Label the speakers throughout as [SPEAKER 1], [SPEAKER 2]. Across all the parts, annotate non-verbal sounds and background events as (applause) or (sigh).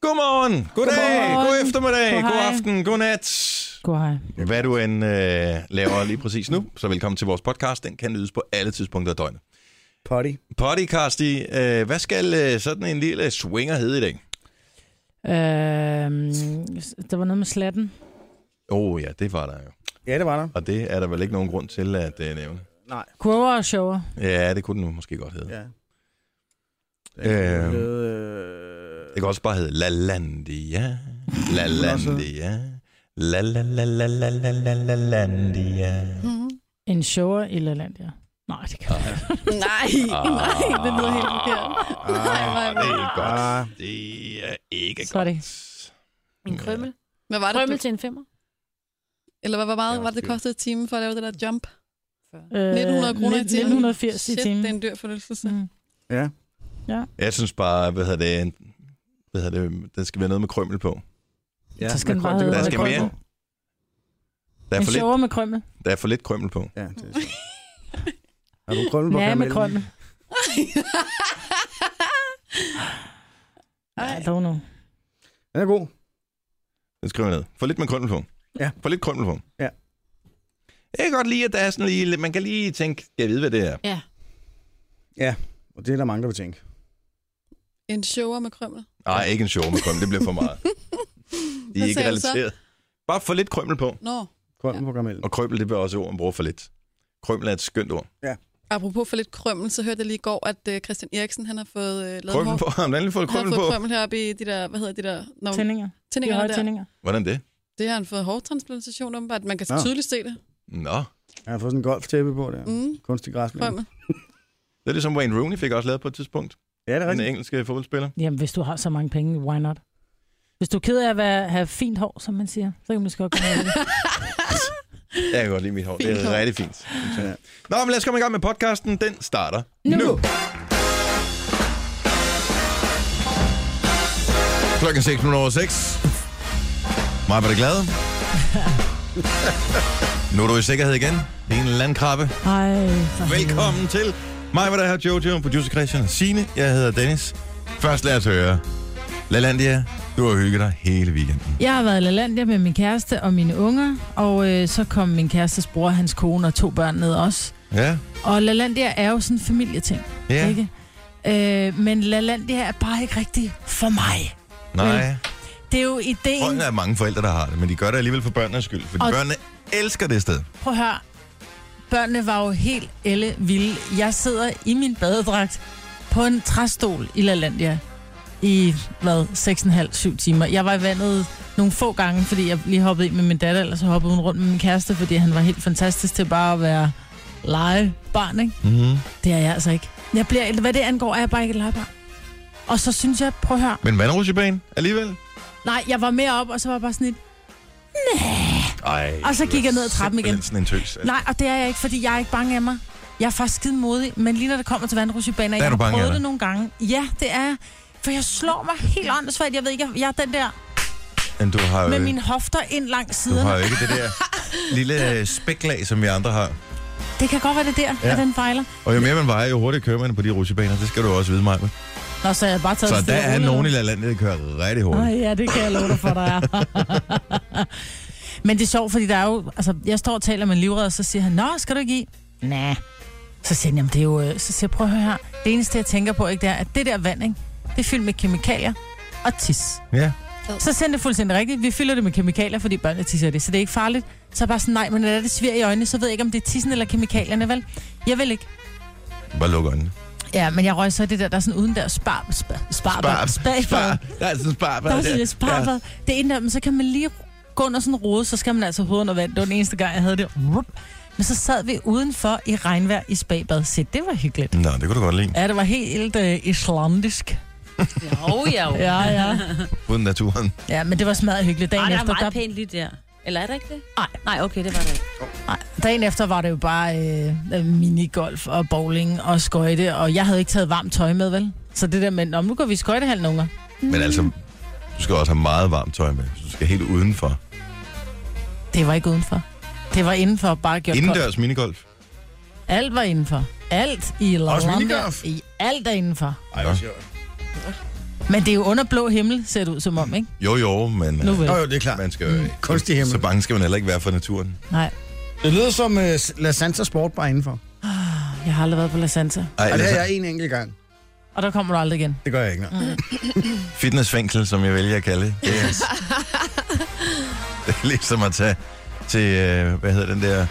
[SPEAKER 1] Godmorgen, goddag,
[SPEAKER 2] Godmorgen.
[SPEAKER 1] god eftermiddag,
[SPEAKER 2] Godhej.
[SPEAKER 1] god aften, god nat.
[SPEAKER 2] God hej.
[SPEAKER 1] Hvad du end øh, laver lige præcis nu, så velkommen til vores podcast. Den kan lydes på alle tidspunkter af døgnet.
[SPEAKER 3] Potty.
[SPEAKER 1] Podcast i, øh, hvad skal øh, sådan en lille swinger hedde i dag?
[SPEAKER 2] Øhm, der var noget med slatten.
[SPEAKER 1] Åh oh, ja, det var der jo.
[SPEAKER 3] Ja, det var der.
[SPEAKER 1] Og det er der vel ikke nogen grund til at øh, nævne.
[SPEAKER 3] Nej.
[SPEAKER 2] Kurver og shower.
[SPEAKER 1] Ja, det kunne den nu måske godt hedde. Ja.
[SPEAKER 3] Ja.
[SPEAKER 1] Øh.
[SPEAKER 3] Øh... Øh...
[SPEAKER 1] Det kan også bare hedde La Landia, La Landia, La La La La La La La La Landia.
[SPEAKER 4] Mm-hmm.
[SPEAKER 2] En shower i Lalandia. Nej, det kan jeg
[SPEAKER 4] Nej, (laughs) nej, det lyder helt forkert. (laughs) Nej,
[SPEAKER 1] Ah,
[SPEAKER 4] nej,
[SPEAKER 1] det
[SPEAKER 4] nej.
[SPEAKER 1] er ikke godt.
[SPEAKER 3] Ah,
[SPEAKER 1] Det er ikke
[SPEAKER 2] Sorry.
[SPEAKER 1] godt.
[SPEAKER 4] En krømmel. Hvad var det?
[SPEAKER 5] Krømmel
[SPEAKER 4] du-
[SPEAKER 5] til en femmer.
[SPEAKER 4] Eller hvad, hvor meget
[SPEAKER 3] Ja,
[SPEAKER 4] var det, det
[SPEAKER 3] undskyld.
[SPEAKER 4] kostede i timen for at lave det der jump?
[SPEAKER 2] øh,
[SPEAKER 4] 1900 kroner i timen.
[SPEAKER 2] 1980 i
[SPEAKER 4] Shit,
[SPEAKER 2] timen.
[SPEAKER 4] det er en dyr fornøjelse.
[SPEAKER 2] Mm.
[SPEAKER 3] ja.
[SPEAKER 1] Jeg synes bare, hvad hedder det, hvad hedder det, der skal være noget med krømmel på.
[SPEAKER 3] ja.
[SPEAKER 2] Så skal
[SPEAKER 3] men
[SPEAKER 2] den bare
[SPEAKER 3] kun-
[SPEAKER 2] hedde
[SPEAKER 3] det
[SPEAKER 1] Der
[SPEAKER 3] kan
[SPEAKER 1] skal
[SPEAKER 3] være
[SPEAKER 1] mere.
[SPEAKER 3] kun-
[SPEAKER 1] Der er
[SPEAKER 2] En
[SPEAKER 1] for lidt,
[SPEAKER 2] shower med krømmel.
[SPEAKER 1] der er for lidt krømmel på.
[SPEAKER 3] Ja, det
[SPEAKER 2] (laughs)
[SPEAKER 3] er sjovt. Har du krømmel på
[SPEAKER 2] Ja, med
[SPEAKER 3] karamellen?
[SPEAKER 2] krømmel. Ja,
[SPEAKER 4] (laughs) Ej,
[SPEAKER 2] dog nu.
[SPEAKER 3] Den er god.
[SPEAKER 1] Det skriver jeg ned. For lidt med krømmel på.
[SPEAKER 3] Ja.
[SPEAKER 1] For lidt krømmel på.
[SPEAKER 3] Ja.
[SPEAKER 1] Jeg kan godt lide, at der er sådan lige, lidt- man kan lige tænke, skal jeg vide, hvad det er?
[SPEAKER 5] Ja.
[SPEAKER 3] Og det er der mange, der vil tænke.
[SPEAKER 4] en shower med krømmel.
[SPEAKER 1] Nej, ikke en show med krømmel, det bliver for
[SPEAKER 4] (laughs)
[SPEAKER 1] meget. De er
[SPEAKER 4] Hvad
[SPEAKER 1] ikke
[SPEAKER 4] sagde du så?
[SPEAKER 1] relateret. Bare for lidt krømmel på.
[SPEAKER 4] Nå,
[SPEAKER 3] Krømmel på karamellen.
[SPEAKER 1] Og krømmel, det bliver også et ord, man bruger for lidt. Krømmel er et skønt ord.
[SPEAKER 4] apropos for lidt krømmel, så hørte jeg lige i går, at øh, Christian Eriksen, han har fået øh, lavet
[SPEAKER 1] Krømmel på, (laughs) har man lige fået
[SPEAKER 4] Han har
[SPEAKER 1] krømmel på?
[SPEAKER 4] fået krømmel heroppe i de der, hvad hedder de der, no,
[SPEAKER 2] Tændinger. De
[SPEAKER 4] tændingerne
[SPEAKER 2] høje
[SPEAKER 4] der.
[SPEAKER 2] tændinger.
[SPEAKER 1] Hvordan det?
[SPEAKER 4] Det har han fået hårtransplantation om, at man kan
[SPEAKER 3] Nå.
[SPEAKER 4] tydeligt se det.
[SPEAKER 1] Nå,
[SPEAKER 3] Jeg har fået sådan en golftæppe på der. Mm.
[SPEAKER 4] Mm,
[SPEAKER 3] Kunstig græs.
[SPEAKER 4] krømmel.
[SPEAKER 1] det er ligesom Wayne Rooney fik også lavet på et tidspunkt.
[SPEAKER 3] Ja, det er
[SPEAKER 1] Den
[SPEAKER 3] rigtigt.
[SPEAKER 1] engelske fodboldspiller.
[SPEAKER 2] Jamen, hvis du har så mange penge, why not? Hvis du er ked af at være, have fint hår, som man siger, så kan man skal godt komme ud af det.
[SPEAKER 1] Jeg kan godt lide mit hår. Det
[SPEAKER 4] Fint
[SPEAKER 1] er
[SPEAKER 4] hår.
[SPEAKER 1] rigtig fint. Nå, men lad os komme i gang med podcasten. Den starter nu.
[SPEAKER 2] Nu.
[SPEAKER 1] nu. Klokken 6 minutter over 6. Maja, var du glad? nu er du i sikkerhed igen. En landkrabbe.
[SPEAKER 2] Ej, for
[SPEAKER 1] Velkommen til. Mig var der her, Jojo, producer Christian og Signe. Jeg hedder Dennis. Først lad os høre. Lalandia, du har hygget dig hele weekenden.
[SPEAKER 5] Jeg har været i LaLandia med min kæreste og mine unger, og øh, så kom min kærestes bror, hans kone og to børn ned også.
[SPEAKER 1] Ja,
[SPEAKER 5] Og LaLandia er jo sådan en familieting,
[SPEAKER 1] ja.
[SPEAKER 5] ikke? Øh, men LaLandia er bare ikke rigtigt for mig.
[SPEAKER 1] Nej.
[SPEAKER 5] Det er jo ideen...
[SPEAKER 1] Prøv er mange forældre, der har det, men de gør det alligevel for børnenes skyld. Fordi og...
[SPEAKER 5] Og-
[SPEAKER 1] børnene elsker det sted.
[SPEAKER 5] Prøv at høre. Børnene var jo helt elle vilde. Jeg sidder i min badedragt på en træstol i LaLandia i, hvad, 6,5-7 timer. Jeg var i vandet nogle få gange, fordi jeg lige hoppede i med min datter, eller så hoppede hun rundt med min kæreste, fordi han var helt fantastisk til bare at være legebarn, ikke?
[SPEAKER 1] Mm-hmm.
[SPEAKER 5] Det er jeg altså ikke. Jeg bliver, hvad det angår, er jeg bare ikke et legebarn. Og så synes jeg, prøv at høre.
[SPEAKER 1] Men vandrutsjebane alligevel?
[SPEAKER 5] Nej, jeg var mere op, og så var jeg bare sådan et,
[SPEAKER 1] Ej,
[SPEAKER 5] Og så
[SPEAKER 1] du
[SPEAKER 5] gik
[SPEAKER 1] er
[SPEAKER 5] jeg ned ad trappen
[SPEAKER 1] simpelthen
[SPEAKER 5] igen.
[SPEAKER 1] sådan en tøs. Altså.
[SPEAKER 5] Nej, og det er jeg ikke, fordi jeg er ikke bange af mig. Jeg er faktisk skide modig, men lige når det kommer til vandrusjebaner,
[SPEAKER 1] Der er
[SPEAKER 5] jeg
[SPEAKER 1] du
[SPEAKER 5] har
[SPEAKER 1] bange af
[SPEAKER 5] prøvet
[SPEAKER 1] dig.
[SPEAKER 5] det nogle gange. Ja, det er jeg. For jeg slår mig helt åndssvagt. Jeg ved ikke, jeg, jeg er den der
[SPEAKER 1] Men du har, jo,
[SPEAKER 5] med mine hofter ind langs
[SPEAKER 1] Øh. du
[SPEAKER 5] siderne.
[SPEAKER 1] har jo ikke det der lille øh, spæklag, som vi andre har.
[SPEAKER 5] Det kan godt være det der,
[SPEAKER 1] Ja.
[SPEAKER 5] ja. at den fejler.
[SPEAKER 1] Og jo mere man vejer, jo hurtigere kører man på de rutsjebaner. Det skal du også vide, mig.
[SPEAKER 5] Nå, så jeg har bare taget
[SPEAKER 1] Så
[SPEAKER 5] det
[SPEAKER 1] der
[SPEAKER 5] stille
[SPEAKER 1] er
[SPEAKER 5] og roligt
[SPEAKER 1] nogen i
[SPEAKER 5] nu.
[SPEAKER 1] landet, der kører rigtig hurtigt.
[SPEAKER 5] Åh, ja, det kan jeg love dig for, der er. (laughs) men det er sjovt, fordi der er jo... Altså, jeg står og taler med en livred, og så siger han, Nå, skal du ikke i? Næh. Så siger han, jamen det er jo... øh," Så siger jeg, prøv at høre her. Det eneste, jeg tænker på, ikke, det er, at det der vand, ikke, det er fyldt med kemikalier og tis.
[SPEAKER 1] Ja.
[SPEAKER 5] Så send det fuldstændig rigtigt. Vi fylder det med kemikalier, fordi børnene tisser i det, så det er ikke farligt. Så er jeg bare sådan, nej, men når det svir i øjnene, så ved jeg ikke, om det er tissen eller kemikalierne, vel? Jeg vil ikke.
[SPEAKER 1] Bare luk øjnene.
[SPEAKER 5] Ja, men jeg røg så i det der, der er sådan uden der spar, spar, spar, spar, spar,
[SPEAKER 1] Spar.
[SPEAKER 5] spar.
[SPEAKER 1] Der er sådan en spar.
[SPEAKER 5] Der er sådan et spar, ja. Det ene der, men så kan man lige gå under sådan en rode, så skal man altså hovedet under vand. Det var den eneste gang, jeg havde det. Vup. Men så sad vi udenfor i regnvejr i spabad. Se, det var hyggeligt.
[SPEAKER 1] Nå, det kunne du godt lide.
[SPEAKER 5] Ja, det var helt øh, islandisk.
[SPEAKER 2] Jo, jo.
[SPEAKER 5] Ja,
[SPEAKER 2] (laughs)
[SPEAKER 5] ja.
[SPEAKER 1] Uden naturen.
[SPEAKER 5] Ja, men det var smadret hyggeligt. Dagen
[SPEAKER 2] Ej, der er
[SPEAKER 5] efter,
[SPEAKER 2] meget pænt lige der. Eller er der ikke det?
[SPEAKER 5] Nej.
[SPEAKER 2] Nej, okay, det var der ikke.
[SPEAKER 5] Nej, dagen efter var det jo bare øh, øh, minigolf og bowling og skøjte, og jeg havde ikke taget varmt tøj med, vel? Så det der med, om nu går vi i skøjtehallen, unger.
[SPEAKER 1] Men altså, du skal også have meget varmt tøj med. Så du skal helt udenfor.
[SPEAKER 5] Det var ikke udenfor. Det var indenfor, bare gjort koldt.
[SPEAKER 1] Indendørs minigolf.
[SPEAKER 5] Alt var indenfor. Alt i Lolland.
[SPEAKER 3] minigolf?
[SPEAKER 5] I alt er indenfor.
[SPEAKER 1] Ej, hvor
[SPEAKER 3] sjovt.
[SPEAKER 5] Men det er jo under blå himmel, ser det ud som om, ikke?
[SPEAKER 1] Jo, jo, men
[SPEAKER 5] Nu
[SPEAKER 1] øh,
[SPEAKER 5] vel.
[SPEAKER 3] Nå jo, det er klart.
[SPEAKER 1] man skal jo...
[SPEAKER 3] Mm. Kunstig himmel.
[SPEAKER 1] Så bange skal man heller ikke være for naturen.
[SPEAKER 5] Nej,
[SPEAKER 3] Det lyder som uh, La Santa Sport bare indenfor.
[SPEAKER 5] jeg har aldrig været på La Santa.
[SPEAKER 1] Ej,
[SPEAKER 3] Og det har
[SPEAKER 1] altså,
[SPEAKER 3] jeg en enkelt gang.
[SPEAKER 5] Og der kommer du aldrig igen.
[SPEAKER 3] Det gør jeg ikke, nej.
[SPEAKER 2] Mm.
[SPEAKER 1] fitnessfængsel, som jeg vælger at kalde det. Det er,
[SPEAKER 3] (laughs)
[SPEAKER 1] det er ligesom at tage til, øh, hvad hedder den der,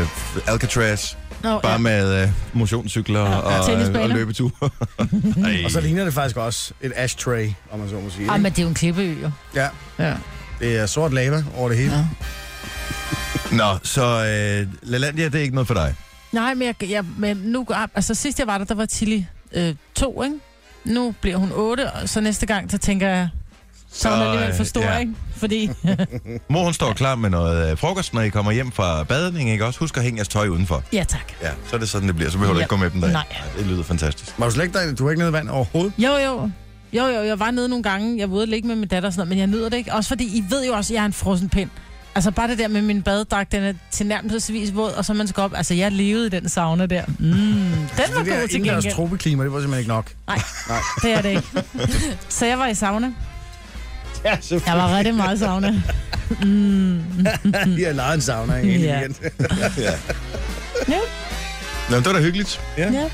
[SPEAKER 1] øh, Alcatraz,
[SPEAKER 5] Nå,
[SPEAKER 1] bare med øh, motionscykler
[SPEAKER 5] Ja,
[SPEAKER 1] ja,
[SPEAKER 5] og
[SPEAKER 1] og, øh, og
[SPEAKER 5] tennisbaner.
[SPEAKER 1] løbeture.
[SPEAKER 3] (laughs)
[SPEAKER 1] Ej.
[SPEAKER 3] Og så ligner det faktisk også et ashtray, om man så må sige.
[SPEAKER 5] Ah,
[SPEAKER 3] ikke?
[SPEAKER 5] men det er jo en klippeø, jo.
[SPEAKER 3] Ja.
[SPEAKER 5] ja.
[SPEAKER 3] Det er sort lava over det hele.
[SPEAKER 5] ja.
[SPEAKER 1] Nå, så øh, LaLandia, det er ikke noget for dig.
[SPEAKER 5] Nej, men, jeg, jeg, men nu, går- altså sidst jeg var der, der var Tilly øh, to, ikke? Nu bliver hun otte, og så næste gang, så tænker jeg, så er hun
[SPEAKER 1] Så,
[SPEAKER 5] alligevel for
[SPEAKER 1] øh,
[SPEAKER 5] stor,
[SPEAKER 1] ja.
[SPEAKER 5] ja. ikke? Fordi,
[SPEAKER 1] Mor, hun står klar med noget øh, frokost, når I kommer hjem fra badning, ikke også? Husk at hænge jeres tøj udenfor.
[SPEAKER 5] ja tak.
[SPEAKER 1] Ja, så er det sådan, det bliver. Så behøver du
[SPEAKER 5] Ja.
[SPEAKER 1] ikke gå med dem derind.
[SPEAKER 5] Nej.
[SPEAKER 1] Det lyder fantastisk.
[SPEAKER 3] Var du slet ikke der? Du har ikke noget vand overhovedet?
[SPEAKER 5] Jo, jo. Jo, jo, jeg var nede nogle gange. Jeg var ude at ligge med min datter og sådan noget, men jeg nyder det ikke. Også fordi, I ved jo også, at jeg er en frossen pind. Altså bare det der med min badedragt, den er tilnærmelsesvis våd, og så man skal op. Altså, jeg levede i den sauna der. Mm, den var
[SPEAKER 3] Altså, det der
[SPEAKER 5] god til
[SPEAKER 3] indendørs
[SPEAKER 5] gengæld.
[SPEAKER 3] tropeklima, det var simpelthen ikke nok.
[SPEAKER 5] Det er det ikke. Så jeg var i sauna.
[SPEAKER 3] Ja,
[SPEAKER 5] Jeg var rigtig meget i sauna. Mm.
[SPEAKER 3] (laughs) Vi har lejet en sauna i hele
[SPEAKER 5] Ja.
[SPEAKER 3] weekenden.
[SPEAKER 1] Nå, men det var da hyggeligt.
[SPEAKER 5] Ja.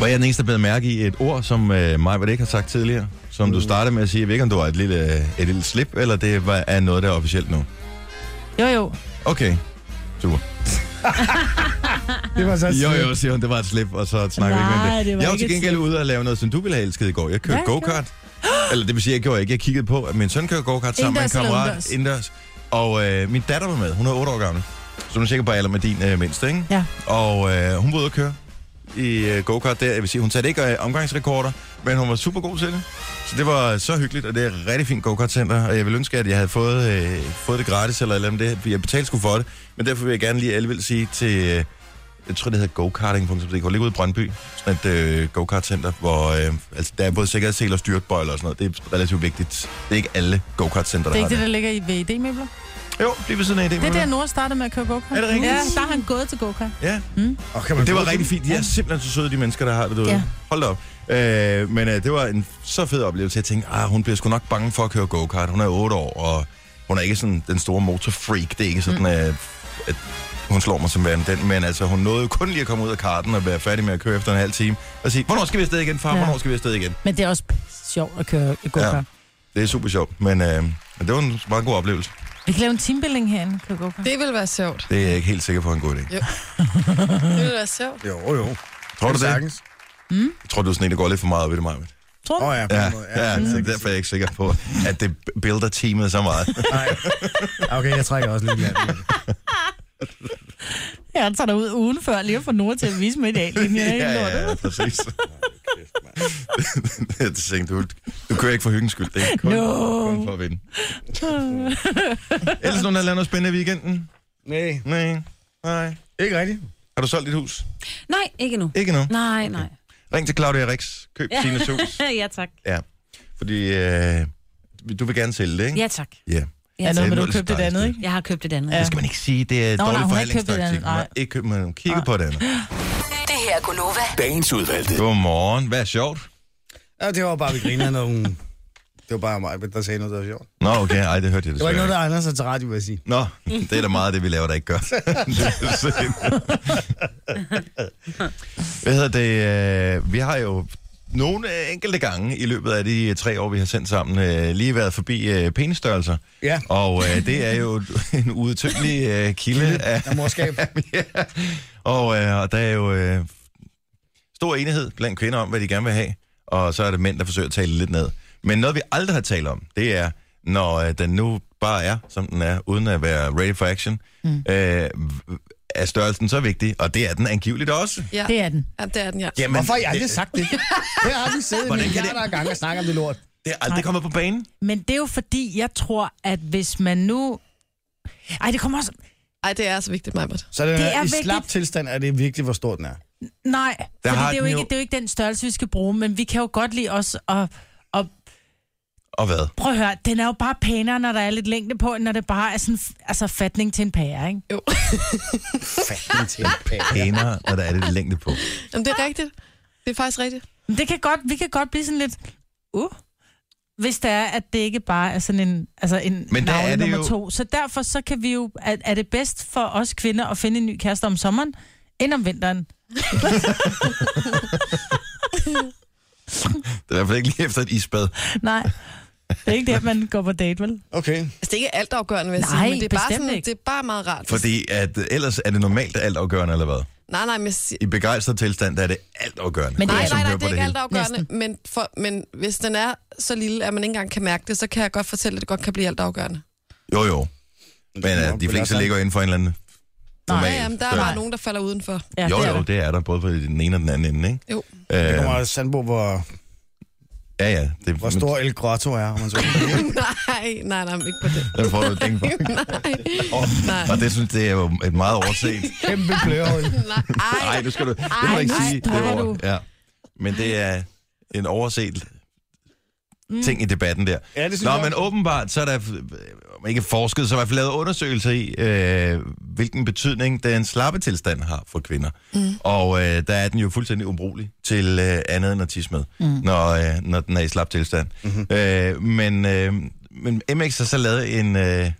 [SPEAKER 1] Var jeg den eneste, der blev mærke i et ord, som øh, mig, hvad det ikke har sagt tidligere? Som du startede med at sige, jeg ved ikke, om du var et lille, et lille slip, eller det var, er noget, der er officielt nu.
[SPEAKER 5] Jo, jo.
[SPEAKER 1] Okay. Super.
[SPEAKER 3] (laughs) Det var så
[SPEAKER 1] Jo, jo, siger hun, det var et slip, og så snakker vi ikke
[SPEAKER 5] Nej,
[SPEAKER 1] med
[SPEAKER 5] det
[SPEAKER 1] det.
[SPEAKER 5] var
[SPEAKER 1] Jeg var
[SPEAKER 5] ikke
[SPEAKER 1] til
[SPEAKER 5] et
[SPEAKER 1] gengæld ude og lave noget, som du ville have elsket i går. Jeg kørte
[SPEAKER 5] Hvad gjorde
[SPEAKER 1] go-kart. Eller det vil sige, jeg gjorde ikke. Jeg kiggede på, at min søn kører go-kart sammen med en
[SPEAKER 5] Indendørs eller
[SPEAKER 1] kammerat
[SPEAKER 5] udendørs?
[SPEAKER 1] indendørs. Og øh, min datter var med. Hun er 8 år gammel. Så hun er sikkert på alder med din øh, mindste, ikke?
[SPEAKER 5] Ja.
[SPEAKER 1] Og øh, hun var ude at køre i øh, go-kart der. Jeg vil sige, hun satte ikke øh, omgangsrekorder, men hun var super god til det. Så det var så hyggeligt, og det er et rigtig fint go-kart-center. Og jeg vil ønske, at jeg havde fået, øh, fået det gratis, eller, eller andet. det, for jeg betalte sgu for det. Men derfor vil jeg gerne lige alligevel sige til... Øh, jeg tror, det hedder go-karting.dk, ligger ude i Brøndby. Sådan et øh, go-kart-center, hvor øh, altså, der er både sikkerhedssel og styrtbøjler og sådan noget. Det er relativt vigtigt. Det er ikke alle go-kart-center,
[SPEAKER 5] Det
[SPEAKER 1] der
[SPEAKER 5] er
[SPEAKER 1] har
[SPEAKER 5] ikke det,
[SPEAKER 1] det.
[SPEAKER 5] der ligger i E VED-møbler.
[SPEAKER 1] Jo, det er ved siden af det.
[SPEAKER 5] Det er der, Nora startede med at køre go-kart.
[SPEAKER 1] Er det rigtigt?
[SPEAKER 5] Ja, der har han gået til go-kart.
[SPEAKER 1] Ja,
[SPEAKER 3] Og kan man
[SPEAKER 1] det var
[SPEAKER 3] bruge
[SPEAKER 1] rigtig fint. De er simpelthen så søde, de mennesker, der har det derude. Ja.
[SPEAKER 5] Ja.
[SPEAKER 1] Hold da op. Øh, men øh, det var en så fed oplevelse. Jeg tænkte, ah, hun bliver sgu nok bange for at køre go-kart. Hun er 8 år, og hun er ikke sådan den store motorfreak. Det er ikke sådan, mm. at, at hun slår mig som værende den. Men altså, hun nåede jo kun lige at komme ud af karten og være færdig med at køre efter en halv time. Og sige, hvornår skal vi afsted igen, far? Ja.
[SPEAKER 5] Ja.
[SPEAKER 1] Hvornår skal vi afsted igen?
[SPEAKER 5] Men det er også pisse sjovt at køre go-kart.
[SPEAKER 1] Ja. Det er super sjovt, men øh, men det var en meget god oplevelse.
[SPEAKER 5] Vi kan lave en teambuilding herinde, køre go-kart.
[SPEAKER 4] Det ville være sjovt.
[SPEAKER 1] Det er jeg ikke helt sikker på, er en god idé.
[SPEAKER 4] Det ville være sjovt.
[SPEAKER 3] Jo, jo.
[SPEAKER 1] Tror du det?
[SPEAKER 3] Sagtens.
[SPEAKER 1] Jeg tror, du er sådan en, der går lidt for meget op i det, Maja.
[SPEAKER 5] Tror
[SPEAKER 3] Åh
[SPEAKER 5] du?
[SPEAKER 3] oh, ja, på
[SPEAKER 1] Ja,
[SPEAKER 3] den måde.
[SPEAKER 1] ja, ja, så derfor er jeg ikke sikker på, at det builder teamet så meget.
[SPEAKER 3] (laughs) Nej. Okay, jeg trækker også lidt i land.
[SPEAKER 5] Ja, han tager dig ud ugen før, lige for Nora til at vise mig i dag.
[SPEAKER 1] (laughs) ja, ja, ja, præcis. (laughs) jeg tænkte, du, du kører ikke for hyggens skyld. Det er kun,
[SPEAKER 5] No.
[SPEAKER 1] kun for at vinde. Ellers nogen, der har lavet noget spændende i weekenden?
[SPEAKER 3] Nej,
[SPEAKER 1] Nej. Nej.
[SPEAKER 3] ikke rigtigt.
[SPEAKER 1] Har du solgt dit hus?
[SPEAKER 2] Nej, ikke nu.
[SPEAKER 1] Ikke nu.
[SPEAKER 2] Nej, nej.
[SPEAKER 1] Ring til Claudia Rix. Køb ja. Sines hus.
[SPEAKER 2] ja, tak.
[SPEAKER 1] Ja. Fordi øh, du vil gerne sælge det, ikke?
[SPEAKER 2] Ja, tak.
[SPEAKER 1] Ja.
[SPEAKER 5] Ja, noget med,
[SPEAKER 1] Altså, Det er
[SPEAKER 5] du købte
[SPEAKER 1] dejligt.
[SPEAKER 5] det andet, ikke?
[SPEAKER 2] Jeg har købt et andet.
[SPEAKER 5] Ja.
[SPEAKER 1] Det skal man ikke sige. Det er
[SPEAKER 5] Nå, nej,
[SPEAKER 1] dårlig
[SPEAKER 5] hun har ikke købt det
[SPEAKER 1] forhandlingstaktik.
[SPEAKER 5] andet, nej.
[SPEAKER 1] Hun har ikke købt det andet. Kigge på det andet.
[SPEAKER 6] Det her er Gunova.
[SPEAKER 7] Dagens udvalgte.
[SPEAKER 1] Godmorgen. Hvad er sjovt?
[SPEAKER 3] Ja, det var bare, vi grinede når hun... Det var bare mig, der sagde noget, der var sjovt.
[SPEAKER 1] Nå, okay. Ej, det hørte jeg
[SPEAKER 3] Det var
[SPEAKER 1] desværre
[SPEAKER 3] ikke noget, der egner sig til radio, vil jeg sige.
[SPEAKER 1] Nå, det er da meget af det, vi laver, der ikke gør. Det er synd. Hvad hedder det? øh, Vi har jo nogle øh, enkelte gange i løbet af de øh, tre år, vi har sendt sammen, øh, lige været forbi øh, penisstørrelser.
[SPEAKER 3] Ja.
[SPEAKER 1] Og øh, det er jo (laughs) en udtømmelig øh, kilde af...
[SPEAKER 3] Der (laughs) morskab.
[SPEAKER 1] ja. Og, øh, og der er jo øh, stor enighed blandt kvinder om, hvad de gerne vil have. Og så er det mænd, der forsøger at tale lidt ned. Men noget, vi aldrig har talt om, det er, når øh, den nu bare er, som den er, uden at være ready for action, mm. øh, er størrelsen så vigtig, og det er den angiveligt også.
[SPEAKER 4] Ja.
[SPEAKER 5] Det er den.
[SPEAKER 4] ja, det er den, ja.
[SPEAKER 1] Jamen,
[SPEAKER 3] Hvorfor har jeg aldrig sagt det? Her har vi
[SPEAKER 1] Hvordan
[SPEAKER 3] siddet Hvordan
[SPEAKER 1] kan det-
[SPEAKER 3] milliarder af gange og snakket om det lort.
[SPEAKER 1] Det er aldrig kommet på banen.
[SPEAKER 5] Men det er jo fordi, jeg tror, at hvis man nu... Ej, det kommer også...
[SPEAKER 4] Ej, det er så vigtigt, Majbert.
[SPEAKER 3] Så den
[SPEAKER 5] Det
[SPEAKER 3] er,
[SPEAKER 5] er
[SPEAKER 3] i
[SPEAKER 5] vigtigt.
[SPEAKER 3] slap tilstand er det vigtigt, hvor stor den er.
[SPEAKER 5] Nej,
[SPEAKER 1] Der
[SPEAKER 5] der fordi
[SPEAKER 1] har
[SPEAKER 5] det er, jo
[SPEAKER 1] den
[SPEAKER 5] ikke,
[SPEAKER 1] jo-
[SPEAKER 5] det er jo ikke den størrelse, vi skal bruge, men vi kan jo godt lide også at... at
[SPEAKER 1] Og hvad?
[SPEAKER 5] prøv at høre, den er jo bare pænere, når der er lidt længde på, end når det bare er sådan, altså fatning til en pære, ikke?
[SPEAKER 4] Jo.
[SPEAKER 3] Fanden til en pære.
[SPEAKER 1] Pænere, når der er lidt længde på.
[SPEAKER 5] Ah.
[SPEAKER 4] Jamen, det er rigtigt. Det er faktisk rigtigt.
[SPEAKER 5] Men det kan godt, vi kan godt blive sådan lidt...
[SPEAKER 8] uh. Hvis det er, at det ikke bare er sådan en, altså en
[SPEAKER 1] Men der
[SPEAKER 8] navle
[SPEAKER 1] er det
[SPEAKER 8] nummer
[SPEAKER 1] jo-
[SPEAKER 8] to. Så derfor så kan vi jo, er, er det bedst for os kvinder at finde en ny kæreste om sommeren, end om vinteren.
[SPEAKER 1] Det er i hvert fald ikke lige efter et isbad.
[SPEAKER 8] Nej, det er ikke der, man går på date, vel?
[SPEAKER 3] Okay.
[SPEAKER 4] Altså, det er ikke altafgørende, vil jeg
[SPEAKER 8] Nej,
[SPEAKER 4] sige, men det er, bare
[SPEAKER 8] bestemt
[SPEAKER 4] sådan,
[SPEAKER 8] ikke.
[SPEAKER 4] det er bare meget rart.
[SPEAKER 1] Fordi at, øh, ellers er det normalt altafgørende, eller hvad?
[SPEAKER 4] Nej, nej, men jeg siger,
[SPEAKER 1] I begejstret tilstand, der er det altafgørende.
[SPEAKER 8] Men det
[SPEAKER 4] nej,
[SPEAKER 8] er
[SPEAKER 1] som
[SPEAKER 4] nej, nej,
[SPEAKER 1] hører
[SPEAKER 4] det
[SPEAKER 1] på
[SPEAKER 4] er ikke
[SPEAKER 1] hele.
[SPEAKER 4] altafgørende, men, for, men hvis den er så lille, at man ikke engang kan mærke det, så kan jeg godt fortælle, at det godt kan blive altafgørende.
[SPEAKER 1] Jo, jo. Men øh, de fleste ligger inden for en eller anden normal.
[SPEAKER 4] Ja, jamen, der er
[SPEAKER 1] dør.
[SPEAKER 4] bare nogen, der falder udenfor.
[SPEAKER 8] Ja,
[SPEAKER 1] jo,
[SPEAKER 8] det er
[SPEAKER 1] jo,
[SPEAKER 8] der.
[SPEAKER 1] det er der, både på den ene og den anden ende, ikke? (laughs)
[SPEAKER 4] Jo.
[SPEAKER 3] Det
[SPEAKER 1] Øh,
[SPEAKER 3] kommer af Sandbo, hvor,
[SPEAKER 1] ja, ja. Det,
[SPEAKER 3] hvor stor El Grotto er, om man så (laughs) vil.
[SPEAKER 4] nej, nej, nej, men ikke på det.
[SPEAKER 1] Der får du et
[SPEAKER 3] (laughs)
[SPEAKER 1] ding for.
[SPEAKER 4] (laughs) nej, nej,
[SPEAKER 1] Og det synes jeg, det er jo et meget overset.
[SPEAKER 3] Kæmpe blørhul.
[SPEAKER 4] nej. Ej,
[SPEAKER 1] Nej, du skal du, det må du ikke
[SPEAKER 8] nej,
[SPEAKER 1] sige.
[SPEAKER 8] nej,
[SPEAKER 1] det
[SPEAKER 8] du.
[SPEAKER 1] Ja. Men det er en overset ting i debatten der.
[SPEAKER 3] Ja, det synes
[SPEAKER 1] Nå,
[SPEAKER 3] jeg
[SPEAKER 1] men
[SPEAKER 3] også.
[SPEAKER 1] åbenbart, så er der øh, om ikke forsket, så i hvert fald lavet undersøgelser i, øh, hvilken betydning den slappe tilstand har for kvinder. Mm. Og øh, der er den jo fuldstændig ubrugelig til øh, andet end at tisse med, mm. når, øh, når den er i slap tilstand.
[SPEAKER 3] Mhm.
[SPEAKER 1] Mm-hmm. Øh, men, øh, men MX har så lavet en... Øh,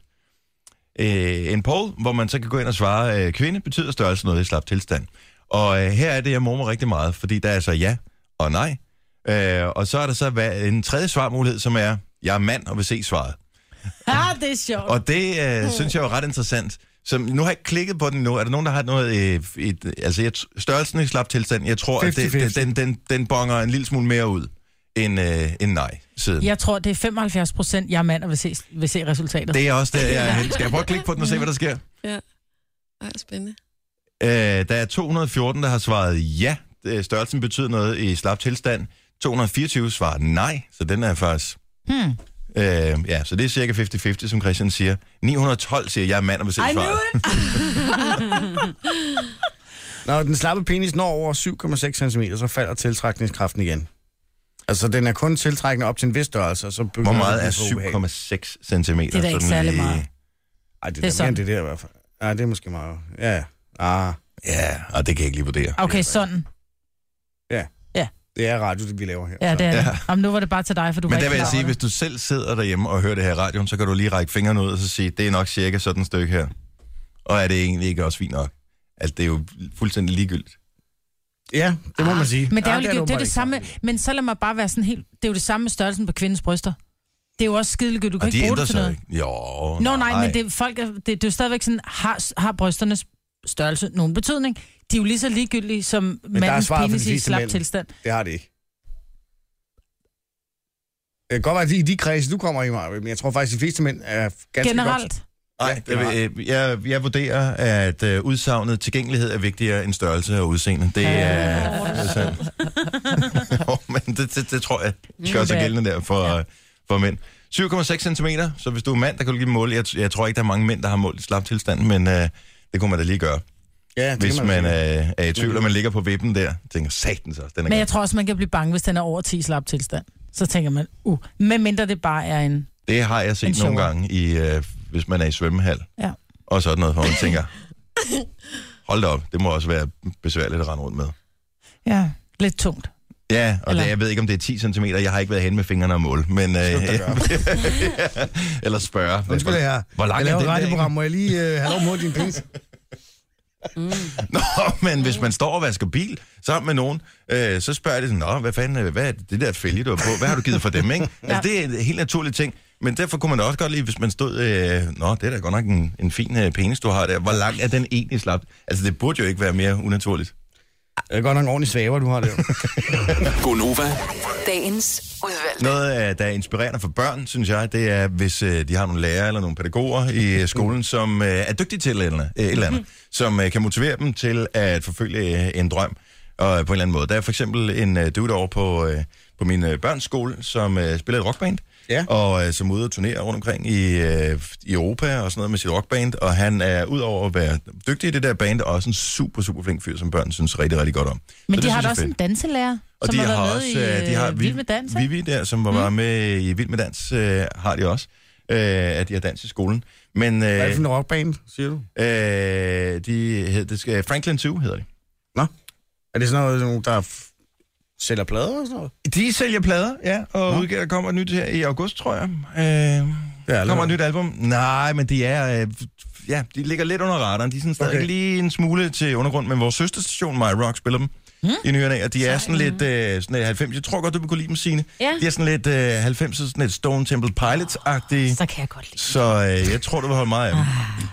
[SPEAKER 1] øh, en poll, hvor man så kan gå ind og svare, øh, kvinde betyder størrelse noget i slap tilstand. Og øh, her er det, jeg mormer rigtig meget, fordi der er så ja og nej. Øh, og så er der så hvad, en tredje svarmulighed, som er, jeg er mand og vil se svaret.
[SPEAKER 8] Ah, det er sjovt.
[SPEAKER 1] Og det øh, synes jeg er ret interessant. Så nu har jeg ikke klikket på den nu. Er der nogen, der har noget... Øh, et, altså, jeg, tr- størrelsen i slap tilstand, jeg tror, at det,
[SPEAKER 3] 50-50.
[SPEAKER 1] den, den, den bonger en lille smule mere ud end, øh, end nej siden.
[SPEAKER 8] Jeg tror, det er 75 procent, jeg er mand og vil se, vil se resultatet.
[SPEAKER 1] Det er også der, jeg er henne. Skal jeg prøve at klikke på den og se, hvad der sker?
[SPEAKER 4] Ej, spændende.
[SPEAKER 1] Øh, der er 214, der har svaret ja. Øh, Størrelsen betyder noget i slap tilstand. 224 svarer nej, så den er faktisk...
[SPEAKER 8] Hmm.
[SPEAKER 1] Øh, ja, så det er cirka 50-50, som Christian siger. 912 siger, jeg er mand og vil se
[SPEAKER 8] I knew
[SPEAKER 1] svaret.
[SPEAKER 8] it!
[SPEAKER 3] Når den slappe penis når over 7,6 cm, så falder tiltrækningskraften igen. Altså, den er kun tiltrækkende op til en vis størrelse, og så begynder
[SPEAKER 1] Hvor meget
[SPEAKER 3] den
[SPEAKER 1] er
[SPEAKER 3] at få ubehag.
[SPEAKER 1] 7,6 cm?
[SPEAKER 8] Det er da ikke særlig meget. Det er
[SPEAKER 3] Ej, det, er da mere
[SPEAKER 8] sådan.
[SPEAKER 3] end det der i hvert fald. Ja, det er måske meget. Ja, ja. ah,
[SPEAKER 1] Ja, og det kan jeg ikke lige vurdere.
[SPEAKER 8] Okay, sådan.
[SPEAKER 3] det er radio, det vi laver her.
[SPEAKER 8] Ja, det er det.
[SPEAKER 1] Ja.
[SPEAKER 8] Jamen, nu var det bare til dig, for du var
[SPEAKER 1] Men der
[SPEAKER 8] ikke
[SPEAKER 1] vil jeg
[SPEAKER 8] klar
[SPEAKER 1] sige,
[SPEAKER 8] over
[SPEAKER 1] hvis du selv sidder derhjemme og hører det her i radioen, så kan du lige række fingrene ud og så sige, det er nok cirka sådan et stykke her. Og er det egentlig ikke også fint nok? Altså, det er jo fuldstændig ligegyldigt.
[SPEAKER 3] Ja, det må man sige.
[SPEAKER 8] det. Ah, Men det er jo
[SPEAKER 3] Ja,
[SPEAKER 8] det, det, er
[SPEAKER 3] åbenbart
[SPEAKER 8] det
[SPEAKER 3] ikke.
[SPEAKER 8] samme. Men så lad mig bare være sådan helt... Det er jo det samme med størrelsen på kvindens bryster. Det er jo også skideligt, du kan
[SPEAKER 1] Og de
[SPEAKER 8] ikke bruge
[SPEAKER 1] ændrer
[SPEAKER 8] det til noget.
[SPEAKER 1] sig ikke. Jo,
[SPEAKER 8] Nå nej, men det, er- folk er, det, det er jo stadigvæk sådan, har, har brysternes størrelse nogen betydning? De er jo lige så ligegyldige som
[SPEAKER 3] der er
[SPEAKER 8] mandens
[SPEAKER 3] svaret for
[SPEAKER 8] penis
[SPEAKER 3] de
[SPEAKER 8] i
[SPEAKER 3] fleste
[SPEAKER 8] slap
[SPEAKER 3] mænd.
[SPEAKER 8] tilstand.
[SPEAKER 3] Det har det ikke. Det kan godt være, at i de kredse, du kommer i, Maja, men jeg tror faktisk, at de fleste mænd er ganske
[SPEAKER 8] Generelt.
[SPEAKER 3] godt.
[SPEAKER 1] Nej,
[SPEAKER 3] Ja, det var-
[SPEAKER 1] jeg, øh, jeg, jeg vurderer, at øh, udsagnet tilgængelighed er vigtigere end størrelse og udseende. Det er, det er sandt.
[SPEAKER 8] (laughs)
[SPEAKER 1] Jo, men det, det, det tror jeg gør sig
[SPEAKER 8] Mm,
[SPEAKER 1] gældende der for, ja. for mænd. 7,6 cm, så hvis du er mand, der kan du lige måle. Jeg, jeg tror ikke, der er mange mænd, der har målt i slap tilstand, men øh, det kunne man da lige gøre.
[SPEAKER 3] Ja, det
[SPEAKER 1] Hvis
[SPEAKER 3] kan
[SPEAKER 1] man
[SPEAKER 3] man sige.
[SPEAKER 1] øh, er i tvivl, og man ligger på vippen der, tænker satan så, den er
[SPEAKER 8] Men
[SPEAKER 1] grim."
[SPEAKER 8] jeg tror også, man kan blive bange, hvis den er over 10 i slap tilstand. Så tænker man, uh, medmindre det bare er en...
[SPEAKER 1] Det har jeg
[SPEAKER 8] En
[SPEAKER 1] set
[SPEAKER 8] shower.
[SPEAKER 1] nogle gange, i, øh, hvis man er i svømmehal.
[SPEAKER 8] Ja.
[SPEAKER 1] Og sådan noget, hvor man
[SPEAKER 8] (laughs)
[SPEAKER 1] tænker, hold da op, det må også være besværligt at rende rundt med.
[SPEAKER 8] Ja, lidt tungt.
[SPEAKER 1] Ja, og
[SPEAKER 8] Eller-
[SPEAKER 1] det, jeg ved ikke, om det er 10 cm. Jeg har ikke været hen med fingrene og måle, men... Øh, (laughs) eller spørge.
[SPEAKER 3] Undskyld, jeg har.
[SPEAKER 1] Hvor lang er
[SPEAKER 3] jeg laver
[SPEAKER 1] den
[SPEAKER 3] et
[SPEAKER 1] der,
[SPEAKER 3] radioprogram. Må jeg lige øh, have lov mod din penis?
[SPEAKER 1] (laughs)
[SPEAKER 2] Mm,
[SPEAKER 1] Nå, men hvis man står og vasker bil sammen med nogen, øh, så spørger de sådan, Nå, hvad fanden, øh, hvad er det der fælge, du har på? Hvad har du givet for dem, ikke? Altså, det er en helt naturlig ting. Men derfor kunne man da også godt lide, hvis man stod, øh, nå, det er da godt nok en, en fin øh, penis, du har der. Hvor lang er den egentlig slap? Altså, det burde jo ikke være mere unaturligt.
[SPEAKER 3] Det er godt nok en ordentlig svaver, du har (laughs) der.
[SPEAKER 9] Gonova,
[SPEAKER 10] Dagens udvalgte.
[SPEAKER 1] Noget, øh, der er inspirerende for børn, synes jeg, det er, hvis øh, de har nogle lærere eller nogle pædagoger i øh, skolen, som øh, er dygtige til et eller andet, øh, et eller andet som øh, kan motivere dem til at forfølge øh, en drøm og, øh, på en eller anden måde. Der er for eksempel en øh, dude over på, øh, på min øh, børns skole, som øh, spiller et rockband,
[SPEAKER 3] Ja.
[SPEAKER 1] og øh, som er ude og turnere rundt omkring i, øh, i Europa og sådan noget med sit rockband, og han er udover at være dygtig i det der band, også en super, super flink fyr, som børn synes rigtig, rigtig godt om.
[SPEAKER 8] Men
[SPEAKER 1] Så
[SPEAKER 8] de
[SPEAKER 1] det
[SPEAKER 8] har
[SPEAKER 1] synes jeg
[SPEAKER 8] da
[SPEAKER 1] er
[SPEAKER 8] også
[SPEAKER 1] fedt.
[SPEAKER 8] en danselærer,
[SPEAKER 1] Og
[SPEAKER 8] som
[SPEAKER 1] de
[SPEAKER 8] har
[SPEAKER 1] har,
[SPEAKER 8] været
[SPEAKER 1] også,
[SPEAKER 8] med
[SPEAKER 1] øh,
[SPEAKER 8] i
[SPEAKER 1] de har
[SPEAKER 8] øh, Vild med Dans. ikke?
[SPEAKER 1] Vivi der, som var bare med i Vild med Dans, øh, har de også, øh, at de har dans i skolen. Men
[SPEAKER 3] Hvad er
[SPEAKER 1] øh,
[SPEAKER 3] det for en rockband, siger du?
[SPEAKER 1] øh, de hed, det skal, Franklin 2 hedder de.
[SPEAKER 3] Er det sådan noget, nogen, der er f- Sælger plader og sådan noget?
[SPEAKER 1] De sælger plader, ja, og Nå. udgiver, der kommer et nyt her i august, tror jeg. Øh,
[SPEAKER 3] Ja,
[SPEAKER 1] der kommer et nyt album. Nej, men det er... Øh, ja, de ligger lidt under radaren. De er sådan stadig
[SPEAKER 3] Okay.
[SPEAKER 1] okay. lige en smule til undergrund, men vores søsterstation, My Rock, spiller dem mm. i nyerne af, og de er sådan lidt, øh, sådan lidt 90. Jeg tror godt, du vil kunne lide dem, Signe.
[SPEAKER 2] Ja.
[SPEAKER 1] De er sådan lidt øh, 90'er, sådan lidt Stone Temple Pilots-agtige.
[SPEAKER 2] Så kan jeg godt lide.
[SPEAKER 1] Så øh, jeg tror, du vil holde meget af dem.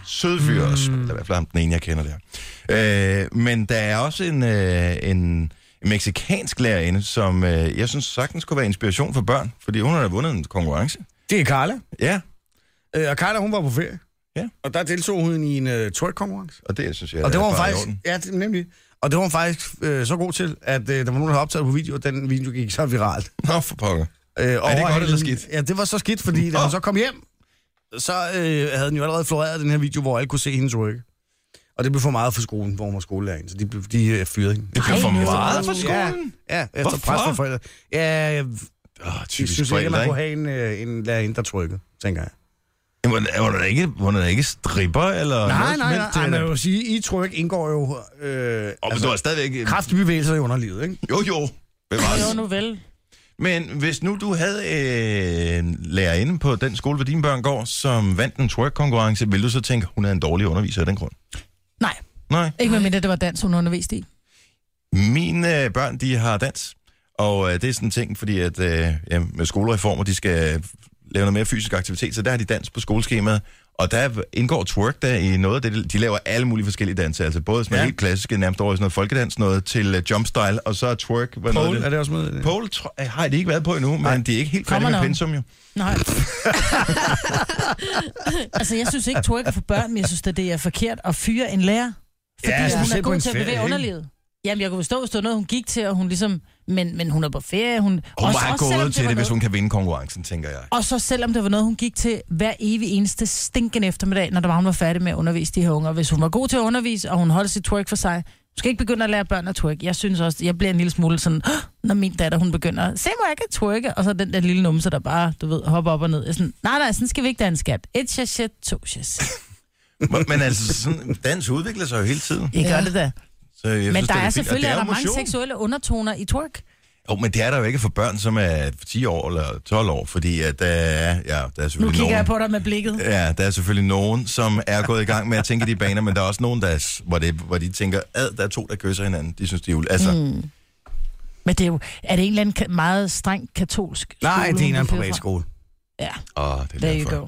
[SPEAKER 1] Sød fyr også. Eller i hvert fald ham, den ene, jeg kender der. Øh, men der er også en, øh, en meksikansk lærerinde, som øh, jeg synes sagtens kunne være inspiration for børn, fordi hun har vundet en konkurrence.
[SPEAKER 3] Det er Carla.
[SPEAKER 1] Ja,
[SPEAKER 3] Øh, og Carla, hun var på ferie.
[SPEAKER 1] Ja.
[SPEAKER 3] Og der deltog hun i en uh, twerk-konkurrence.
[SPEAKER 1] og det synes jeg
[SPEAKER 3] Og det var
[SPEAKER 1] er
[SPEAKER 3] hun
[SPEAKER 1] bare i
[SPEAKER 3] faktisk,
[SPEAKER 1] orden.
[SPEAKER 3] ja, det, nemlig. Og det var hun faktisk øh, så god til, at øh, der var nogen, der havde optaget på video, og den video gik så viralt.
[SPEAKER 1] Nå, for pokker.
[SPEAKER 3] Øh, er
[SPEAKER 1] godt eller skidt?
[SPEAKER 3] Ja, det var så skidt, fordi da
[SPEAKER 1] Nå.
[SPEAKER 3] hun så kom hjem, så øh, havde den jo allerede floreret den her video, hvor alle kunne se hendes ryg. Og det blev for meget for skolen, hvor hun var skolelærer, så de, blev, de øh, fyrede hende.
[SPEAKER 1] Det blev for
[SPEAKER 2] nu.
[SPEAKER 1] meget for skolen.
[SPEAKER 3] Ja, ja efter
[SPEAKER 1] Hvorfor?
[SPEAKER 3] pres fra forældre. Ja, jeg,
[SPEAKER 1] Ja. Oh,
[SPEAKER 3] jeg synes ikke, at man kunne have en, øh, en lærerinde, der trykkede, tænker jeg.
[SPEAKER 1] Jamen, er hun da ikke, hun er da ikke stripper, eller
[SPEAKER 3] Nej,
[SPEAKER 1] noget
[SPEAKER 3] nej, nej, nej,
[SPEAKER 1] nej.
[SPEAKER 3] man vil jo sige, i tryk indgår jo øh,
[SPEAKER 1] Og altså, du har stadigvæk...
[SPEAKER 3] kraftige bevægelser i underlivet, ikke?
[SPEAKER 1] Jo, jo. Bevares.
[SPEAKER 2] Jo, nu vel.
[SPEAKER 1] Men hvis nu du havde øh, en lærerinde på den skole, hvor dine børn går, som vandt en twerk-konkurrence, ville du så tænke, hun er en dårlig underviser af den grund?
[SPEAKER 5] Nej,
[SPEAKER 1] Nej.
[SPEAKER 5] ikke medmindre det var dans, hun underviste i.
[SPEAKER 1] Mine øh, børn, de har dans, og øh, det er sådan en ting, fordi at, øh, ja, med skolereformer, de skal lave noget mere fysisk aktivitet, så der har de dans på skoleskemaet, og der indgår twerk der i noget af det, de- de laver alle mulige forskellige danse, altså både sådan ja.
[SPEAKER 3] Ja.
[SPEAKER 1] helt klassiske, nærmest over i sådan noget folkedans, noget til øh, jumpstyle, og så er twerk, hvad noget
[SPEAKER 3] Pole, er det også med? i det?
[SPEAKER 1] Pole tr- har de ikke været på endnu, men de er ikke helt
[SPEAKER 5] Kommer
[SPEAKER 1] færdige med
[SPEAKER 5] nok.
[SPEAKER 1] pensum jo.
[SPEAKER 5] Nej. altså, jeg synes ikke, twerk er for børn, men jeg synes, at det er forkert at fyre en lærer. Fordi
[SPEAKER 3] Ja,
[SPEAKER 5] ja, hun er
[SPEAKER 3] specielt på
[SPEAKER 5] god
[SPEAKER 3] en
[SPEAKER 5] til at
[SPEAKER 3] ferie,
[SPEAKER 5] bevæge
[SPEAKER 3] ikke?
[SPEAKER 5] underlivet. Jamen, jeg kunne forstå, hvis det var noget, hun gik til, og hun ligesom... Men, men hun er på ferie, hun...
[SPEAKER 1] Hun
[SPEAKER 5] også-
[SPEAKER 1] må have
[SPEAKER 5] også selvom
[SPEAKER 1] gået til
[SPEAKER 5] var
[SPEAKER 1] det, hvis
[SPEAKER 5] noget-
[SPEAKER 1] hun kan vinde konkurrencen, tænker jeg.
[SPEAKER 5] Og så selvom det var noget, hun gik til hver evig eneste stinkende eftermiddag, når der var, hun var færdig med at undervise de her unger. Hvis hun var god til at undervise, og hun holdt sit twerk for sig, du skal ikke begynde at lære børn at twerk. Jeg synes også, jeg bliver en lille smule sådan, "Åh, når min datter, hun begynder, se mig, jeg kan twerke, og så den der lille numse, der bare, du ved, hopper op og ned. Jeg er sådan, nej, nej, sådan skal vi ikke danse, skat. Et your shit, to your shit.
[SPEAKER 1] Men- Men altså, sådan, dans udvikler sig jo hele tiden.
[SPEAKER 5] I gør
[SPEAKER 4] Ja.
[SPEAKER 5] det da.
[SPEAKER 1] Så jeg
[SPEAKER 5] Men
[SPEAKER 1] synes,
[SPEAKER 5] der
[SPEAKER 1] det
[SPEAKER 5] er
[SPEAKER 1] fint, og
[SPEAKER 5] selvfølgelig
[SPEAKER 1] det
[SPEAKER 5] er der
[SPEAKER 1] jo
[SPEAKER 5] mange
[SPEAKER 1] motion.
[SPEAKER 5] seksuelle undertoner i twerk.
[SPEAKER 1] Jo, men det er der jo ikke for børn, som er 10 år eller 12 år, fordi at der er, ja, der er
[SPEAKER 5] Nu
[SPEAKER 1] selvfølgelig
[SPEAKER 5] kigger jeg
[SPEAKER 1] nogen,
[SPEAKER 5] på dig med blikket.
[SPEAKER 1] Ja, der er selvfølgelig nogen, som er gået i gang med at tænke i de baner, men der er også nogen, der er, s- hvor, det, hvor de tænker, ad, der er to, der kysser hinanden. De synes, de er ul. Altså, mm.
[SPEAKER 5] Men det er jo, er det en eller anden ka- meget strengt katolsk skole?
[SPEAKER 3] Nej, det er en
[SPEAKER 5] hun
[SPEAKER 3] eller anden
[SPEAKER 5] gik fra?
[SPEAKER 3] privatskole.
[SPEAKER 5] Ja,
[SPEAKER 1] åh, det er
[SPEAKER 5] Mm. there
[SPEAKER 1] derfor.
[SPEAKER 5] you go.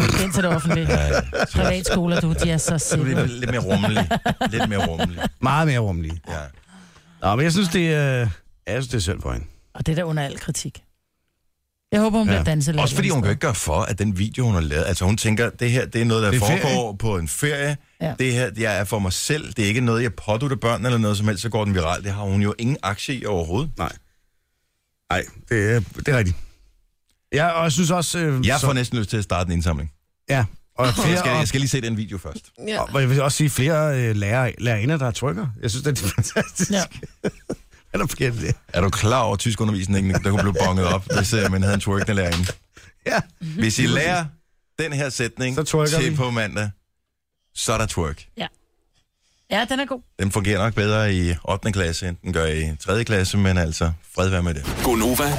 [SPEAKER 5] Hun gik ind til det offentlige.
[SPEAKER 1] (laughs) Ja, ja. Så-
[SPEAKER 5] Privatskoler, du, de er så
[SPEAKER 1] så bliver (laughs)
[SPEAKER 5] sikre.
[SPEAKER 1] det lidt mere rummelig. Lidt mere rummelig,
[SPEAKER 3] Meget mere rummelige.
[SPEAKER 1] ja.
[SPEAKER 3] Nå, men jeg synes, det er, øh, ja, jeg synes, det er selv for hende.
[SPEAKER 5] Og det er da under al kritik. Jeg håber, hun
[SPEAKER 3] Ja.
[SPEAKER 5] ja. bliver danselærer.
[SPEAKER 1] Også fordi hun kan jo ikke gøre for, at den video, hun har lavet, altså hun tænker, det her, det er noget, der
[SPEAKER 3] Det
[SPEAKER 1] det
[SPEAKER 3] er ferie.
[SPEAKER 1] foregår ferie. på en ferie. Ja.
[SPEAKER 5] Ja.
[SPEAKER 1] Det her, jeg er for mig selv. Det er ikke noget, jeg pådutter børn eller noget som helst, så går den viralt. Det har hun jo ingen aktie i overhovedet.
[SPEAKER 3] Nej, det, er- det er rigtigt. Ja, og jeg synes også... Øh,
[SPEAKER 1] Jeg
[SPEAKER 3] så-
[SPEAKER 1] får næsten lyst til at starte en indsamling.
[SPEAKER 3] Ja, og
[SPEAKER 1] Jeg
[SPEAKER 3] flere,
[SPEAKER 1] skal, jeg skal lige se den video først.
[SPEAKER 4] Ja.
[SPEAKER 3] og, og jeg vil også sige, flere øh, lærer, lærerinder, der er trykker. Jeg synes, det er (laughs) fantastisk. Ja.
[SPEAKER 5] Ja.
[SPEAKER 3] er der forkert i det?
[SPEAKER 1] Er du klar over tysk undervisning, der kunne blive bonget op, hvis øh, man havde en twerkende lærerinde?
[SPEAKER 3] Ja.
[SPEAKER 1] Hvis I lærer den her sætning
[SPEAKER 3] Så twerker
[SPEAKER 1] til
[SPEAKER 3] vi.
[SPEAKER 1] på mandag, så er der twerk.
[SPEAKER 5] Ja, den er god.
[SPEAKER 1] Den fungerer nok bedre i 8. klasse, end den gør i 3. klasse, men altså, fred være med det.
[SPEAKER 11] Gonova,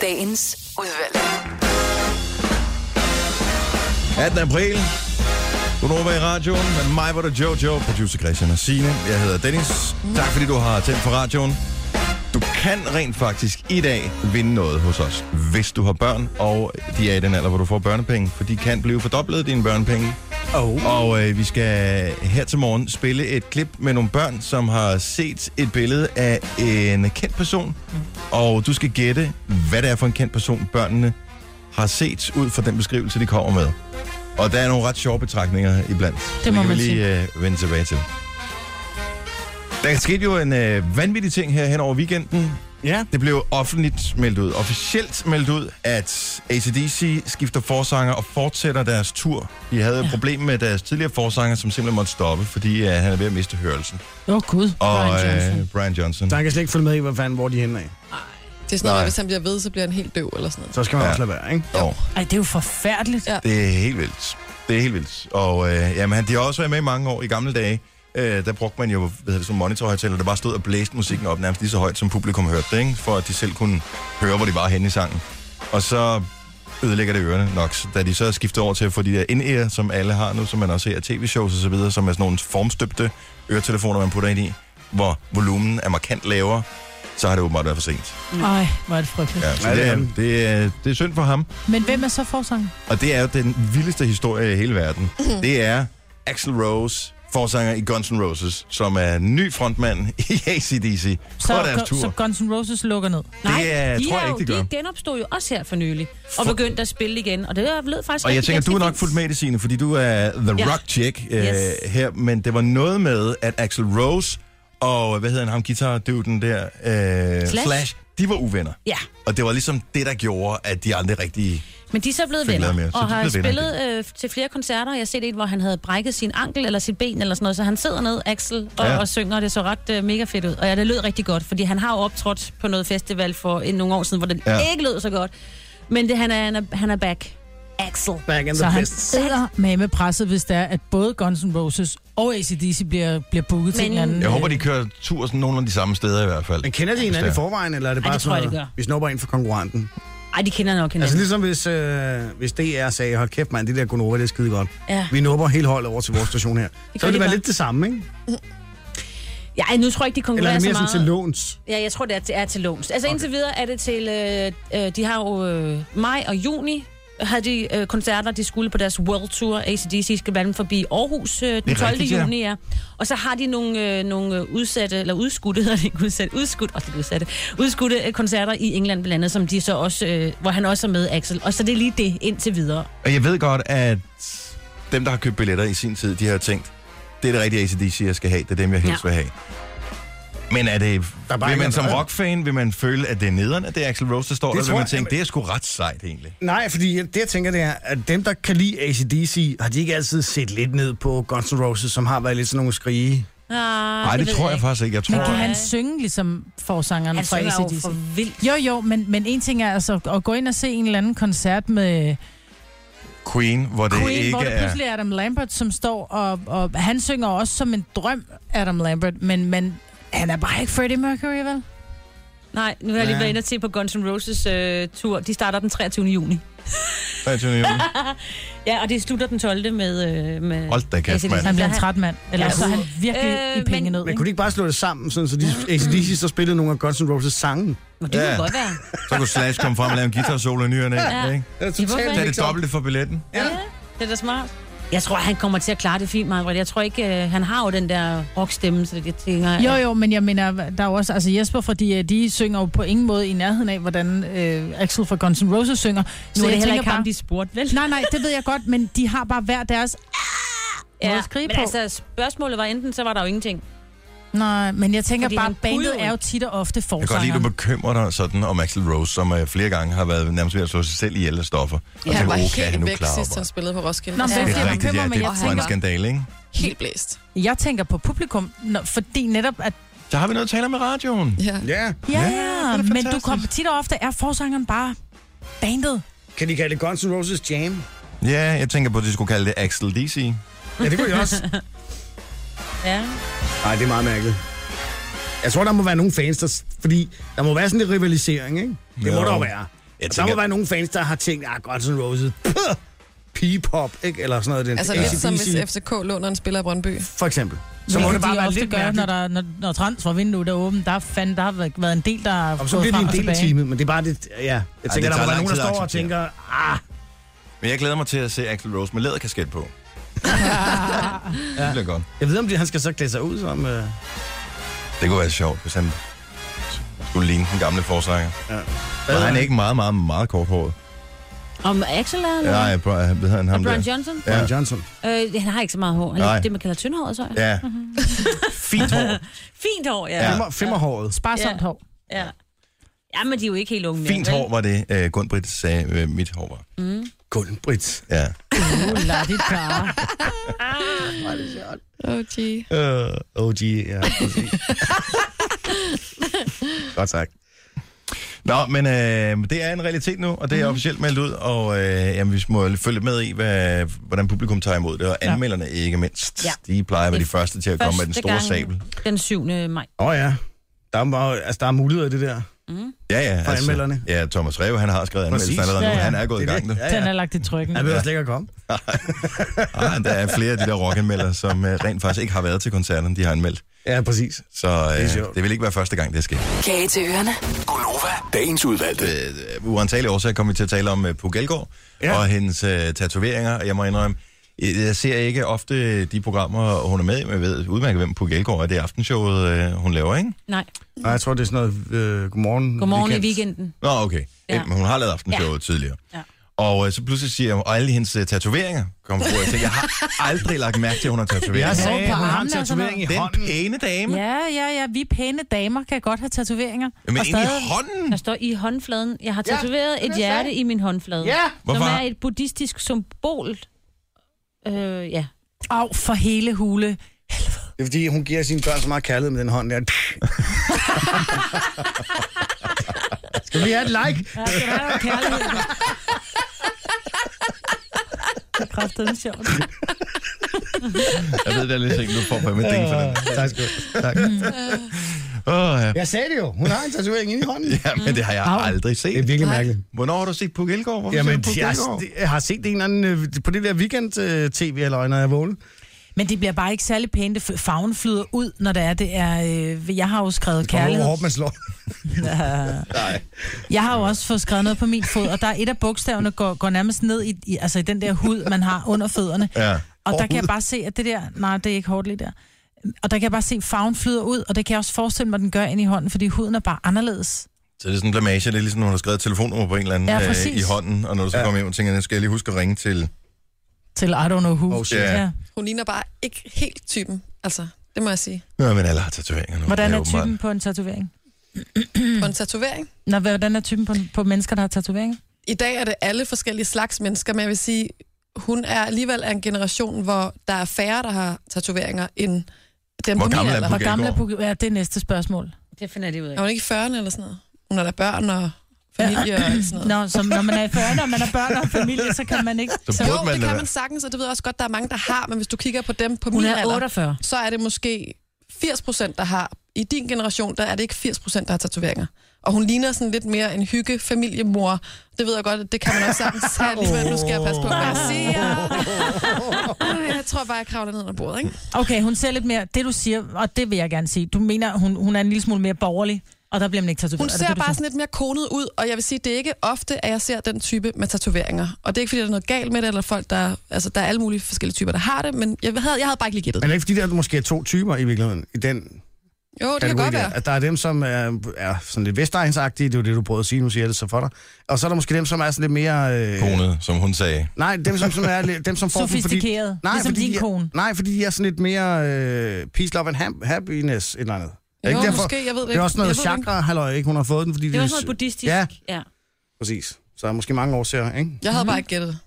[SPEAKER 10] Dagens udvalgte.
[SPEAKER 1] 18. april. Gunova i radioen med mig, hvor der Jojo, producer Christian og Signe. Jeg hedder Dennis. Tak fordi du har tændt for radioen. Du kan rent faktisk i dag vinde noget hos os, hvis du har børn, og de er i den alder, hvor du får børnepenge, for de kan blive fordoblet dine børnepenge.
[SPEAKER 3] Oh.
[SPEAKER 1] Og øh, vi skal her til morgen spille et klip med nogle børn, som har set et billede af en kendt person. Og du skal gætte, hvad det er for en kendt person, børnene har set ud fra den beskrivelse, de kommer med. Og der er nogle ret sjove betragtninger iblandt. så kan
[SPEAKER 5] må
[SPEAKER 1] vi
[SPEAKER 5] man
[SPEAKER 1] lige øh, vende tilbage til. Der skete jo en øh, vanvittig ting her hen over weekenden.
[SPEAKER 3] Ja.
[SPEAKER 1] Det blev offentligt meldt ud, officielt meldt ud, at ACDC skifter forsanger og fortsætter deres tur. De havde et problem med deres tidligere forsanger, som simpelthen måtte stoppe, fordi uh, han er ved at miste hørelsen.
[SPEAKER 5] Åh, oh, Gud.
[SPEAKER 1] Og
[SPEAKER 5] Brian Johnson.
[SPEAKER 1] Øh, Brian Johnson.
[SPEAKER 3] Så han kan slet ikke følge med i, hvad fanden, hvor de er henne af.
[SPEAKER 4] Det er sådan noget, hvis han bliver ved, så bliver han helt døv eller sådan noget.
[SPEAKER 3] Så skal man
[SPEAKER 1] Ja.
[SPEAKER 3] ja. også lade være, ikke?
[SPEAKER 1] Jo,
[SPEAKER 5] Ej, det er jo forfærdeligt.
[SPEAKER 4] Ja.
[SPEAKER 5] Ja.
[SPEAKER 1] det er helt vildt. Det er helt vildt. Og øh, jamen, han, de har også været med i mange år i gamle dage. øh, der brugte man jo hvad hedder det, sådan monitorhøjtaler, der bare stod og blæste musikken op nærmest lige så højt, som publikum hørte det, ikke? for at de selv kunne høre, hvor de var henne i sangen. Og så ødelægger det ørerne nok, så da de så skifter over til at få de der in-ear, som alle har nu, som man også ser i tv-shows og så videre, som er sådan nogle formstøbte øretelefoner, man putter ind i, hvor volumen er markant lavere, så har det åbenbart været for sent.
[SPEAKER 5] Ej, hvor er det frygteligt.
[SPEAKER 1] Ja, så
[SPEAKER 3] Ja, det
[SPEAKER 1] det,
[SPEAKER 3] er
[SPEAKER 1] er,
[SPEAKER 3] han.
[SPEAKER 1] det, er, det er synd for ham.
[SPEAKER 5] Men hvem er så forsanger?
[SPEAKER 1] Og det er jo den vildeste historie i hele verden. Det er Axl Rose, forsanger i Guns N' Roses, som er ny frontmand (laughs) i ACDC på deres tur.
[SPEAKER 5] så Guns N' Roses lukker ned.
[SPEAKER 1] Det, øh,
[SPEAKER 2] de,
[SPEAKER 1] tror jeg
[SPEAKER 2] er
[SPEAKER 1] ikke, de
[SPEAKER 2] jo,
[SPEAKER 1] gør.
[SPEAKER 2] de genopstod jo også her for nylig, og begyndte at spille igen, og det lød faktisk
[SPEAKER 1] Og jeg
[SPEAKER 2] rigtig,
[SPEAKER 1] tænker,
[SPEAKER 2] rigtig
[SPEAKER 1] du er nok
[SPEAKER 2] fint.
[SPEAKER 1] fuldt med i det, Signe, fordi du er The
[SPEAKER 2] Ja.
[SPEAKER 1] Rock Chick øh,
[SPEAKER 2] Yes.
[SPEAKER 1] her, men det var noget med, at Axl Rose og, hvad hedder han, ham guitar den der, øh, Flash.
[SPEAKER 2] Slash.
[SPEAKER 1] Flash, de var uvenner.
[SPEAKER 2] Ja,
[SPEAKER 1] Og det var ligesom det, der gjorde, at de aldrig rigtig...
[SPEAKER 2] men de er så blevet
[SPEAKER 1] Fik
[SPEAKER 2] venner,
[SPEAKER 1] lavet mere, så
[SPEAKER 2] og
[SPEAKER 1] de
[SPEAKER 2] har
[SPEAKER 1] blev venner
[SPEAKER 2] spillet øh, til flere koncerter. Jeg har set et, hvor han havde brækket sin ankel eller sit ben eller sådan noget, så han sidder ned, Axel, og,
[SPEAKER 1] Ja.
[SPEAKER 2] ja. og synger, og det så ret øh, mega fedt ud. Og ja, det lød rigtig godt, fordi han har jo optrådt på noget festival for en, nogle år siden, hvor det
[SPEAKER 1] Ja.
[SPEAKER 2] ja. ikke lød så godt. Men det, han, er, han, er, han er back. Axel.
[SPEAKER 3] Back in
[SPEAKER 5] Så
[SPEAKER 3] the
[SPEAKER 5] han
[SPEAKER 3] best.
[SPEAKER 5] sidder med med presset, hvis det er, at både Guns N' Roses og ACDC bliver, bliver booket Men, til en
[SPEAKER 2] Men-
[SPEAKER 5] eller anden.
[SPEAKER 1] Jeg håber, de kører tur sådan nogle af de samme steder i hvert fald.
[SPEAKER 3] Men kender de hinanden i
[SPEAKER 1] Desværre.
[SPEAKER 3] forvejen, eller er det
[SPEAKER 2] Ej,
[SPEAKER 3] bare
[SPEAKER 2] det tror jeg,
[SPEAKER 3] sådan
[SPEAKER 2] de
[SPEAKER 3] noget, vi snupper ind for konkurrenten?
[SPEAKER 2] Ej, de kender nok hinanden.
[SPEAKER 3] Altså ligesom hvis, øh, hvis DR sagde, hold kæft mand, det der Gunova, det er skide godt.
[SPEAKER 2] Ja.
[SPEAKER 3] Vi nupper hele holdet over til vores station her. så vil
[SPEAKER 2] gør
[SPEAKER 3] det
[SPEAKER 2] de
[SPEAKER 3] være
[SPEAKER 2] bare.
[SPEAKER 3] lidt det samme, ikke?
[SPEAKER 2] Ja, ej, nu tror jeg ikke, de
[SPEAKER 3] Eller er
[SPEAKER 2] konkurrerer
[SPEAKER 3] det
[SPEAKER 2] så
[SPEAKER 3] mere sådan
[SPEAKER 2] meget.
[SPEAKER 3] til låns?
[SPEAKER 2] Ja, jeg tror, det er til, er til låns. Altså okay. indtil videre er det til... Øh, øh, de har jo øh, maj og juni havde de øh, koncerter, de skulle på deres World Tour. ACDC skal blandt andet forbi Aarhus øh, den 12.
[SPEAKER 1] rigtigt, ja.
[SPEAKER 2] juni, ja. Og så har de nogle, øh, nogle øh, udsatte, eller udskudte, (laughs) hedder det ikke udsatte, udskudt, også lidt udsatte, udskudte øh, koncerter i England blandt andet, som de så også, øh, hvor han også er med, Axel. Og så det er lige det indtil videre.
[SPEAKER 1] Og jeg ved godt, at dem, der har købt billetter i sin tid, de har tænkt, det er det rigtige ACDC, jeg skal have. Det er dem, jeg helst
[SPEAKER 2] Ja.
[SPEAKER 1] vil have. Men er det,
[SPEAKER 3] Der er bare
[SPEAKER 1] vil man
[SPEAKER 3] ikke noget
[SPEAKER 1] som
[SPEAKER 3] andet.
[SPEAKER 1] rockfan, vil man føle, at det er nederen, at det er Axl Rose, der står
[SPEAKER 3] Det
[SPEAKER 1] der? Vil
[SPEAKER 3] tror
[SPEAKER 1] man
[SPEAKER 3] jeg-
[SPEAKER 1] tænke, det er sgu ret sejt egentlig?
[SPEAKER 3] Nej, fordi jeg- det jeg tænker, det er, at dem, der kan lide ACDC, har de ikke altid set lidt ned på Guns N' Roses, som har været lidt sådan nogle skrige.
[SPEAKER 2] Ah, Nej,
[SPEAKER 1] Nej, det, tror jeg, faktisk ikke. Jeg tror,
[SPEAKER 5] Men kan
[SPEAKER 2] Nej.
[SPEAKER 5] han synge ligesom forsangeren
[SPEAKER 2] Altså, Han
[SPEAKER 5] fra
[SPEAKER 2] synger jo
[SPEAKER 5] ACDC?
[SPEAKER 2] for vildt.
[SPEAKER 5] Jo, jo, men, men en ting er altså at gå ind og se en eller anden koncert med
[SPEAKER 1] Queen, hvor det
[SPEAKER 5] Queen,
[SPEAKER 1] ikke
[SPEAKER 5] hvor det
[SPEAKER 1] er...
[SPEAKER 5] pludselig er Adam Lambert, som står, og, og han synger også som en drøm, Adam Lambert, men, men han er bare ikke Freddie Mercury, vel?
[SPEAKER 2] Nej, nu har jeg lige
[SPEAKER 3] Ja.
[SPEAKER 2] været inde og se på Guns N' Roses øh, tur. De starter den 23. juni.
[SPEAKER 1] 23. juni.
[SPEAKER 2] (laughs) Ja, og det slutter den 12. med... Øh, med
[SPEAKER 1] Hold da kæft,
[SPEAKER 2] ACDC.
[SPEAKER 1] mand.
[SPEAKER 5] Han bliver
[SPEAKER 2] Ja,
[SPEAKER 5] en træt mand, eller
[SPEAKER 2] Ja.
[SPEAKER 5] så er han virkelig
[SPEAKER 2] Øh,
[SPEAKER 5] øh, i
[SPEAKER 2] men-
[SPEAKER 5] penge ned.
[SPEAKER 3] Men kunne de ikke bare slå det sammen, sådan, så de, ACDC så spillede nogle af Guns N' Roses sange?
[SPEAKER 2] Men det kunne
[SPEAKER 1] Ja.
[SPEAKER 2] ja. godt
[SPEAKER 1] (laughs)
[SPEAKER 2] være.
[SPEAKER 1] Så kunne Slash komme frem og lave en guitar solo i nyerne.
[SPEAKER 2] Ja.
[SPEAKER 1] Ja.
[SPEAKER 3] Det er
[SPEAKER 2] hvorfor
[SPEAKER 3] totalt
[SPEAKER 2] ikke?
[SPEAKER 1] Det er
[SPEAKER 3] ikke
[SPEAKER 1] det
[SPEAKER 3] sådan.
[SPEAKER 1] dobbelte for billetten.
[SPEAKER 3] Ja.
[SPEAKER 2] Ja. ja. Det er da smart. Jeg tror, han kommer til at klare det fint, Margrethe. Jeg tror ikke, øh, han har jo den der rockstemme, så det jeg tænker...
[SPEAKER 5] Jo, jo, men jeg mener, der er jo også, altså Jesper fra de, de synger jo på ingen måde i nærheden af, hvordan øh, Axel fra Guns N' Roses synger.
[SPEAKER 2] Nu er det
[SPEAKER 5] jeg
[SPEAKER 2] heller
[SPEAKER 5] tænker
[SPEAKER 2] ikke ham, de spurgte, vel?
[SPEAKER 5] Nej, nej, det ved jeg godt, men de har bare hver deres... måde at skrige
[SPEAKER 2] men
[SPEAKER 5] på.
[SPEAKER 2] altså, spørgsmålet var enten, så var der jo ingenting.
[SPEAKER 5] Nej, men jeg tænker
[SPEAKER 2] Fordi
[SPEAKER 5] bare,
[SPEAKER 2] han kunne jo
[SPEAKER 5] bandet
[SPEAKER 2] ikke.
[SPEAKER 5] er jo tit og ofte
[SPEAKER 1] Jeg kan godt lide, at
[SPEAKER 5] forsangeren.
[SPEAKER 1] du bekymrer dig sådan om Axl Rose, som øh, flere gange har været nærmest ved at slå sig selv ihjel af stoffer. Og
[SPEAKER 4] Ja, han
[SPEAKER 1] tænker,
[SPEAKER 4] var
[SPEAKER 1] "Åh, kan han
[SPEAKER 4] helt
[SPEAKER 1] nu
[SPEAKER 4] væk
[SPEAKER 1] klare
[SPEAKER 4] sidst,
[SPEAKER 1] mig?"
[SPEAKER 4] han spillede på Roskilde.
[SPEAKER 5] Nå, men
[SPEAKER 4] Ja.
[SPEAKER 5] det er
[SPEAKER 1] Det
[SPEAKER 5] fordi,
[SPEAKER 1] er
[SPEAKER 5] jeg
[SPEAKER 1] rigtigt,
[SPEAKER 5] bekymrer
[SPEAKER 1] ja.
[SPEAKER 5] mig,
[SPEAKER 1] Det
[SPEAKER 5] jeg
[SPEAKER 1] var en
[SPEAKER 4] tænker-
[SPEAKER 1] skandale, ikke?
[SPEAKER 4] Helt blæst.
[SPEAKER 5] Jeg tænker på publikum, når, fordi netop, at
[SPEAKER 1] Så har vi noget at tale om i radioen.
[SPEAKER 4] Ja.
[SPEAKER 3] Ja.
[SPEAKER 5] Ja,
[SPEAKER 1] det er
[SPEAKER 5] ja
[SPEAKER 1] da
[SPEAKER 5] men du
[SPEAKER 1] fantastisk.
[SPEAKER 5] kommer tit og ofte, er forsangeren bare bandet.
[SPEAKER 3] Kan de kalde det Guns N' Roses Jam?
[SPEAKER 1] Ja, jeg tænker på, at de skulle kalde det Axl DC.
[SPEAKER 3] Ja, det kunne de også.
[SPEAKER 2] Ja.
[SPEAKER 3] Nej, det er meget mærkeligt. Jeg tror, der må være nogle fans, der... s- Fordi der må være sådan lidt rivalisering, ikke? Det
[SPEAKER 1] Jo.
[SPEAKER 3] må der jo være. Jeg
[SPEAKER 1] tænker-
[SPEAKER 3] Der må være nogle fans, der har tænkt, ah, Guns N' Roses, puh, P-pop, ikke? Eller sådan noget. Den.
[SPEAKER 4] Altså lidt som hvis FCK låner en spiller i Brøndby.
[SPEAKER 3] For eksempel. Så
[SPEAKER 5] Hvilket
[SPEAKER 3] må det bare
[SPEAKER 5] de
[SPEAKER 3] være
[SPEAKER 5] ofte
[SPEAKER 3] lidt
[SPEAKER 5] gør, når,
[SPEAKER 3] mærkeligt.
[SPEAKER 5] der, når, når transfervinduet er åbent. Der, er fandme, der har væ- været en del, der er
[SPEAKER 3] Og
[SPEAKER 5] gået
[SPEAKER 3] så bliver
[SPEAKER 5] frem
[SPEAKER 3] de en
[SPEAKER 5] og
[SPEAKER 3] del af
[SPEAKER 5] tilbage.
[SPEAKER 3] teamet, men det er bare det... Ja, jeg tænker,
[SPEAKER 1] tager
[SPEAKER 3] der må være
[SPEAKER 1] lang
[SPEAKER 3] nogen,
[SPEAKER 1] tid
[SPEAKER 3] der
[SPEAKER 1] at
[SPEAKER 3] står og tænker,
[SPEAKER 1] acceptere.
[SPEAKER 3] ah,
[SPEAKER 1] Men jeg glæder mig til at se Axl Rose med læderkasket på. ja. Det bliver godt.
[SPEAKER 3] jeg ved, om det, han skal så klæde sig ud som... Øh...
[SPEAKER 1] Det kunne være sjovt, hvis han skulle ligne den gamle forsanger.
[SPEAKER 3] Hvad
[SPEAKER 1] Var
[SPEAKER 3] er
[SPEAKER 1] han ikke meget, meget, meget kort håret?
[SPEAKER 2] Om Axel er noget?
[SPEAKER 1] Nej, bro, han hedder han ham
[SPEAKER 2] Brian
[SPEAKER 1] der.
[SPEAKER 2] Johnson?
[SPEAKER 1] Ja.
[SPEAKER 3] Brian Johnson.
[SPEAKER 2] Øh, han har ikke så meget hår. Han
[SPEAKER 1] Nej.
[SPEAKER 2] er det, man kalder tyndhåret, så. Ja.
[SPEAKER 1] (laughs) Ja. Fint hår.
[SPEAKER 2] Fint hår, ja.
[SPEAKER 1] Ja.
[SPEAKER 2] ja.
[SPEAKER 3] Femmer, femmerhåret.
[SPEAKER 5] Sparsomt
[SPEAKER 2] Ja.
[SPEAKER 5] hår.
[SPEAKER 2] ja. Ja, men de er jo ikke helt unge
[SPEAKER 1] Fint
[SPEAKER 2] mere,
[SPEAKER 1] hår var det, uh, Gunn-Britt sagde, øh, mit hår var.
[SPEAKER 3] Gunn-Britt.
[SPEAKER 1] Ja.
[SPEAKER 5] Uh, la, dit par.
[SPEAKER 4] Oh, gee.
[SPEAKER 3] Øh, (laughs) OG, ja. præcis. Godt sagt.
[SPEAKER 1] Nå, men øh, det er en realitet nu, og det
[SPEAKER 2] Mhm.
[SPEAKER 1] er officielt meldt ud, og øh, jamen, vi må følge med i, hvad, hvordan publikum tager imod det, og anmelderne ikke mindst.
[SPEAKER 2] Ja.
[SPEAKER 1] De plejer at være de
[SPEAKER 2] Det
[SPEAKER 1] første til at komme med den store sabel.
[SPEAKER 2] Den 7. maj.
[SPEAKER 3] Åh oh, ja. Der er, bare, altså, der er muligheder i det der.
[SPEAKER 1] Ja, ja. altså.
[SPEAKER 3] For anmelderne.
[SPEAKER 1] Ja, Thomas Reve, han har skrevet anmeldelsen
[SPEAKER 3] Præcis.
[SPEAKER 1] allerede nu.
[SPEAKER 5] Ja, ja.
[SPEAKER 1] Han er gået i
[SPEAKER 3] Det er
[SPEAKER 1] gang nu.
[SPEAKER 3] det. Ja,
[SPEAKER 5] Den
[SPEAKER 3] ja.
[SPEAKER 5] er lagt i trykken.
[SPEAKER 3] Jeg ved også ikke at komme.
[SPEAKER 1] Ah, der er flere af de der rockanmeldere, som øh, rent faktisk ikke har været til koncerterne, de har anmeldt.
[SPEAKER 3] Ja, præcis.
[SPEAKER 1] Så øh,
[SPEAKER 3] er
[SPEAKER 1] det,
[SPEAKER 3] sjovt.
[SPEAKER 1] det vil ikke være første gang, det sker.
[SPEAKER 10] Kage til ørerne.
[SPEAKER 9] Gunova, dagens udvalgte.
[SPEAKER 1] øh, uantagelige årsager kom vi til at tale om øh, Puk Elgård ja.
[SPEAKER 3] Ja.
[SPEAKER 1] og hendes øh, tatoveringer, og jeg må indrømme, øh, jeg ser ikke ofte de programmer, hun er med i, men jeg ved udmærket, hvem Puk Elgård er. Det er aftenshowet, øh, hun laver, ikke?
[SPEAKER 2] Nej.
[SPEAKER 3] Nej, jeg tror, det er sådan noget øh, godmorgen,
[SPEAKER 2] Godmorgen i weekenden.
[SPEAKER 1] Nå, okay.
[SPEAKER 2] Ja.
[SPEAKER 1] Ja. Men hun har lavet aftenshowet ja. tidligere. Ja.
[SPEAKER 2] Ja.
[SPEAKER 1] Og øh, så pludselig siger hun, og alle hendes øh, tatoveringer kommer på, og jeg tænker, jeg har aldrig lagt mærke til, at hun har tatoveringer.
[SPEAKER 3] Jeg
[SPEAKER 1] Ja,
[SPEAKER 3] sagde,
[SPEAKER 5] på
[SPEAKER 3] hun har en
[SPEAKER 5] armene og sådan
[SPEAKER 3] tatovering i
[SPEAKER 1] den
[SPEAKER 3] hånden.
[SPEAKER 1] pæne dame. Ja.
[SPEAKER 5] Ja, ja, ja. Vi pæne damer kan godt have tatoveringer.
[SPEAKER 1] Men
[SPEAKER 5] og
[SPEAKER 1] ind i
[SPEAKER 5] stadig...
[SPEAKER 1] hånden?
[SPEAKER 2] Der står i håndfladen. Jeg har tatoveret ja, et hjerte i min håndflade. Ja.
[SPEAKER 1] Hvorfor
[SPEAKER 2] Som
[SPEAKER 1] har-
[SPEAKER 2] er et buddhistisk symbol. Øh, ja.
[SPEAKER 5] Au, for hele hule.
[SPEAKER 3] Det er fordi, hun giver sine børn så meget kærlighed med den hånd (laughs) der. Skal vi have et like?
[SPEAKER 5] Ja, det er jo kærlighed. Det er kraftedeme sjovt.
[SPEAKER 1] Jeg ved det er lidt ikke, du får på med ding for den.
[SPEAKER 3] tak skal du have. tak.
[SPEAKER 1] Åh, ja.
[SPEAKER 3] Jeg sagde det jo. Hun har en tatovering inde i hånden.
[SPEAKER 1] ja, men det har jeg aldrig
[SPEAKER 3] Det er
[SPEAKER 1] set.
[SPEAKER 3] virkelig mærkeligt.
[SPEAKER 1] Hvornår har du set Puk Elgård? Hvorfor ser
[SPEAKER 3] Jamen,
[SPEAKER 1] du Puk
[SPEAKER 3] jeg,
[SPEAKER 1] Elgård?
[SPEAKER 3] har- jeg har set en eller anden øh, på det der weekend-tv, eller når jeg vågnede.
[SPEAKER 5] Men det bliver bare ikke særlig pænt. Det f- Farven flyder ud, når det er, det er... Øh, jeg har jo skrevet
[SPEAKER 3] Hvor
[SPEAKER 5] kærlighed.
[SPEAKER 3] hårdt man slår.
[SPEAKER 5] Jeg har jo også fået skrevet noget på min fod, og der er et af bogstaverne, går, går nærmest ned i, i, altså i den der hud, man har under fødderne.
[SPEAKER 1] Ja.
[SPEAKER 5] Og der kan jeg
[SPEAKER 3] Overhovedet.
[SPEAKER 5] bare se, at det der, nej, det er ikke hårdt lige der. Og der kan jeg bare se, at farven flyder ud, og det kan jeg også forestille mig, at den gør ind i hånden, fordi huden er bare anderledes.
[SPEAKER 1] Så det er sådan en blamage, det er ligesom, når hun har skrevet et telefonnummer på en eller anden
[SPEAKER 5] Ja,
[SPEAKER 1] ja, øh,
[SPEAKER 5] præcis.
[SPEAKER 1] i hånden, og når du så ja. kommer hjem og tænker, nu skal jeg lige huske at ringe til...
[SPEAKER 5] Til I don't know who.
[SPEAKER 3] Oh, shit.
[SPEAKER 1] Ja.
[SPEAKER 4] Hun ligner bare ikke helt typen, altså. Det må jeg sige.
[SPEAKER 1] Nå, men alle har tatoveringer nu.
[SPEAKER 5] Hvordan
[SPEAKER 1] Det
[SPEAKER 5] er
[SPEAKER 1] åbenbart.
[SPEAKER 5] typen på en tatovering?
[SPEAKER 4] På en tatovering.
[SPEAKER 5] Nå, hvordan er typen på, på mennesker, der har tatoveringer?
[SPEAKER 4] I dag er det alle forskellige slags mennesker, men jeg vil sige, hun er alligevel af en generation, hvor der er færre, der har tatoveringer, end dem
[SPEAKER 1] Hvor
[SPEAKER 4] på min
[SPEAKER 1] gammel er
[SPEAKER 4] alder.
[SPEAKER 1] hun?
[SPEAKER 5] Hvor
[SPEAKER 1] Puk
[SPEAKER 5] gammel er
[SPEAKER 1] Elgård.
[SPEAKER 5] Puk? Ja, det er næste spørgsmål.
[SPEAKER 2] Det finder de ud af.
[SPEAKER 4] Er hun ikke i 40'erne eller sådan noget? Hun har da børn og familie og alt sådan noget.
[SPEAKER 5] Nå, så når man er i 40'erne, og man har børn og familie, så kan man ikke...
[SPEAKER 1] Så
[SPEAKER 5] Så,
[SPEAKER 1] burde
[SPEAKER 4] Jo,
[SPEAKER 1] man lade
[SPEAKER 4] det kan
[SPEAKER 1] være.
[SPEAKER 4] man sagtens, og det ved jeg også godt, der er mange, der har, men hvis du kigger på dem på
[SPEAKER 2] Hun
[SPEAKER 4] min
[SPEAKER 2] er
[SPEAKER 4] alder,
[SPEAKER 2] 48.
[SPEAKER 4] så er det måske 80 procent, der har. I din generation, der er det ikke 80 procent, der har tatoveringer. Og hun ligner sådan lidt mere en hygge familiemor. Det ved jeg godt, at det kan man også
[SPEAKER 5] (laughs)
[SPEAKER 4] sagtens have alligevel. Nu skal jeg passe på, hvad jeg siger. Ej, Jeg tror bare, jeg kravler ned under bordet, ikke?
[SPEAKER 5] okay, hun ser lidt mere... Det, du siger, og det vil jeg gerne sige. Du mener, hun, hun er en lille smule mere borgerlig, og der bliver man ikke tatoveret.
[SPEAKER 4] Hun
[SPEAKER 5] Er det
[SPEAKER 4] ser
[SPEAKER 5] det, du
[SPEAKER 4] bare
[SPEAKER 5] siger?
[SPEAKER 4] sådan lidt mere konet ud, og jeg vil sige, det er ikke ofte, at jeg ser den type med tatoveringer. Og det er ikke, fordi der er noget galt med det, eller folk, der... Altså, der er alle mulige forskellige typer, der har det, men jeg havde, jeg havde bare ikke lige gættet.
[SPEAKER 3] Men er det ikke fordi, der måske er to typer i virkeligheden i den
[SPEAKER 4] Jo, det kan
[SPEAKER 3] kategori
[SPEAKER 4] godt
[SPEAKER 3] der?
[SPEAKER 4] være.
[SPEAKER 3] At der er dem, som er, er sådan lidt vestegnsagtige, det er jo det, du prøvede at sige, nu siger jeg det så for dig. Og så er der måske dem, som er sådan lidt mere... Øh,
[SPEAKER 1] Konet, som hun sagde.
[SPEAKER 3] Nej, dem som, som er lidt- dem som får
[SPEAKER 5] Sofistikeret, ligesom din
[SPEAKER 3] de er-
[SPEAKER 5] kone.
[SPEAKER 3] Nej, fordi de er sådan lidt mere øh, peace, love and hap- happiness et eller andet. Er
[SPEAKER 4] Jo, måske, jeg ved det
[SPEAKER 3] Det
[SPEAKER 4] ikke.
[SPEAKER 3] er også noget
[SPEAKER 4] Jeg ved det ikke.
[SPEAKER 3] chakra, halløj, ikke hun har fået den, fordi
[SPEAKER 2] Det er også noget buddhistisk.
[SPEAKER 3] Ja,
[SPEAKER 2] ja.
[SPEAKER 3] præcis. Så er måske mange årsager, ikke?
[SPEAKER 4] Jeg havde bare ikke gættet,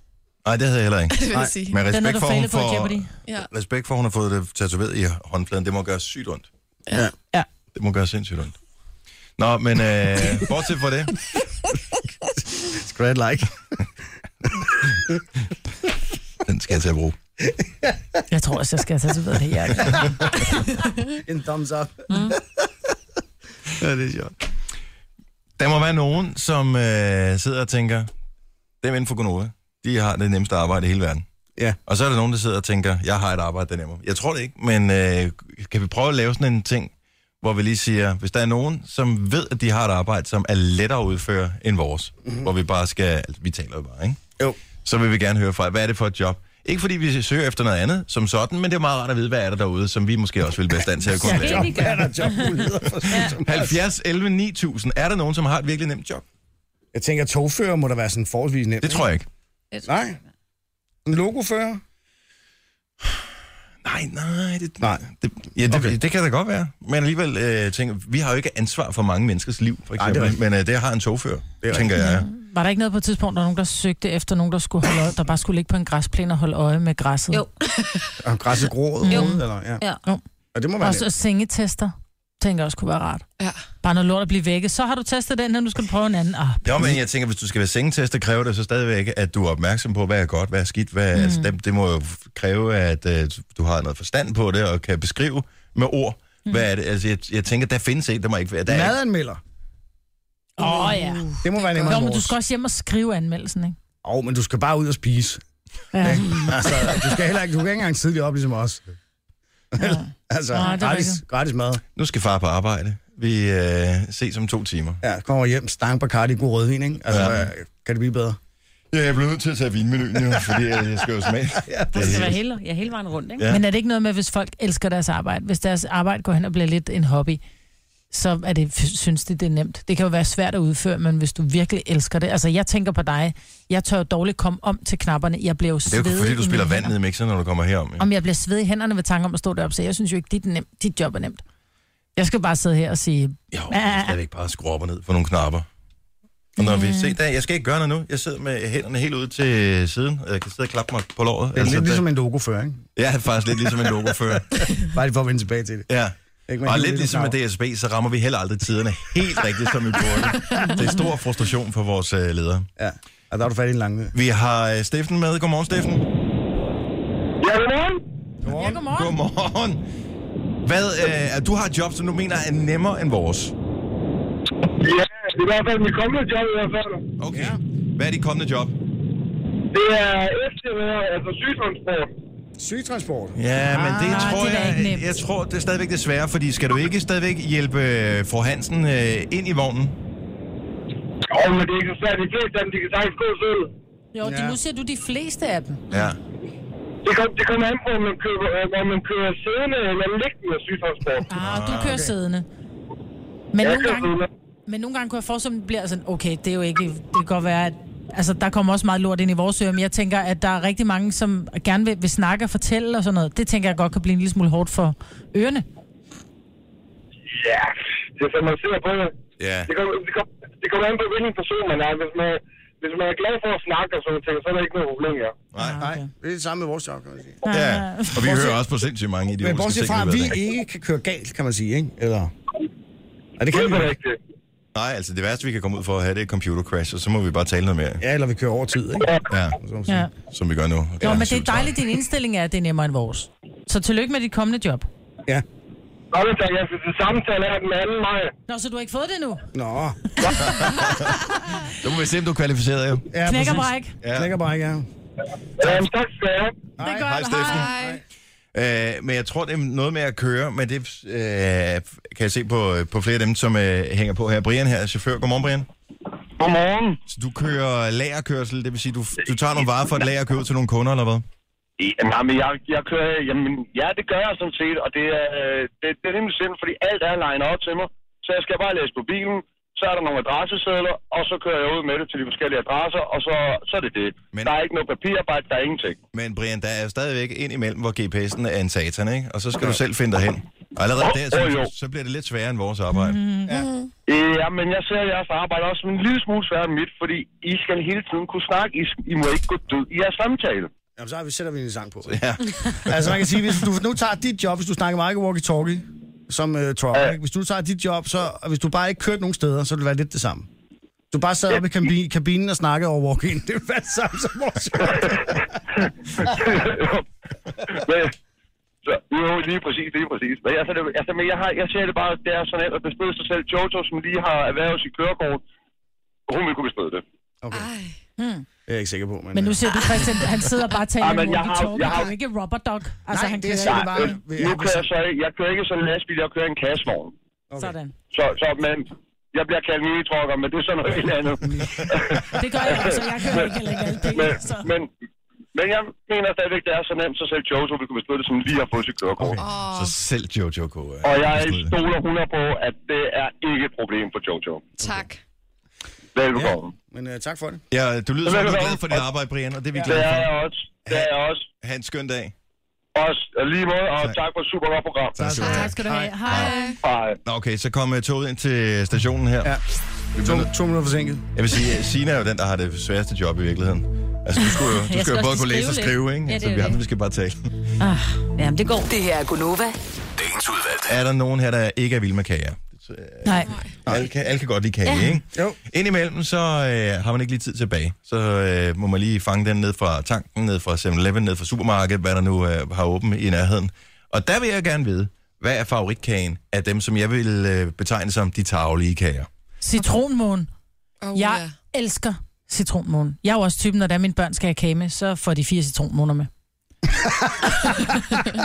[SPEAKER 1] Nej, det havde jeg heller ikke.
[SPEAKER 4] (laughs) det vil jeg sige.
[SPEAKER 1] Men
[SPEAKER 5] Den
[SPEAKER 1] respekt
[SPEAKER 5] har du
[SPEAKER 1] for, at hun
[SPEAKER 5] fejlet på i
[SPEAKER 1] får,
[SPEAKER 5] Jeopardy.
[SPEAKER 4] Ja.
[SPEAKER 1] respekt for, at hun har fået det tatoveret i håndfladen. Det må gøre sygt ondt.
[SPEAKER 4] Ja.
[SPEAKER 5] Ja.
[SPEAKER 1] Det må gøre sindssygt ondt. Nå, men øh, bortset fra
[SPEAKER 5] (laughs)
[SPEAKER 1] det,
[SPEAKER 3] Skal du have et like?
[SPEAKER 1] den skal jeg til at bruge.
[SPEAKER 5] Jeg tror også, jeg skal have tatoveret det hjerte.
[SPEAKER 3] en thumbs up. Mm. ja, det er sjovt.
[SPEAKER 1] Der må være nogen, som øh, sidder og tænker, dem inden for Gonova, de har det nemmeste arbejde i hele verden.
[SPEAKER 3] Ja.
[SPEAKER 1] Og så er der nogen, der sidder og tænker, jeg har et arbejde, der er nemmere. Jeg tror det ikke, men øh, kan vi prøve at lave sådan en ting, hvor vi lige siger, hvis der er nogen, som ved, at de har et arbejde, som er lettere at udføre end vores, mm-hmm. hvor vi bare skal, altså, vi taler jo bare, ikke?
[SPEAKER 3] Mhm. Jo.
[SPEAKER 1] så vil vi gerne høre fra jer, hvad er det for et job? Ikke fordi vi søger efter noget andet som sådan, men det er meget rart at vide, hvad er der derude, som vi måske også vil være i stand til
[SPEAKER 3] (laughs)
[SPEAKER 1] at kunne lave.
[SPEAKER 2] vi gør.
[SPEAKER 3] Er der jobmuligheder for sådan som-
[SPEAKER 1] 70, 11, 9000. Er der nogen, som har et virkelig nemt job?
[SPEAKER 3] Jeg tænker, togfører må da være sådan forholdsvis nemt.
[SPEAKER 1] Det tror jeg ikke.
[SPEAKER 3] Nej. En logofører?
[SPEAKER 1] Nej, nej. Det,
[SPEAKER 3] Nej.
[SPEAKER 1] Det, ja, det, okay.
[SPEAKER 3] Okay.
[SPEAKER 1] det kan da godt være. Men alligevel øh, tænker vi har jo ikke ansvar for mange menneskers liv, for
[SPEAKER 3] Nej, det
[SPEAKER 1] eksempel. Nej,
[SPEAKER 3] er
[SPEAKER 1] det
[SPEAKER 3] rigtigt.
[SPEAKER 1] men øh, det har en togfører, det
[SPEAKER 3] rigtigt.
[SPEAKER 1] tænker jeg.
[SPEAKER 5] Var der ikke noget på et tidspunkt, der var nogen, der søgte efter nogen, der, skulle holde øje, der bare skulle ligge på en græsplæne og holde øje med græsset?
[SPEAKER 2] Jo.
[SPEAKER 3] Og græsset grået?
[SPEAKER 2] Jo.
[SPEAKER 3] Eller, ja.
[SPEAKER 2] Ja.
[SPEAKER 3] Og det må være
[SPEAKER 5] Og
[SPEAKER 3] nemt.
[SPEAKER 5] så sengetester. tænker jeg også kunne være rart.
[SPEAKER 4] Ja.
[SPEAKER 5] Bare noget lort at blive vækket. Så har du testet den her, nu skal du prøve en anden. Ah,
[SPEAKER 1] Jo, men jeg tænker, hvis du skal være sengetester, kræver det så stadigvæk, at du er opmærksom på, hvad er godt, hvad er skidt. Hvad, mm. altså, det, det må jo f- kræve, at øh, du har noget forstand på det, og kan beskrive med ord, mm. hvad er det. Altså, jeg, jeg tænker, der findes en, der må ikke være. Der er ikke,
[SPEAKER 3] Madanmelder.
[SPEAKER 5] Åh oh, ja.
[SPEAKER 3] Det må være nemmere
[SPEAKER 5] Nå,
[SPEAKER 3] end
[SPEAKER 5] men du
[SPEAKER 3] vores.
[SPEAKER 5] skal også hjem og skrive anmeldelsen, ikke?
[SPEAKER 3] Åh, men du skal bare ud og spise.
[SPEAKER 5] Ja.
[SPEAKER 3] Altså, du skal heller ikke, du kan ikke engang tidligt op, ligesom os.
[SPEAKER 5] ja.
[SPEAKER 3] (laughs) Altså,
[SPEAKER 5] Nej, det er
[SPEAKER 3] gratis,
[SPEAKER 5] rigtigt.
[SPEAKER 3] gratis mad.
[SPEAKER 1] nu skal far på arbejde. Vi øh, ses om to timer.
[SPEAKER 3] Ja, kommer hjem, stang på kardi, god rødvin, ikke? Altså,
[SPEAKER 1] Ja.
[SPEAKER 3] ja. kan det blive bedre?
[SPEAKER 1] Ja, jeg bliver nødt til at tage vinmenuen
[SPEAKER 2] (laughs)
[SPEAKER 1] nu, fordi jeg, jeg skal jo smage. ja,
[SPEAKER 2] Det skal være hele, ja, hele vejen rundt, ikke?
[SPEAKER 1] Ja.
[SPEAKER 5] Ja. Men er det ikke noget med, hvis folk elsker deres arbejde, hvis deres arbejde går hen og bliver lidt en hobby, så er det, synes de, det er nemt. Det kan jo være svært at udføre, men hvis du virkelig elsker det. Altså, jeg tænker på dig. Jeg tør jo dårligt komme om til knapperne. Jeg bliver jo
[SPEAKER 1] Det er
[SPEAKER 5] svedig.
[SPEAKER 1] jo fordi, du
[SPEAKER 5] i
[SPEAKER 1] spiller
[SPEAKER 5] mine
[SPEAKER 1] vand ned
[SPEAKER 5] hænder.
[SPEAKER 1] i mixeren, når du kommer herom. Ja.
[SPEAKER 5] Om jeg bliver svedig i hænderne ved tanken om at stå deroppe, så jeg synes jo ikke, dit, er nemt, dit job er nemt. Jeg skal bare sidde her og sige,
[SPEAKER 1] Jo, jeg kan stadigvæk bare skrue op og ned for nogle knapper. Og når vi ser der, jeg skal ikke gøre noget nu. Jeg sidder med hænderne helt ude til siden, og jeg kan sidde og klappe mig på låret. Altså,
[SPEAKER 3] Det er lidt ligesom en logofører, ikke?
[SPEAKER 1] Ja, faktisk lidt ligesom en
[SPEAKER 3] (laughs)
[SPEAKER 1] logofører.
[SPEAKER 3] Bare lige for at vende tilbage til det.
[SPEAKER 1] Ja.
[SPEAKER 3] Ikke,
[SPEAKER 1] Og
[SPEAKER 3] helt
[SPEAKER 1] lidt ligesom med DSB, så rammer vi heller aldrig tiderne helt rigtigt, som vi
[SPEAKER 3] (laughs)
[SPEAKER 1] burde. Det er stor frustration for vores øh, ledere.
[SPEAKER 3] Ja, og der er du fat i en lang ned.
[SPEAKER 1] Vi har øh, Steffen med. Godmorgen, Steffen.
[SPEAKER 12] Ja, godmorgen.
[SPEAKER 5] ja, godmorgen.
[SPEAKER 1] Godmorgen. Hvad, øh, du har et job, som du mener er nemmere end vores.
[SPEAKER 12] Ja, det er i hvert fald mit kommende job i hvert fald.
[SPEAKER 1] Okay. Hvad er dit kommende job?
[SPEAKER 12] Det er eftermiddag, altså sygtransport.
[SPEAKER 3] Sygetransport.
[SPEAKER 1] Ja, men det
[SPEAKER 5] Ah,
[SPEAKER 1] tror
[SPEAKER 5] det er da ikke
[SPEAKER 1] jeg,
[SPEAKER 5] nemt.
[SPEAKER 1] jeg tror, det er stadigvæk det svære, fordi skal du ikke stadigvæk hjælpe øh, fru Hansen øh, ind i vognen?
[SPEAKER 12] Åh, men det er ikke så svært. De fleste af dem, de kan sagtens gå selv.
[SPEAKER 5] Jo, de, nu siger du de fleste af dem.
[SPEAKER 1] Ja.
[SPEAKER 12] Det, kom, det kommer an på, om man køber, øh, om man kører siddende eller liggende sygtransport.
[SPEAKER 5] Ah, du kører okay. siddende. Men
[SPEAKER 12] Jeg
[SPEAKER 5] nogle
[SPEAKER 12] kører
[SPEAKER 5] gange,
[SPEAKER 12] siddende.
[SPEAKER 5] Men nogle gange kunne jeg forestille mig, at det bliver sådan, okay, det er jo ikke, det kan godt være, at altså, der kommer også meget lort ind i vores ører, men jeg tænker, at der er rigtig mange, som gerne vil, vil snakke og fortælle og sådan noget. Det tænker jeg godt kan blive en lille smule hårdt for ørerne.
[SPEAKER 12] Ja, det er som man ser på det.
[SPEAKER 1] Ja.
[SPEAKER 12] Det kommer, det, kommer, det kommer an på, hvilken person man er. Hvis man, hvis man er glad for at snakke og sådan nogle ting, så er der ikke noget problem, ja.
[SPEAKER 1] Nej.
[SPEAKER 3] Nej, det er det samme med vores job, kan man sige.
[SPEAKER 1] Ah, Ja. Og vi hører også på sindssygt mange
[SPEAKER 3] Men
[SPEAKER 1] idiotiske
[SPEAKER 3] bortset
[SPEAKER 1] ting.
[SPEAKER 3] fra,
[SPEAKER 1] i
[SPEAKER 3] at vi
[SPEAKER 1] løbet af dagen.
[SPEAKER 3] ikke kan køre galt, kan man sige, ikke? Eller... Ja, det
[SPEAKER 12] Det
[SPEAKER 3] kan vi
[SPEAKER 12] er
[SPEAKER 3] jo ikke.
[SPEAKER 12] rigtigt.
[SPEAKER 1] Nej, altså det værste, vi kan komme ud for at have, det er et computer crash, og så må vi bare tale noget mere.
[SPEAKER 3] Ja, eller vi kører over tid, ikke?
[SPEAKER 12] Ja,
[SPEAKER 1] Ja.
[SPEAKER 3] Så må man sige.
[SPEAKER 5] Ja.
[SPEAKER 1] Som vi gør nu.
[SPEAKER 5] Nå,
[SPEAKER 1] Ja,
[SPEAKER 5] men det
[SPEAKER 1] syv,
[SPEAKER 5] er dejligt, din indstilling er, at det er nemmere end vores. Så tillykke med dit kommende job.
[SPEAKER 3] ja.
[SPEAKER 12] Sådan tak. Jeg skal til samtale her den anden maj.
[SPEAKER 5] Nå, så du har ikke fået det nu?
[SPEAKER 3] Nå,
[SPEAKER 1] tolv. Så må vi se, om du er kvalificeret, jo.
[SPEAKER 5] (laughs)
[SPEAKER 3] ja,
[SPEAKER 5] Knækker
[SPEAKER 3] præcis.
[SPEAKER 5] bare ikke.
[SPEAKER 1] Ja.
[SPEAKER 3] Knækker bare, ikke, ja.
[SPEAKER 12] Ja, men tak skal jeg have.
[SPEAKER 5] Det gør
[SPEAKER 1] Hej,
[SPEAKER 5] jeg.
[SPEAKER 1] Steffen. Øh, men jeg tror, det er noget med at køre, men det øh, kan jeg se på, på flere af dem, som øh, hænger på her. Brian her, er chauffør. Godmorgen, Brian.
[SPEAKER 12] Godmorgen.
[SPEAKER 1] Så du kører lagerkørsel, det vil sige, du, du tager nogle varer fra et lager og køber ud til nogle kunder, eller hvad?
[SPEAKER 12] Ja, nej, men jeg, jeg kører, jamen, ja, det gør jeg sådan set, og det er, øh, det, det er nemlig simpelt, fordi alt er legnet op til mig, så jeg skal bare læse på bilen, så er der nogle adressesedler, og så kører jeg ud med det til de forskellige adresser, og så, så er det det.
[SPEAKER 1] Men-
[SPEAKER 12] Men... Der er ikke noget papirarbejde, der er ingenting.
[SPEAKER 1] Men Brian, der er jo stadigvæk ind imellem, hvor GPS'en er en satan, ikke? Og så skal du selv finde dig hen. Og allerede
[SPEAKER 12] Åh,
[SPEAKER 1] der,
[SPEAKER 12] åh,
[SPEAKER 1] så,
[SPEAKER 12] jo.
[SPEAKER 1] så bliver det lidt sværere end vores arbejde. Mm.
[SPEAKER 12] Øh, Ja, men jeg ser jeres arbejde også som en lille smule sværere end mit, fordi I skal hele tiden kunne snakke. I, I må ikke gå død i jeres samtale.
[SPEAKER 3] Jamen, så har vi, sætter vi en sang på.
[SPEAKER 1] Ja.
[SPEAKER 3] altså, man kan sige, hvis du nu tager dit job, hvis du snakker meget walkie-talkie, som uh, truck,
[SPEAKER 12] Ja.
[SPEAKER 3] ja. hvis du tager dit job, så og hvis du bare ikke kørte nogen steder, så ville det være lidt det samme. Du bare sad oppe i kabin, kabinen og snakkede over walk-in. Det ville være det samme som vores job.
[SPEAKER 12] (laughs) men, så, jo, lige præcis, lige præcis. Men altså, det, altså, men jeg, har, jeg ser det bare, det er sådan, at bestride sig selv. Jojo, som lige har erhvervet sit kørekort, hun vil kunne bestride det.
[SPEAKER 4] Ej.
[SPEAKER 3] Det er jeg ikke sikker på, men... øh,
[SPEAKER 5] Men nu siger du, Christian, han sidder bare og taler
[SPEAKER 12] (laughs) Ej,
[SPEAKER 5] om
[SPEAKER 12] men jeg har-
[SPEAKER 5] walkie-talkie.
[SPEAKER 12] jeg har-
[SPEAKER 5] Det er jo ikke rubber dog. Altså,
[SPEAKER 3] Nej,
[SPEAKER 5] han
[SPEAKER 3] det er
[SPEAKER 5] kører
[SPEAKER 3] jeg
[SPEAKER 5] ikke.
[SPEAKER 3] det bare...
[SPEAKER 12] Øh, nu kører jeg så ikke, jeg kører ikke sådan en lastbil, jeg kører en kassevogn.
[SPEAKER 5] Sådan.
[SPEAKER 12] Så, så men, jeg bliver kaldt minitrokker, men det er sådan noget helt andet.
[SPEAKER 5] Det gør jeg også, og jeg kører ikke heller ikke alt
[SPEAKER 12] men,
[SPEAKER 5] det. Så.
[SPEAKER 12] men, men jeg mener stadigvæk, det er så nemt, så selv Jojo vil kunne bestride det, som lige har fået sit kørekort. Okay.
[SPEAKER 1] Så selv Jojo Ko. øh,
[SPEAKER 12] Og jeg
[SPEAKER 1] bestod det.
[SPEAKER 12] stoler 100 på, at det er ikke et problem for Jojo.
[SPEAKER 4] Tak.
[SPEAKER 12] Velbekomme.
[SPEAKER 3] Men øh, tak for det.
[SPEAKER 1] Ja, du lyder som, du
[SPEAKER 12] Så vil
[SPEAKER 1] er
[SPEAKER 12] jeg
[SPEAKER 1] glad
[SPEAKER 12] godt-
[SPEAKER 1] for dit arbejde, Brian, og det er vi
[SPEAKER 12] Det
[SPEAKER 1] glade
[SPEAKER 12] er
[SPEAKER 1] for.
[SPEAKER 12] jeg også. Det er jeg også.
[SPEAKER 1] Ha' en skøn dag.
[SPEAKER 12] Også og lige måde, og tak, for et super godt program.
[SPEAKER 1] Tak skal du
[SPEAKER 5] Tak
[SPEAKER 1] have.
[SPEAKER 5] skal du have. Hej.
[SPEAKER 12] Hej.
[SPEAKER 1] Nå, okay, så kom øh, toget ind til stationen her.
[SPEAKER 3] Ja. To, to minutter forsinket.
[SPEAKER 1] Jeg vil sige, at Sina er jo den, der har det sværeste job i virkeligheden. Altså, du skulle jo, du
[SPEAKER 2] Jeg
[SPEAKER 1] skal
[SPEAKER 2] skal
[SPEAKER 1] jo både
[SPEAKER 2] også
[SPEAKER 1] kunne læse og Altså,
[SPEAKER 2] skrive
[SPEAKER 1] skrive,
[SPEAKER 2] lidt.
[SPEAKER 1] ikke?
[SPEAKER 2] Ja,
[SPEAKER 1] Ja,
[SPEAKER 2] det
[SPEAKER 1] så
[SPEAKER 2] er
[SPEAKER 1] vi
[SPEAKER 2] det.
[SPEAKER 1] andre, vi skal bare tale.
[SPEAKER 2] Jamen, det går.
[SPEAKER 10] Det her er Gunova.
[SPEAKER 9] Dagens udvalgte.
[SPEAKER 1] Er der nogen her, der ikke er vild med kager?
[SPEAKER 5] Nej.
[SPEAKER 1] Alle kan, alle kan godt lide kage, ja. ikke?
[SPEAKER 3] Jo.
[SPEAKER 1] Indimellem, så øh, har man ikke lige tid tilbage. Så øh, må man lige fange den ned fra tanken, ned fra 7-Eleven, ned fra supermarkedet, hvad der nu øh, har åbent i nærheden. Og der vil jeg gerne vide, hvad er favoritkagen af dem, som jeg vil øh, betegne som de tavlige kager?
[SPEAKER 5] Citronmåne.
[SPEAKER 4] Oh,
[SPEAKER 5] Jeg elsker citronmåne. Jeg er jo også typen, når der mine børn skal have kage med, så får de fire citronmåner med.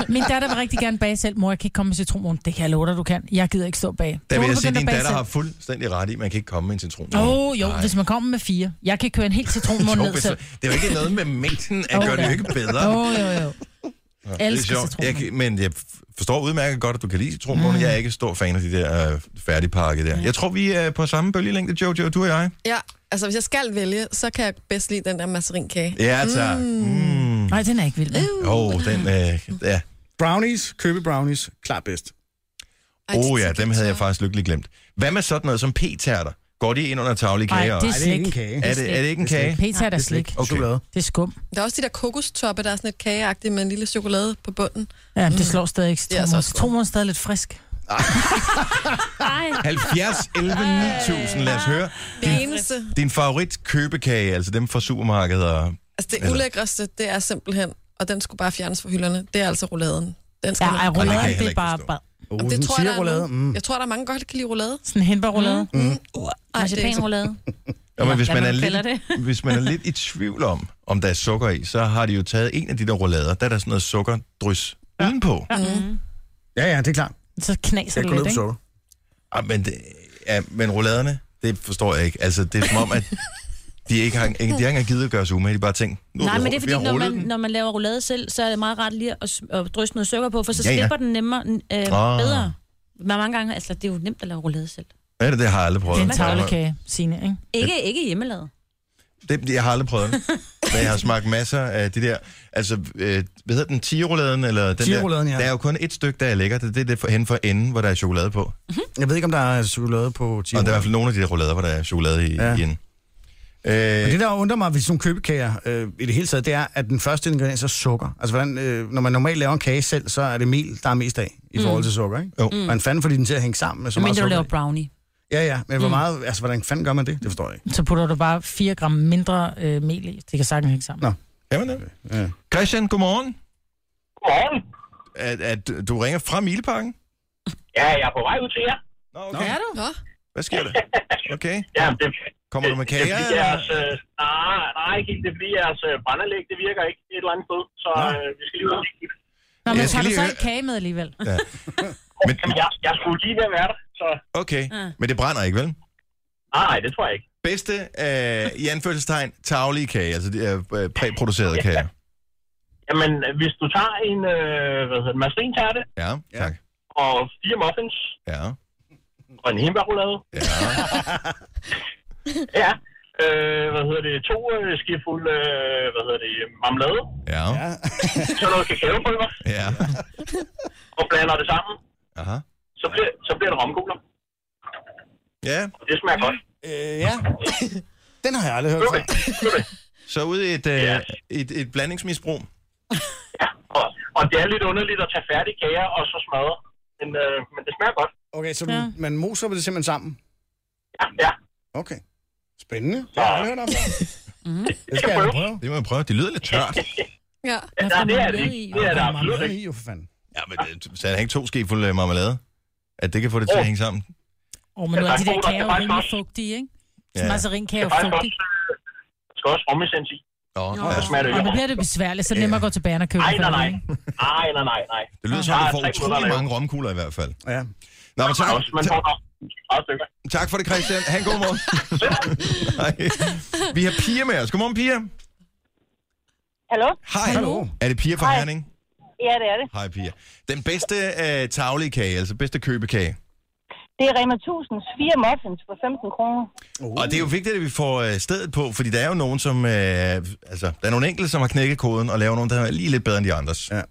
[SPEAKER 5] Min datter vil rigtig gerne bage selv. Mor, jeg kan ikke komme med citronmåne. Det kan jeg love dig, du kan. Jeg gider ikke stå bag.
[SPEAKER 1] Der vil jeg sige, at din datter har fuldstændig ret i, man kan ikke komme med en citron.
[SPEAKER 5] Åh, oh, jo,
[SPEAKER 1] Nej.
[SPEAKER 5] Nej. hvis man kommer med fire. Jeg kan køre en helt citronmåne
[SPEAKER 1] (laughs) Jo,
[SPEAKER 5] ned
[SPEAKER 1] hvis-
[SPEAKER 5] selv.
[SPEAKER 1] det er jo ikke noget med mængden, at
[SPEAKER 5] Jo,
[SPEAKER 1] gøre det jo
[SPEAKER 5] ja.
[SPEAKER 1] ikke (laughs) bedre.
[SPEAKER 5] Jo, jo, jo.
[SPEAKER 1] Det er
[SPEAKER 5] Elsker
[SPEAKER 1] sjovt. Jeg,
[SPEAKER 5] citronmåne.
[SPEAKER 1] kan- men jeg f- forstår udmærket godt, at du kan lide citronmåne. Mm. Jeg er ikke stor fan af de der øh, færdigpakke der. Jeg tror, vi er på samme bølgelængde, Jojo, du og jeg.
[SPEAKER 4] Ja, altså hvis jeg skal vælge, så kan jeg bedst lide den der masserinkage. Mm.
[SPEAKER 1] Ja, tak. Mm.
[SPEAKER 5] Nej, den er jeg ikke vild med.
[SPEAKER 1] Åh, oh, den... Øh, ja.
[SPEAKER 3] Brownies, købe brownies, klart bedst.
[SPEAKER 4] Ej,
[SPEAKER 1] Åh
[SPEAKER 4] det
[SPEAKER 1] oh, ja,
[SPEAKER 4] tænker
[SPEAKER 1] dem havde jeg
[SPEAKER 4] så.
[SPEAKER 1] faktisk lykkeligt glemt. Hvad med sådan noget som p-tærter? Går de ind under tavlige
[SPEAKER 5] Nej,
[SPEAKER 1] kager?
[SPEAKER 5] det er
[SPEAKER 1] også?
[SPEAKER 3] det er ikke en
[SPEAKER 5] slik.
[SPEAKER 3] kage.
[SPEAKER 1] er, det, er det ikke en
[SPEAKER 3] det er
[SPEAKER 1] kage?
[SPEAKER 5] Pizza er da
[SPEAKER 3] Det er
[SPEAKER 5] slik.
[SPEAKER 3] slik.
[SPEAKER 1] Okay.
[SPEAKER 3] Chokolade.
[SPEAKER 5] Det er skum.
[SPEAKER 4] Der er også de der kokostoppe, der er sådan et kageagtigt med en lille chokolade på bunden.
[SPEAKER 5] Ja, det slår stadig ikke
[SPEAKER 4] er
[SPEAKER 5] citronmåne.
[SPEAKER 4] så skum.
[SPEAKER 5] Citronmåne er stadig lidt frisk.
[SPEAKER 2] Nej.
[SPEAKER 1] 70, 11, 9000, lad os høre.
[SPEAKER 4] Det eneste,
[SPEAKER 1] Din favorit købekage, altså dem fra supermarkedet.
[SPEAKER 4] altså det ulækreste, det er simpelthen, og den skulle bare fjernes fra hylderne, det er altså rouladen. Den skal
[SPEAKER 5] Ja,
[SPEAKER 4] man-
[SPEAKER 5] ej,
[SPEAKER 1] jeg
[SPEAKER 5] roulade,
[SPEAKER 1] heller
[SPEAKER 5] det er
[SPEAKER 1] ikke
[SPEAKER 5] bare,
[SPEAKER 1] forstå.
[SPEAKER 5] bare
[SPEAKER 3] Oh,
[SPEAKER 4] Jamen, det tror jeg, der er
[SPEAKER 3] roulade.
[SPEAKER 4] nogen-
[SPEAKER 3] Mm.
[SPEAKER 4] jeg tror, der er mange, der godt kan lide roulade.
[SPEAKER 5] sådan en hindbærroulade. Mm.
[SPEAKER 4] Ej, det er ikke så-
[SPEAKER 2] Marcipanroulade.
[SPEAKER 1] Ja, men hvis
[SPEAKER 2] Hvad
[SPEAKER 1] man, er
[SPEAKER 2] man kalder
[SPEAKER 1] lidt, hvis man er lidt i tvivl om, om der er sukker i, så har de jo taget en af de der roulader, der er der sådan noget sukkerdrys ja. udenpå. Ja.
[SPEAKER 3] Ja, ja, det er klart.
[SPEAKER 5] Så knaser
[SPEAKER 3] Jeg
[SPEAKER 5] det lidt,
[SPEAKER 3] går ned på
[SPEAKER 5] ikke?
[SPEAKER 3] sukker.
[SPEAKER 1] Ah, men, det, ja, men rouladerne, det forstår jeg ikke. Altså, det er som om, at de ikke har, ikke, de har ikke engang givet at gøre sig umage. De bare tænkt, nu har
[SPEAKER 2] Nej,
[SPEAKER 1] vi-
[SPEAKER 2] men det er
[SPEAKER 1] vi
[SPEAKER 2] fordi,
[SPEAKER 1] har
[SPEAKER 2] når
[SPEAKER 1] rullet
[SPEAKER 2] man,
[SPEAKER 1] den.
[SPEAKER 2] når man laver roulade selv, så er det meget rart lige at, s- at drysse noget sukker på, for så
[SPEAKER 1] Ja,
[SPEAKER 2] ja,
[SPEAKER 1] ja.
[SPEAKER 2] slipper den nemmere, øh,
[SPEAKER 1] Ah.
[SPEAKER 2] bedre. Men mange gange, altså det er jo nemt at lave roulade selv.
[SPEAKER 1] Ja, det, det har jeg aldrig prøvet.
[SPEAKER 5] Det er en tavlekage, Signe, ikke?
[SPEAKER 2] Ikke, ikke hjemmelavet.
[SPEAKER 1] Det, jeg har aldrig prøvet
[SPEAKER 2] (laughs)
[SPEAKER 1] det. Men jeg har smagt masser af de der... Altså, øh, hvad hedder den? Tigeroladen? Eller den
[SPEAKER 3] Tigerrouladen,
[SPEAKER 1] der,
[SPEAKER 3] ja.
[SPEAKER 1] Der er jo kun et stykke, der er lækkert. Det er det for, hen for enden, hvor der er chokolade på.
[SPEAKER 3] Jeg ved ikke, om der er chokolade på
[SPEAKER 1] Og der er i hvert
[SPEAKER 3] tiger.
[SPEAKER 1] fald nogle af de der roulader, hvor der er chokolade i, ja.
[SPEAKER 3] Ja.
[SPEAKER 1] i enden.
[SPEAKER 3] Men
[SPEAKER 1] Øh,
[SPEAKER 3] det, der undrer mig ved sådan nogle købekager øh, i det hele taget, det er, at den første ingrediens er sukker. Altså, hvordan, øh, når man normalt laver en kage selv, så er det mel, der er mest af i forhold til sukker, ikke?
[SPEAKER 1] Jo.
[SPEAKER 3] Mm. Hvordan fanden får de den til at hænge sammen med så
[SPEAKER 2] Men
[SPEAKER 3] meget
[SPEAKER 2] du
[SPEAKER 3] sukker?
[SPEAKER 2] laver brownie.
[SPEAKER 3] i? Ja, ja, men hvor meget, altså, hvordan fanden gør man det? Det forstår jeg ikke.
[SPEAKER 5] Så putter du bare 4 gram mindre øh, mel i. Det kan sagtens hænge sammen.
[SPEAKER 3] Nå.
[SPEAKER 1] kan man det?
[SPEAKER 3] Ja.
[SPEAKER 1] Christian, godmorgen.
[SPEAKER 12] Godmorgen.
[SPEAKER 1] At, at du ringer fra Mileparken?
[SPEAKER 12] Ja, jeg er på vej ud til jer.
[SPEAKER 1] Nå, okay.
[SPEAKER 5] du?
[SPEAKER 4] Nå,
[SPEAKER 1] Hvad sker der? Okay.
[SPEAKER 12] Ja, det,
[SPEAKER 1] Kommer du med
[SPEAKER 12] det er
[SPEAKER 1] kager?
[SPEAKER 12] fordi
[SPEAKER 1] eller?
[SPEAKER 12] jeres... Øh, nej, nej, ikke helt. Det er fordi jeres øh, brændanlæg, det virker ikke et eller andet sted. Så
[SPEAKER 3] Nå.
[SPEAKER 12] øh, vi skal lige ud og kigge.
[SPEAKER 5] Nå, men
[SPEAKER 1] Jeg skal
[SPEAKER 5] tager du
[SPEAKER 1] lige
[SPEAKER 5] så
[SPEAKER 1] høre-
[SPEAKER 5] ikke kage med
[SPEAKER 2] (laughs)
[SPEAKER 5] alligevel?
[SPEAKER 1] Ja. Men,
[SPEAKER 12] Jamen, jeg, jeg skulle lige ved at være der, så...
[SPEAKER 1] okay, men det brænder ikke, vel?
[SPEAKER 12] Nej, det tror jeg ikke.
[SPEAKER 1] Bedste, øh, i anførselstegn, tavlige kage, altså de er øh, præproducerede kager.
[SPEAKER 12] Jamen, hvis du tager en, øh, hvad hedder det, masterintærte
[SPEAKER 1] Ja, tak.
[SPEAKER 12] og fire muffins
[SPEAKER 1] Ja,
[SPEAKER 12] og en himbærroulade.
[SPEAKER 1] ja.
[SPEAKER 12] Ja. Øh, hvad hedder det? To øh, skefulde, øh, hvad hedder det, marmelade.
[SPEAKER 1] Ja,
[SPEAKER 3] Ja.
[SPEAKER 12] Så noget kakaopulver
[SPEAKER 1] ja.
[SPEAKER 12] og blander det sammen.
[SPEAKER 1] Aha.
[SPEAKER 12] Så bliver, så bliver det romkugler.
[SPEAKER 1] Ja,
[SPEAKER 12] Det smager godt.
[SPEAKER 3] Øh, ja. (laughs) Den har jeg aldrig hørt
[SPEAKER 12] Okay.
[SPEAKER 3] før.
[SPEAKER 12] okay.
[SPEAKER 1] så ude i et, øh,
[SPEAKER 12] Ja.
[SPEAKER 1] et, et blandingsmisbrug.
[SPEAKER 12] Ja. Og, og det er lidt underligt at tage færdige kager og så smadre. Men, øh, men det smager godt.
[SPEAKER 3] Okay, så
[SPEAKER 5] Ja.
[SPEAKER 3] ja. man moser det simpelthen sammen.
[SPEAKER 12] Ja, ja.
[SPEAKER 3] Okay. Spændende. Det har jeg aldrig hørt om før. Det skal jeg da prøve.
[SPEAKER 1] Det må jeg prøve. Det lyder lidt tørt.
[SPEAKER 4] ja.
[SPEAKER 12] ja
[SPEAKER 2] får
[SPEAKER 12] det er
[SPEAKER 2] man
[SPEAKER 12] det
[SPEAKER 2] med
[SPEAKER 12] ikke.
[SPEAKER 2] i?
[SPEAKER 12] Det er det
[SPEAKER 3] Der er
[SPEAKER 12] absolut
[SPEAKER 3] marmelade
[SPEAKER 12] ikke.
[SPEAKER 3] i, jo for fanden.
[SPEAKER 1] Ja, men det, så er der ikke to skefulde marmelade? At det kan få det til at hænge sammen?
[SPEAKER 5] Åh, oh, men nu er
[SPEAKER 12] Ja,
[SPEAKER 5] de der
[SPEAKER 12] der er
[SPEAKER 5] kager jo
[SPEAKER 12] faktisk
[SPEAKER 5] rimelig
[SPEAKER 12] også-
[SPEAKER 5] fugtige, ikke?
[SPEAKER 1] Ja.
[SPEAKER 5] Ja. Mazarin-kage er
[SPEAKER 12] Det
[SPEAKER 5] jo
[SPEAKER 12] er faktisk
[SPEAKER 5] fugtig.
[SPEAKER 12] også, øh, der skal også romessens i.
[SPEAKER 1] Nå,
[SPEAKER 2] Nå.
[SPEAKER 1] ja.
[SPEAKER 12] Så smager det
[SPEAKER 5] Og nu
[SPEAKER 12] jo.
[SPEAKER 5] bliver det besværligt, så er det nemmere at gå til bageren og købe
[SPEAKER 12] Nej,
[SPEAKER 5] det for
[SPEAKER 12] nej,
[SPEAKER 5] dig,
[SPEAKER 12] nej.
[SPEAKER 5] ikke?
[SPEAKER 12] Nej, nej, nej, nej.
[SPEAKER 1] Det lyder som, at du får
[SPEAKER 12] Der er tre
[SPEAKER 1] utrolig
[SPEAKER 12] minutter,
[SPEAKER 1] mange romkugler i hvert fald.
[SPEAKER 3] Ja.
[SPEAKER 1] Nå, men tak,
[SPEAKER 12] Også, man får nok 30 stykker.
[SPEAKER 1] ta- tak for det, Christian. Ha' en god morgen. Hej. Vi har Pia med os. Godmorgen, Pia.
[SPEAKER 13] Hallo?
[SPEAKER 1] Hej.
[SPEAKER 3] Hallo.
[SPEAKER 1] Er det Pia fra
[SPEAKER 13] Hej.
[SPEAKER 1] Herning?
[SPEAKER 13] Ja, det er det.
[SPEAKER 1] Hej, Pia. Den bedste øh, tavlige kage, altså bedste købekage.
[SPEAKER 13] Det er Rema 1000's fire muffins for 15 kroner.
[SPEAKER 3] Uh.
[SPEAKER 1] Og det er jo vigtigt, at vi får øh, stedet på, fordi der er jo nogen, som... Øh, altså, der er nogle enkelte, som har knækket koden og laver nogen, der er lige lidt bedre end de andres.
[SPEAKER 3] Ja.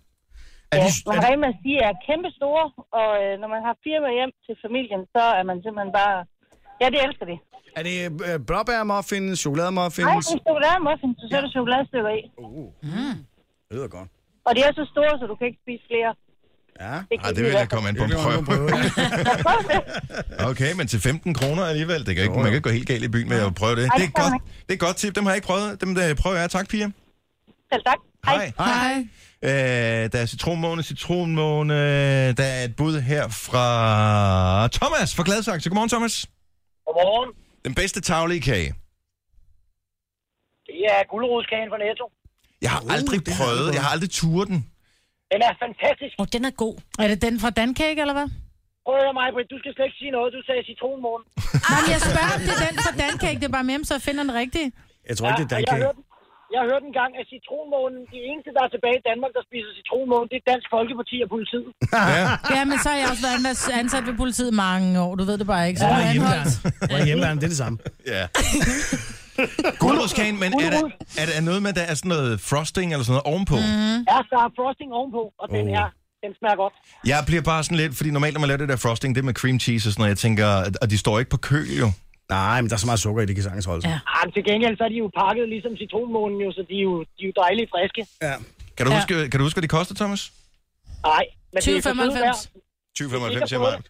[SPEAKER 13] Ja,
[SPEAKER 3] Er de,
[SPEAKER 13] men
[SPEAKER 3] er de,
[SPEAKER 13] Remas, de er kæmpe store, og øh, når man har firma hjem til familien, så er man simpelthen bare... Ja, det elsker de.
[SPEAKER 3] er det øh, blåbærmuffins,
[SPEAKER 13] Nej,
[SPEAKER 3] chokolademuffins?
[SPEAKER 13] det er chokolademuffins, så er der chokoladestykker i.
[SPEAKER 3] Uh, det lyder godt.
[SPEAKER 13] Og de er så store, så du kan ikke spise flere.
[SPEAKER 3] Ja.
[SPEAKER 13] Det
[SPEAKER 1] Ej,
[SPEAKER 13] kan vi
[SPEAKER 1] Ah, det vil
[SPEAKER 13] i
[SPEAKER 1] jeg
[SPEAKER 13] hvert fald.
[SPEAKER 1] komme an på en prøve. Okay, men til 15 kroner alligevel. Det kan ikke, man kan ikke gå helt galt i byen med at prøve det. Det er
[SPEAKER 13] det
[SPEAKER 1] et
[SPEAKER 13] kan man
[SPEAKER 1] godt, det er et godt tip. Dem har jeg ikke prøvet. Dem der prøver jeg. Tak, piger.
[SPEAKER 13] Selv tak.
[SPEAKER 1] Hej.
[SPEAKER 3] Hej.
[SPEAKER 1] Øh, der er citronmåne, citronmåne. Der er et bud her fra Thomas fra Gladsaxe. Godmorgen, Thomas.
[SPEAKER 12] Godmorgen.
[SPEAKER 1] Den bedste tavlige kage.
[SPEAKER 12] Det er gulerodskagen fra Netto.
[SPEAKER 1] Jeg har aldrig
[SPEAKER 3] det har jeg
[SPEAKER 1] prøvet.
[SPEAKER 3] aldrig
[SPEAKER 1] Jeg har aldrig turet den.
[SPEAKER 12] Den er fantastisk.
[SPEAKER 2] Og den er god.
[SPEAKER 5] Er det den fra Dancake, eller hvad?
[SPEAKER 12] Prøv at høre mig, Britt. Du skal slet ikke sige noget. Du sagde citronmorgen.
[SPEAKER 5] Nej, men jeg spørger, om det er den fra Dancake. Det er bare med, så jeg finder den rigtige.
[SPEAKER 3] Jeg tror ikke, det er
[SPEAKER 12] og
[SPEAKER 3] Dan
[SPEAKER 12] jeg
[SPEAKER 3] Kage.
[SPEAKER 12] hørte, jeg hørte en gang, at citronmånen, de eneste, der er tilbage i Danmark, der spiser citronmånen, det er Dansk Folkeparti og politiet.
[SPEAKER 1] Ja.
[SPEAKER 5] Ja, men så har jeg også været ans- ansat ved politiet mange år. Du ved det bare ikke. Så
[SPEAKER 3] Ja,
[SPEAKER 5] ja,
[SPEAKER 3] hjemme.
[SPEAKER 5] anholdt.
[SPEAKER 3] Hvor er hjemmeværende, det er det samme.
[SPEAKER 1] (laughs) ja. Gulerodskagen, men er der, er der noget med, at der er sådan noget frosting eller sådan noget ovenpå?
[SPEAKER 3] Mhm.
[SPEAKER 1] Mm.
[SPEAKER 12] Ja, der er frosting ovenpå, og den
[SPEAKER 3] Åh.
[SPEAKER 12] her, den smager godt.
[SPEAKER 1] Jeg bliver bare sådan lidt, fordi normalt når man laver det der frosting, det er med cream cheese og sådan noget, jeg tænker, at- og de står ikke på kø jo.
[SPEAKER 3] Nej, men der er så meget sukker i, det kan sagtens holde sig.
[SPEAKER 2] Ja.
[SPEAKER 12] Ah, men til gengæld, så er de jo pakket ligesom citronmånen jo, så de er jo, de er jo dejligt friske.
[SPEAKER 3] ja.
[SPEAKER 1] Kan du, huske, kan du huske, hvad de koster, Thomas?
[SPEAKER 12] Nej, men det er for sødt værd.
[SPEAKER 5] 2095.
[SPEAKER 1] 20,95,
[SPEAKER 12] siger
[SPEAKER 1] siger
[SPEAKER 12] Maja.
[SPEAKER 1] mig.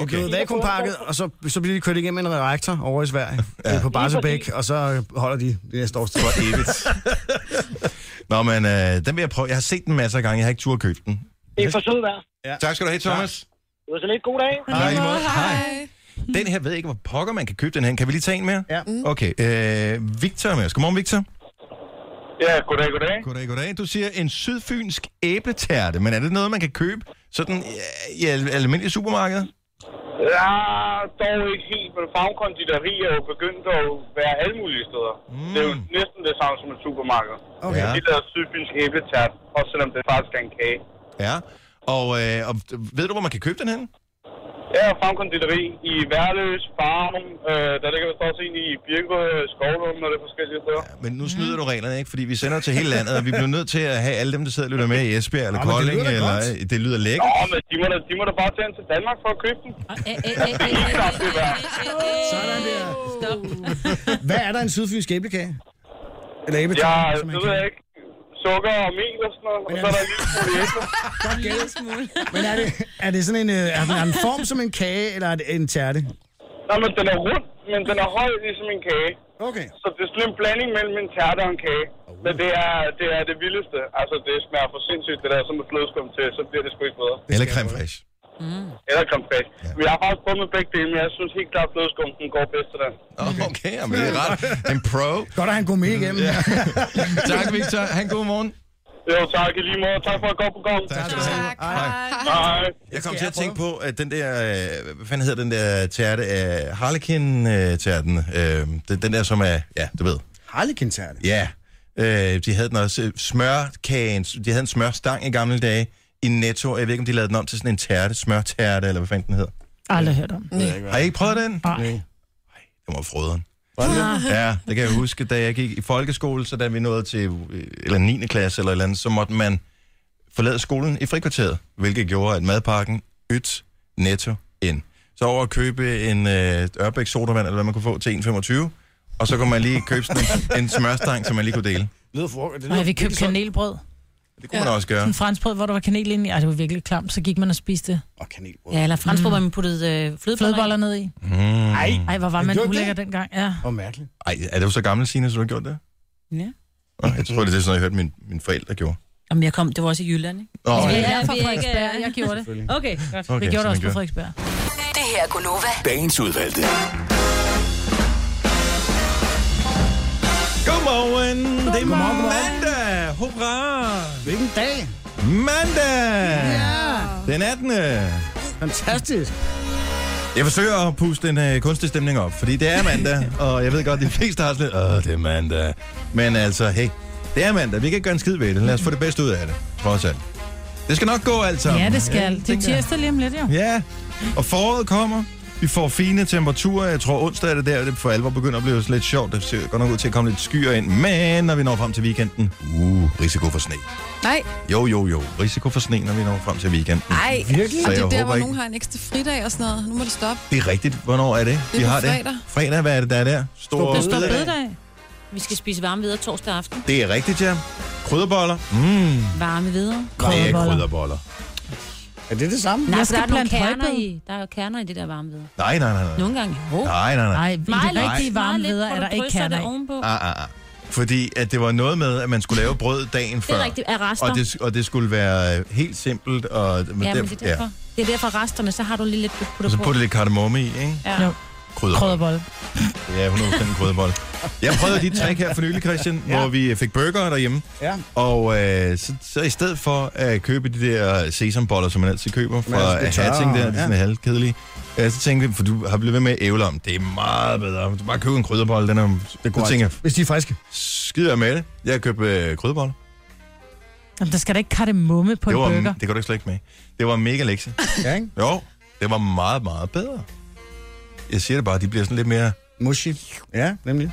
[SPEAKER 3] Okay. Det er vakuumpakket, og så, så bliver de kørt igennem en reaktor over i Sverige ja. på Barsebæk, og så øh, holder de det næste års tid.
[SPEAKER 1] For evigt. Nå, men øh, den vil jeg prøve. Jeg har set den masser af gange, jeg har ikke tur købt den.
[SPEAKER 12] Det er for sødt værd.
[SPEAKER 1] Tak skal du have, Thomas.
[SPEAKER 12] Det var så lidt god dag.
[SPEAKER 1] Hej. Hej. Den her ved jeg ikke, hvor pokker man kan købe den her. Kan vi lige tage en mere?
[SPEAKER 3] Ja.
[SPEAKER 1] Okay. Øh, Victor er med os. Godmorgen, Victor.
[SPEAKER 12] Ja, goddag, goddag.
[SPEAKER 1] Goddag, goddag. Du siger en sydfynsk æbletærte, men er det noget, man kan købe sådan øh, i al- almindelige supermarked?
[SPEAKER 12] Ja, dog ikke helt, men fagkonditori er jo begyndt at være alle mulige steder. Mm. Det er jo næsten det samme som et supermarked.
[SPEAKER 3] Okay.
[SPEAKER 1] Ja.
[SPEAKER 12] De laver sydfynsk æbletært, også selvom det faktisk er en kage.
[SPEAKER 1] Ja. Og, øh, og ved du, hvor man kan købe den hen?
[SPEAKER 12] Ja, fagkonditori i Værløs, Farum, øh, der ligger vist også en i Birkerød, Skovlund og det er forskellige steder.
[SPEAKER 1] Men nu
[SPEAKER 3] Mhm.
[SPEAKER 1] snyder du reglerne, ikke? Fordi vi sender til hele landet, og vi bliver nødt til at have alle dem, der sidder og lytter med i Esbjerg eller
[SPEAKER 3] Nå, men det
[SPEAKER 1] Kolding.
[SPEAKER 3] lyder da
[SPEAKER 1] eller,
[SPEAKER 3] godt.
[SPEAKER 1] det lyder lækkert.
[SPEAKER 12] Nå, men de må, da, de må da bare tage ind til Danmark for at købe den.
[SPEAKER 2] Og, æ, æ, æ, æ, æ, æ, æ, æ, æ, æ.
[SPEAKER 3] Sådan der. Hvad er der i en sydfynsk æblekage? Eller æbletang,
[SPEAKER 12] Ja,
[SPEAKER 3] som man
[SPEAKER 12] det
[SPEAKER 3] kan-
[SPEAKER 12] ved jeg ikke. Sukker og mel og sådan noget, og så er der lige smule æble.
[SPEAKER 3] Men er det, er det sådan en, øh, er den er en form som en kage, eller er det en tærte?
[SPEAKER 12] Nå, men den er rund, men den er høj ligesom en kage.
[SPEAKER 3] Okay.
[SPEAKER 12] Så det er sådan en blanding mellem en tærte og en kage. Men
[SPEAKER 1] uh.
[SPEAKER 12] det er, det er det vildeste. Altså, det smager for sindssygt, det der, som med flødeskum til, så bliver det sgu ikke bedre.
[SPEAKER 1] Eller creme fraiche.
[SPEAKER 12] Eller creme fraiche. Ja. Vi har faktisk prøvet med begge dele, men jeg synes helt klart, at flødeskum den går bedst til den.
[SPEAKER 1] Okay, okay jamen, det er ret. En pro.
[SPEAKER 3] Godt at han går med igennem. (laughs) Ja.
[SPEAKER 1] Tak, Victor. Han god morgen.
[SPEAKER 12] Jo, tak i lige måde. Tak for et godt program.
[SPEAKER 1] Tak skal du have. Hej.
[SPEAKER 12] Hej.
[SPEAKER 1] Jeg kom til at tænke på, at den der, øh, hvad fanden hedder den der tærte, øh, Harlequin-tærten, øh, den, den der, som er, ja, du ved,
[SPEAKER 3] Harlekin-tærte.
[SPEAKER 1] ja, øh, de havde den også, øh, smørkagen, de havde en smørstang i gamle dage, i Netto, jeg ved ikke, om de lavede den om til sådan en tærte, smørtærte, eller hvad fanden den hedder.
[SPEAKER 5] Aldrig hørt om.
[SPEAKER 1] Har I ikke prøvet den?
[SPEAKER 5] Nej.
[SPEAKER 1] Nej. Den var frøderen. Ja, det kan jeg huske, da jeg gik i folkeskole, så da vi nåede til øh, eller 9. klasse eller et eller andet, så måtte man forlade skolen i frikvarteret, hvilket gjorde, at madpakken ydt netto ind. Så over at købe en øh, Ørbæk sodavand, eller hvad man kunne få, til 1,25, og så kunne man lige købe sådan en, en smørstang, som man lige kunne dele.
[SPEAKER 3] Lyder for, det lyder
[SPEAKER 5] Nej, vi købte kanelbrød.
[SPEAKER 1] Det kunne ja. man også
[SPEAKER 5] (laughs)
[SPEAKER 1] gøre.
[SPEAKER 5] En franskbrød, hvor der var kanel inde i. Ej, det var virkelig klamt. Så gik man og spiste det.
[SPEAKER 3] Og kanelbrød.
[SPEAKER 2] Ja, eller franskbrød, hvor man puttede øh, flødeboller
[SPEAKER 5] flødeboller ned i.
[SPEAKER 3] Nej.
[SPEAKER 5] Ej, hvor var
[SPEAKER 3] Men
[SPEAKER 5] man
[SPEAKER 3] gjorde
[SPEAKER 5] ulækker
[SPEAKER 3] det?
[SPEAKER 5] dengang. Ja.
[SPEAKER 3] Hvor mærkeligt.
[SPEAKER 1] Hmm. Ej, er du så gammel, Signe, så du har gjort det?
[SPEAKER 2] Ja.
[SPEAKER 1] Nå, Jeg tror, det er sådan noget, jeg hørte min, mine forældre gjorde.
[SPEAKER 2] Jamen, jeg kom, det var også i Jylland, ikke?
[SPEAKER 1] Nå,
[SPEAKER 2] Ja,
[SPEAKER 5] Ja,
[SPEAKER 2] ja,
[SPEAKER 5] jeg er fra
[SPEAKER 2] vi er ikke-
[SPEAKER 5] Frederiksberg. Jeg gjorde det.
[SPEAKER 2] Okay, godt.
[SPEAKER 1] okay,
[SPEAKER 5] Vi gjorde
[SPEAKER 1] så
[SPEAKER 5] det også
[SPEAKER 1] man
[SPEAKER 5] på Frederiksberg.
[SPEAKER 10] Det her er Gunova.
[SPEAKER 9] Dagens udvalgte.
[SPEAKER 1] Godmorgen, det er mandag. Hurra!
[SPEAKER 3] Hvilken dag.
[SPEAKER 1] Mandag! Den 18.
[SPEAKER 3] Fantastisk.
[SPEAKER 1] Jeg forsøger at puste en øh, kunstig stemning op, fordi det er
[SPEAKER 3] (laughs)
[SPEAKER 1] mandag, og jeg ved godt, de fleste har sådan lidt, åh, det er mandag. Men altså, hey, det er mandag. Vi kan ikke gøre en skid ved det. Lad os få det bedste ud af det, trods alt. Det skal nok gå alt sammen.
[SPEAKER 5] Ja, det skal.
[SPEAKER 1] ikke?
[SPEAKER 5] Det er tirsdag lige om lidt, jo.
[SPEAKER 1] Ja, og foråret kommer. Vi får fine temperaturer. Jeg tror, onsdag er det der, det for alvor begynder at blive lidt sjovt. Det ser godt nok ud til at komme lidt skyer ind. Men når vi når frem til weekenden, uh, risiko for sne.
[SPEAKER 4] Nej,
[SPEAKER 1] Jo, jo, jo. Risiko for sne, når vi når frem til weekenden.
[SPEAKER 4] nej.
[SPEAKER 1] Virkelig?
[SPEAKER 4] Og
[SPEAKER 1] Så
[SPEAKER 4] det
[SPEAKER 1] jeg
[SPEAKER 4] er der,
[SPEAKER 1] håber
[SPEAKER 4] hvor
[SPEAKER 1] ikke-
[SPEAKER 4] nogen har en ekstra fridag og sådan noget. Nu må det stoppe.
[SPEAKER 1] Det er rigtigt. Hvornår er det?
[SPEAKER 4] Det er
[SPEAKER 1] Vi
[SPEAKER 4] på
[SPEAKER 1] har
[SPEAKER 4] fredag.
[SPEAKER 1] det. Fredag, hvad er det, der er der? Stor
[SPEAKER 5] Det står bededag.
[SPEAKER 2] Vi skal spise varme videre torsdag aften.
[SPEAKER 1] Det er rigtigt, ja. Krydderboller. Mm,
[SPEAKER 2] Varme videre.
[SPEAKER 1] det er
[SPEAKER 5] Krydderboller.
[SPEAKER 1] krydderboller.
[SPEAKER 3] Er det det samme?
[SPEAKER 5] Jeg
[SPEAKER 2] Nej, for
[SPEAKER 5] skal
[SPEAKER 2] der er nogle
[SPEAKER 5] blande
[SPEAKER 2] kerner
[SPEAKER 5] højbede.
[SPEAKER 2] i, der er jo kerner i det der varme ved.
[SPEAKER 1] Nej, nej, nej, nej.
[SPEAKER 2] Nogle gange, jo.
[SPEAKER 1] Nej, nej, nej.
[SPEAKER 5] Nej, i det
[SPEAKER 2] Meget lidt,
[SPEAKER 5] rigtige
[SPEAKER 2] meget
[SPEAKER 5] varme
[SPEAKER 2] lidt,
[SPEAKER 5] leder
[SPEAKER 2] hvor
[SPEAKER 5] er
[SPEAKER 2] du
[SPEAKER 5] der ikke
[SPEAKER 2] drysser
[SPEAKER 5] kerner
[SPEAKER 2] det
[SPEAKER 5] i.
[SPEAKER 2] ovenpå.
[SPEAKER 1] Ah, ah, ah. Fordi at det var noget med, at man skulle lave brød dagen
[SPEAKER 2] Det
[SPEAKER 1] før.
[SPEAKER 2] er rigtigt, af rester.
[SPEAKER 1] Og det, og det skulle være øh, helt simpelt. Og, men
[SPEAKER 2] ja, men det er derfor. Ja. Det er derfor resterne, så har du lige lidt
[SPEAKER 1] Og
[SPEAKER 2] puttet
[SPEAKER 1] så
[SPEAKER 2] på.
[SPEAKER 1] putte lidt kardemomme i, ikke?
[SPEAKER 2] Ja.
[SPEAKER 5] Jo.
[SPEAKER 1] Krydder.
[SPEAKER 5] Krødderbolle.
[SPEAKER 1] Ja, 100% krydderbold. Jeg prøvede
[SPEAKER 2] (laughs)
[SPEAKER 1] dit trick her for nylig, Christian, ja. hvor vi fik burger derhjemme.
[SPEAKER 3] Ja.
[SPEAKER 1] Og øh, så, så i stedet for at købe de der sesamboller, som man altid køber
[SPEAKER 3] Men altså,
[SPEAKER 1] fra
[SPEAKER 3] det er tørre,
[SPEAKER 1] Hatting, der, de er
[SPEAKER 3] ja.
[SPEAKER 1] sådan halvkedelige, ja, så tænkte vi, for du har blevet ved med at ævle om, det er meget bedre. Du kan bare købe en krydderbolle, den er... Det så
[SPEAKER 3] Korrekt.
[SPEAKER 1] tænker jeg,
[SPEAKER 3] Hvis de er friske.
[SPEAKER 1] skider jeg med det. Jeg købte øh, krydderboller.
[SPEAKER 5] Jamen, der skal da ikke kardemomme på en
[SPEAKER 1] det, var,
[SPEAKER 5] burger.
[SPEAKER 1] det kan du ikke slække med. Det var mega lektie.
[SPEAKER 3] Ja, ikke?
[SPEAKER 1] Jo, det var meget, meget bedre. Jeg siger det bare, de bliver sådan lidt mere...
[SPEAKER 3] Mushi. Ja, nemlig.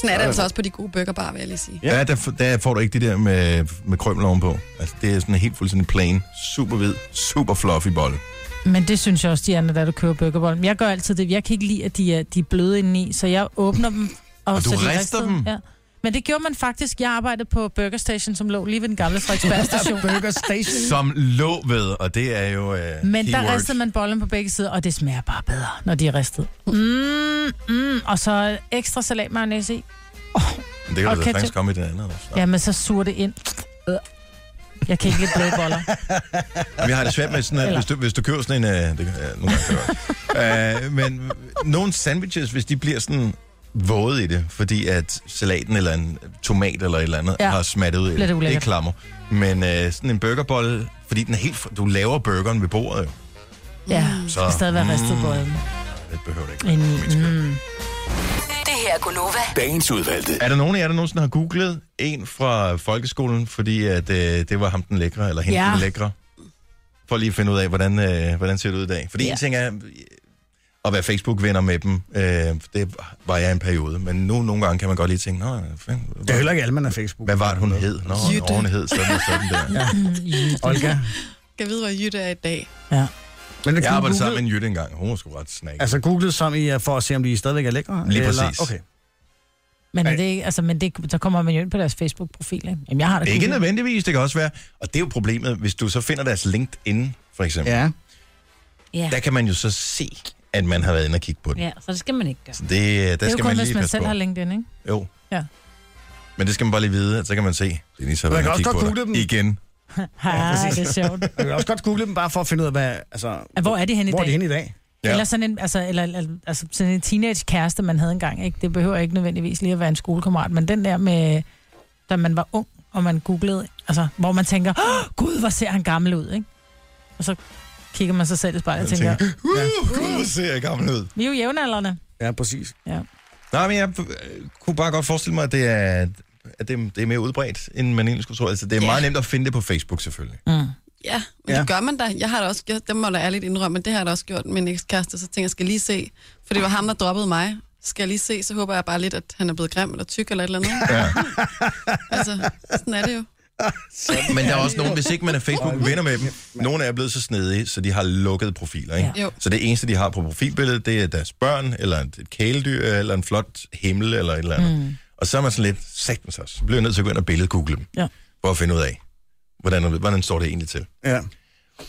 [SPEAKER 4] Sådan er det altså også på de gode burgerbar, vil jeg lige sige.
[SPEAKER 1] Ja, ja der, f- der får du ikke det der med, med krømmel ovenpå. Altså, det er sådan helt fuldstændig plain, super hvid, super fluffy bolle.
[SPEAKER 5] Men det synes jeg også, de er, når du køber burgerbollen. Jeg gør altid det. Jeg kan ikke lide, at de er, de er bløde indeni, så jeg åbner dem. Og,
[SPEAKER 1] Og du
[SPEAKER 5] så de
[SPEAKER 1] rister
[SPEAKER 5] ristede.
[SPEAKER 1] dem?
[SPEAKER 5] Ja. Men det gjorde man faktisk. Jeg arbejdede på Burger Station, som lå lige ved den gamle Frederiksberg
[SPEAKER 1] (laughs)
[SPEAKER 5] station.
[SPEAKER 3] Burger Station.
[SPEAKER 1] Som lå ved, og det er jo øh,
[SPEAKER 5] Men der altså-
[SPEAKER 1] keyword.
[SPEAKER 5] ristede man bollen på begge sider, og det smager bare bedre, når de er ristet. Mm, mm, og så ekstra salat mayonnaise i.
[SPEAKER 1] Men Det kan
[SPEAKER 5] og
[SPEAKER 1] du da
[SPEAKER 5] ketchup.
[SPEAKER 1] faktisk komme i det andet. Også. Ja.
[SPEAKER 5] Jamen, så suger det ind. Øh. Jeg kan ikke lide bløde boller.
[SPEAKER 1] Vi har det svært med sådan, at
[SPEAKER 5] Eller-
[SPEAKER 1] hvis du, hvis du køber sådan en... Øh, det, kan- ja, nogle gange kan
[SPEAKER 5] (laughs)
[SPEAKER 1] det godt. øh, men nogle sandwiches, hvis de bliver sådan våde i det, fordi at salaten eller en tomat eller et eller andet ja.
[SPEAKER 5] Ja.
[SPEAKER 1] har smattet ud i
[SPEAKER 5] Bliver
[SPEAKER 1] det.
[SPEAKER 5] det
[SPEAKER 1] Det er
[SPEAKER 5] ulækkert.
[SPEAKER 1] klammer. Men øh, sådan en burgerbolle, fordi den er helt... fr- Du laver burgeren ved bordet jo.
[SPEAKER 5] Ja,
[SPEAKER 1] Så-
[SPEAKER 5] så skal stadig være ristet bollen.
[SPEAKER 1] Det behøver det ikke.
[SPEAKER 5] Indeni.
[SPEAKER 1] være, for min skyld.
[SPEAKER 5] Mm.
[SPEAKER 10] Det her er Gunova.
[SPEAKER 9] Dagens udvalgte.
[SPEAKER 1] Er der nogen af jer, der nogensinde har googlet en fra folkeskolen, fordi at, øh, det var ham den lækre, eller hende ja.
[SPEAKER 5] Ja.
[SPEAKER 1] den lækre? For lige at finde ud af, hvordan, øh, hvordan ser det ud i dag. Fordi ja. en ting er øh, at være Facebook-venner med dem. Øh, det var jeg en periode. Men nu nogle gange kan man godt lige tænke, Nå, fanden,
[SPEAKER 3] Det er
[SPEAKER 1] hvad,
[SPEAKER 3] heller ikke alle, man har Facebook.
[SPEAKER 1] hvad var det, hun hed? Nå,
[SPEAKER 4] Jytte.
[SPEAKER 1] hun hed sådan og sådan
[SPEAKER 3] (laughs)
[SPEAKER 1] der. Ja.
[SPEAKER 3] Olga.
[SPEAKER 4] Skal vide, hvad Jytte er i dag.
[SPEAKER 3] Men det
[SPEAKER 1] Jeg
[SPEAKER 3] kunne
[SPEAKER 1] arbejdede
[SPEAKER 3] Google-
[SPEAKER 1] sammen med en Jytte engang. Hun var sgu ret snak.
[SPEAKER 3] Altså googlet sammen i, øh, for at se, om de stadigvæk er lækre?
[SPEAKER 1] Lige
[SPEAKER 3] eller-
[SPEAKER 1] præcis.
[SPEAKER 3] Okay.
[SPEAKER 5] Men, er
[SPEAKER 3] Ej.
[SPEAKER 5] det ikke, altså, men det, så kommer man jo ind på deres Facebook-profil, ikke? Jamen, jeg har det
[SPEAKER 1] Ikke
[SPEAKER 5] googlet.
[SPEAKER 1] nødvendigvis, det kan også være. Og det er jo problemet, hvis du så finder deres LinkedIn, for eksempel. Ja.
[SPEAKER 3] Ja.
[SPEAKER 2] Ja.
[SPEAKER 1] Der kan man jo så se, at man har været inde og kigge på den.
[SPEAKER 2] ja, så det skal man ikke gøre.
[SPEAKER 1] Så det, øh, der
[SPEAKER 5] Det er
[SPEAKER 1] skal
[SPEAKER 5] jo kun,
[SPEAKER 1] man lige
[SPEAKER 5] hvis man
[SPEAKER 1] passe
[SPEAKER 5] selv
[SPEAKER 1] på.
[SPEAKER 5] har LinkedIn, ikke?
[SPEAKER 1] Jo.
[SPEAKER 5] Ja.
[SPEAKER 1] Men det skal man bare lige vide, at så kan man se. Det er lige så,
[SPEAKER 3] Man
[SPEAKER 1] man kan
[SPEAKER 3] kan også
[SPEAKER 1] kigge
[SPEAKER 3] godt
[SPEAKER 1] på
[SPEAKER 3] google dem.
[SPEAKER 1] dig. Igen.
[SPEAKER 5] Ha, ja, det er sjovt.
[SPEAKER 3] Man kan også godt google dem, bare for at finde ud af, hvad, altså,
[SPEAKER 5] Ah, Hvor er de henne i
[SPEAKER 3] hvor er
[SPEAKER 5] dag?
[SPEAKER 3] de henne i dag?
[SPEAKER 1] Ja.
[SPEAKER 5] Ja. Eller sådan en, altså, eller, eller, altså sådan en teenage-kæreste, man havde engang. Ikke? Det behøver ikke nødvendigvis lige at være en skolekammerat, men den der med, da man var ung, og man googlede, altså, hvor man tænker, oh, gud, hvor ser han gammel ud, ikke? Og så kigger man sig selv i spejlet og tænker,
[SPEAKER 1] Jeg tænker, uh, gud, hvor ser jeg gammel ud.
[SPEAKER 5] vi er jo jævnaldrende.
[SPEAKER 3] Ja, præcis.
[SPEAKER 1] Nej, men jeg øh, kunne bare godt forestille mig, at det er, at det, det er mere udbredt, end man egentlig skulle tro. Altså, det er
[SPEAKER 4] Ja.
[SPEAKER 1] meget nemt at finde det på Facebook, selvfølgelig.
[SPEAKER 5] Mm.
[SPEAKER 4] Ja, men
[SPEAKER 3] Ja.
[SPEAKER 4] ja. det gør man da. Jeg har da også, jeg, det må jeg da ærligt indrømme, men det har jeg da også gjort med en ekskæreste, så tænker jeg, skal jeg lige se, for det var ham, der droppede mig. Skal jeg lige se, så håber jeg bare lidt, at han er blevet grim eller tyk eller et
[SPEAKER 1] (laughs)
[SPEAKER 4] eller andet.
[SPEAKER 1] Ja.
[SPEAKER 4] altså, sådan er det jo.
[SPEAKER 1] Men der er også nogen, hvis ikke man er Facebook-venner med dem, nogen er blevet så snedige, så de har lukkede profiler, ikke?
[SPEAKER 5] Ja.
[SPEAKER 4] Jo.
[SPEAKER 1] Så det eneste, de har på profilbilledet, det er deres børn, eller et et kæledyr, eller en flot himmel, eller et eller andet. Mm. Og så er man sådan lidt, sagtens også, så bliver jeg nødt til at gå ind og billedgoogle dem,
[SPEAKER 5] Ja.
[SPEAKER 1] for at finde ud af, hvordan, hvordan står det egentlig til.
[SPEAKER 3] Ja.
[SPEAKER 1] Og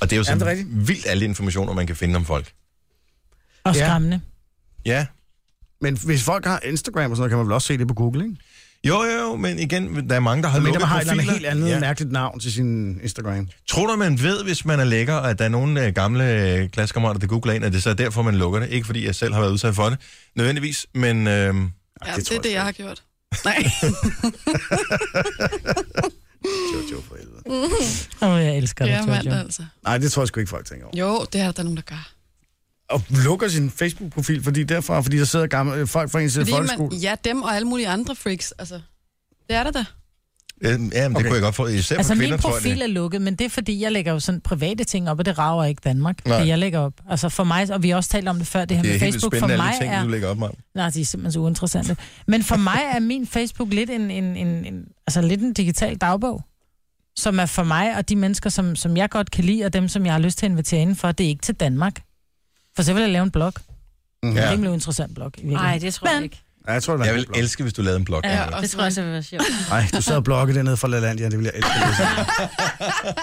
[SPEAKER 1] det er jo
[SPEAKER 3] Jamen, det er
[SPEAKER 1] sådan
[SPEAKER 3] rigtigt.
[SPEAKER 1] vildt alle informationer, man kan finde om folk.
[SPEAKER 5] Og
[SPEAKER 3] Ja.
[SPEAKER 5] skræmmende.
[SPEAKER 1] Ja,
[SPEAKER 3] Men hvis folk har Instagram og sådan noget, kan man vel også se det på Google, ikke?
[SPEAKER 1] jo, jo, jo, men igen, der er mange, der har
[SPEAKER 3] Men der
[SPEAKER 1] lukket
[SPEAKER 3] man har et
[SPEAKER 1] profiler.
[SPEAKER 3] eller andet helt andet
[SPEAKER 1] Ja.
[SPEAKER 3] ja. mærkeligt navn til sin Instagram.
[SPEAKER 1] Tror du, man ved, hvis man er lækker, at der er nogle øh, gamle øh, klassekammerater, der googler en, at det så er derfor, man lukker det? Ikke fordi jeg selv har været udsat for det, nødvendigvis, men øh,
[SPEAKER 4] Ja,
[SPEAKER 3] det
[SPEAKER 4] det,
[SPEAKER 3] tror
[SPEAKER 4] det er
[SPEAKER 3] jeg
[SPEAKER 4] det, jeg har gjort. Nej,
[SPEAKER 3] Jojo for helvede.
[SPEAKER 5] Åh, oh, jeg elsker
[SPEAKER 4] det
[SPEAKER 5] det,
[SPEAKER 4] er mand,
[SPEAKER 5] Jojo.
[SPEAKER 4] altså.
[SPEAKER 3] Nej, det tror jeg sgu ikke, folk tænker over.
[SPEAKER 4] Jo, det er der nogen, der gør.
[SPEAKER 3] Og lukker sin Facebook-profil, fordi derfra, fordi der sidder gamle, øh, folk fra ens
[SPEAKER 4] Fordi
[SPEAKER 3] folkeskole.
[SPEAKER 4] man, ja, dem og alle mulige andre freaks, altså. Det er der da.
[SPEAKER 1] øh, ja, men det
[SPEAKER 3] Okay.
[SPEAKER 1] kunne jeg godt få. Især
[SPEAKER 5] Altså,
[SPEAKER 1] for
[SPEAKER 5] min
[SPEAKER 1] kvinder, tror jeg
[SPEAKER 5] profil
[SPEAKER 1] det.
[SPEAKER 5] er lukket, men det er fordi, jeg lægger jo sådan private ting op, og det rager ikke Danmark,
[SPEAKER 1] Nej.
[SPEAKER 5] Nej. det jeg lægger op. Altså for mig, og vi har også talt om det før, det her
[SPEAKER 1] Det er
[SPEAKER 5] med
[SPEAKER 1] helt
[SPEAKER 5] Facebook,
[SPEAKER 1] Facebook
[SPEAKER 5] for
[SPEAKER 1] spændende, alle
[SPEAKER 5] mig
[SPEAKER 1] de ting,
[SPEAKER 5] er...
[SPEAKER 1] du lægger op med.
[SPEAKER 5] Nej, de er simpelthen så uinteressante. Men for mig er min Facebook lidt en, en, en, en, altså lidt en digital dagbog, som er for mig og de mennesker, som, som jeg godt kan lide, og dem, som jeg har lyst til at invitere indenfor, det er ikke til Danmark. For så vil jeg lave en blog. Ja. En
[SPEAKER 1] Ja.
[SPEAKER 5] rimelig interessant blog. i virkeligheden.
[SPEAKER 2] Nej, det tror jeg
[SPEAKER 5] Men-
[SPEAKER 2] ikke.
[SPEAKER 3] Mm-hmm. Ja, jeg tror, det var
[SPEAKER 1] Jeg
[SPEAKER 3] en
[SPEAKER 1] vil
[SPEAKER 3] blog.
[SPEAKER 1] elske, hvis du lavede en blog.
[SPEAKER 2] Ja,
[SPEAKER 1] Maja.
[SPEAKER 2] ja, det tror jeg også vil være sjovt.
[SPEAKER 3] Ej, du sad og blokkede dernede fra LaLandia, det ville jeg elske.
[SPEAKER 1] (laughs)
[SPEAKER 3] hvis jeg-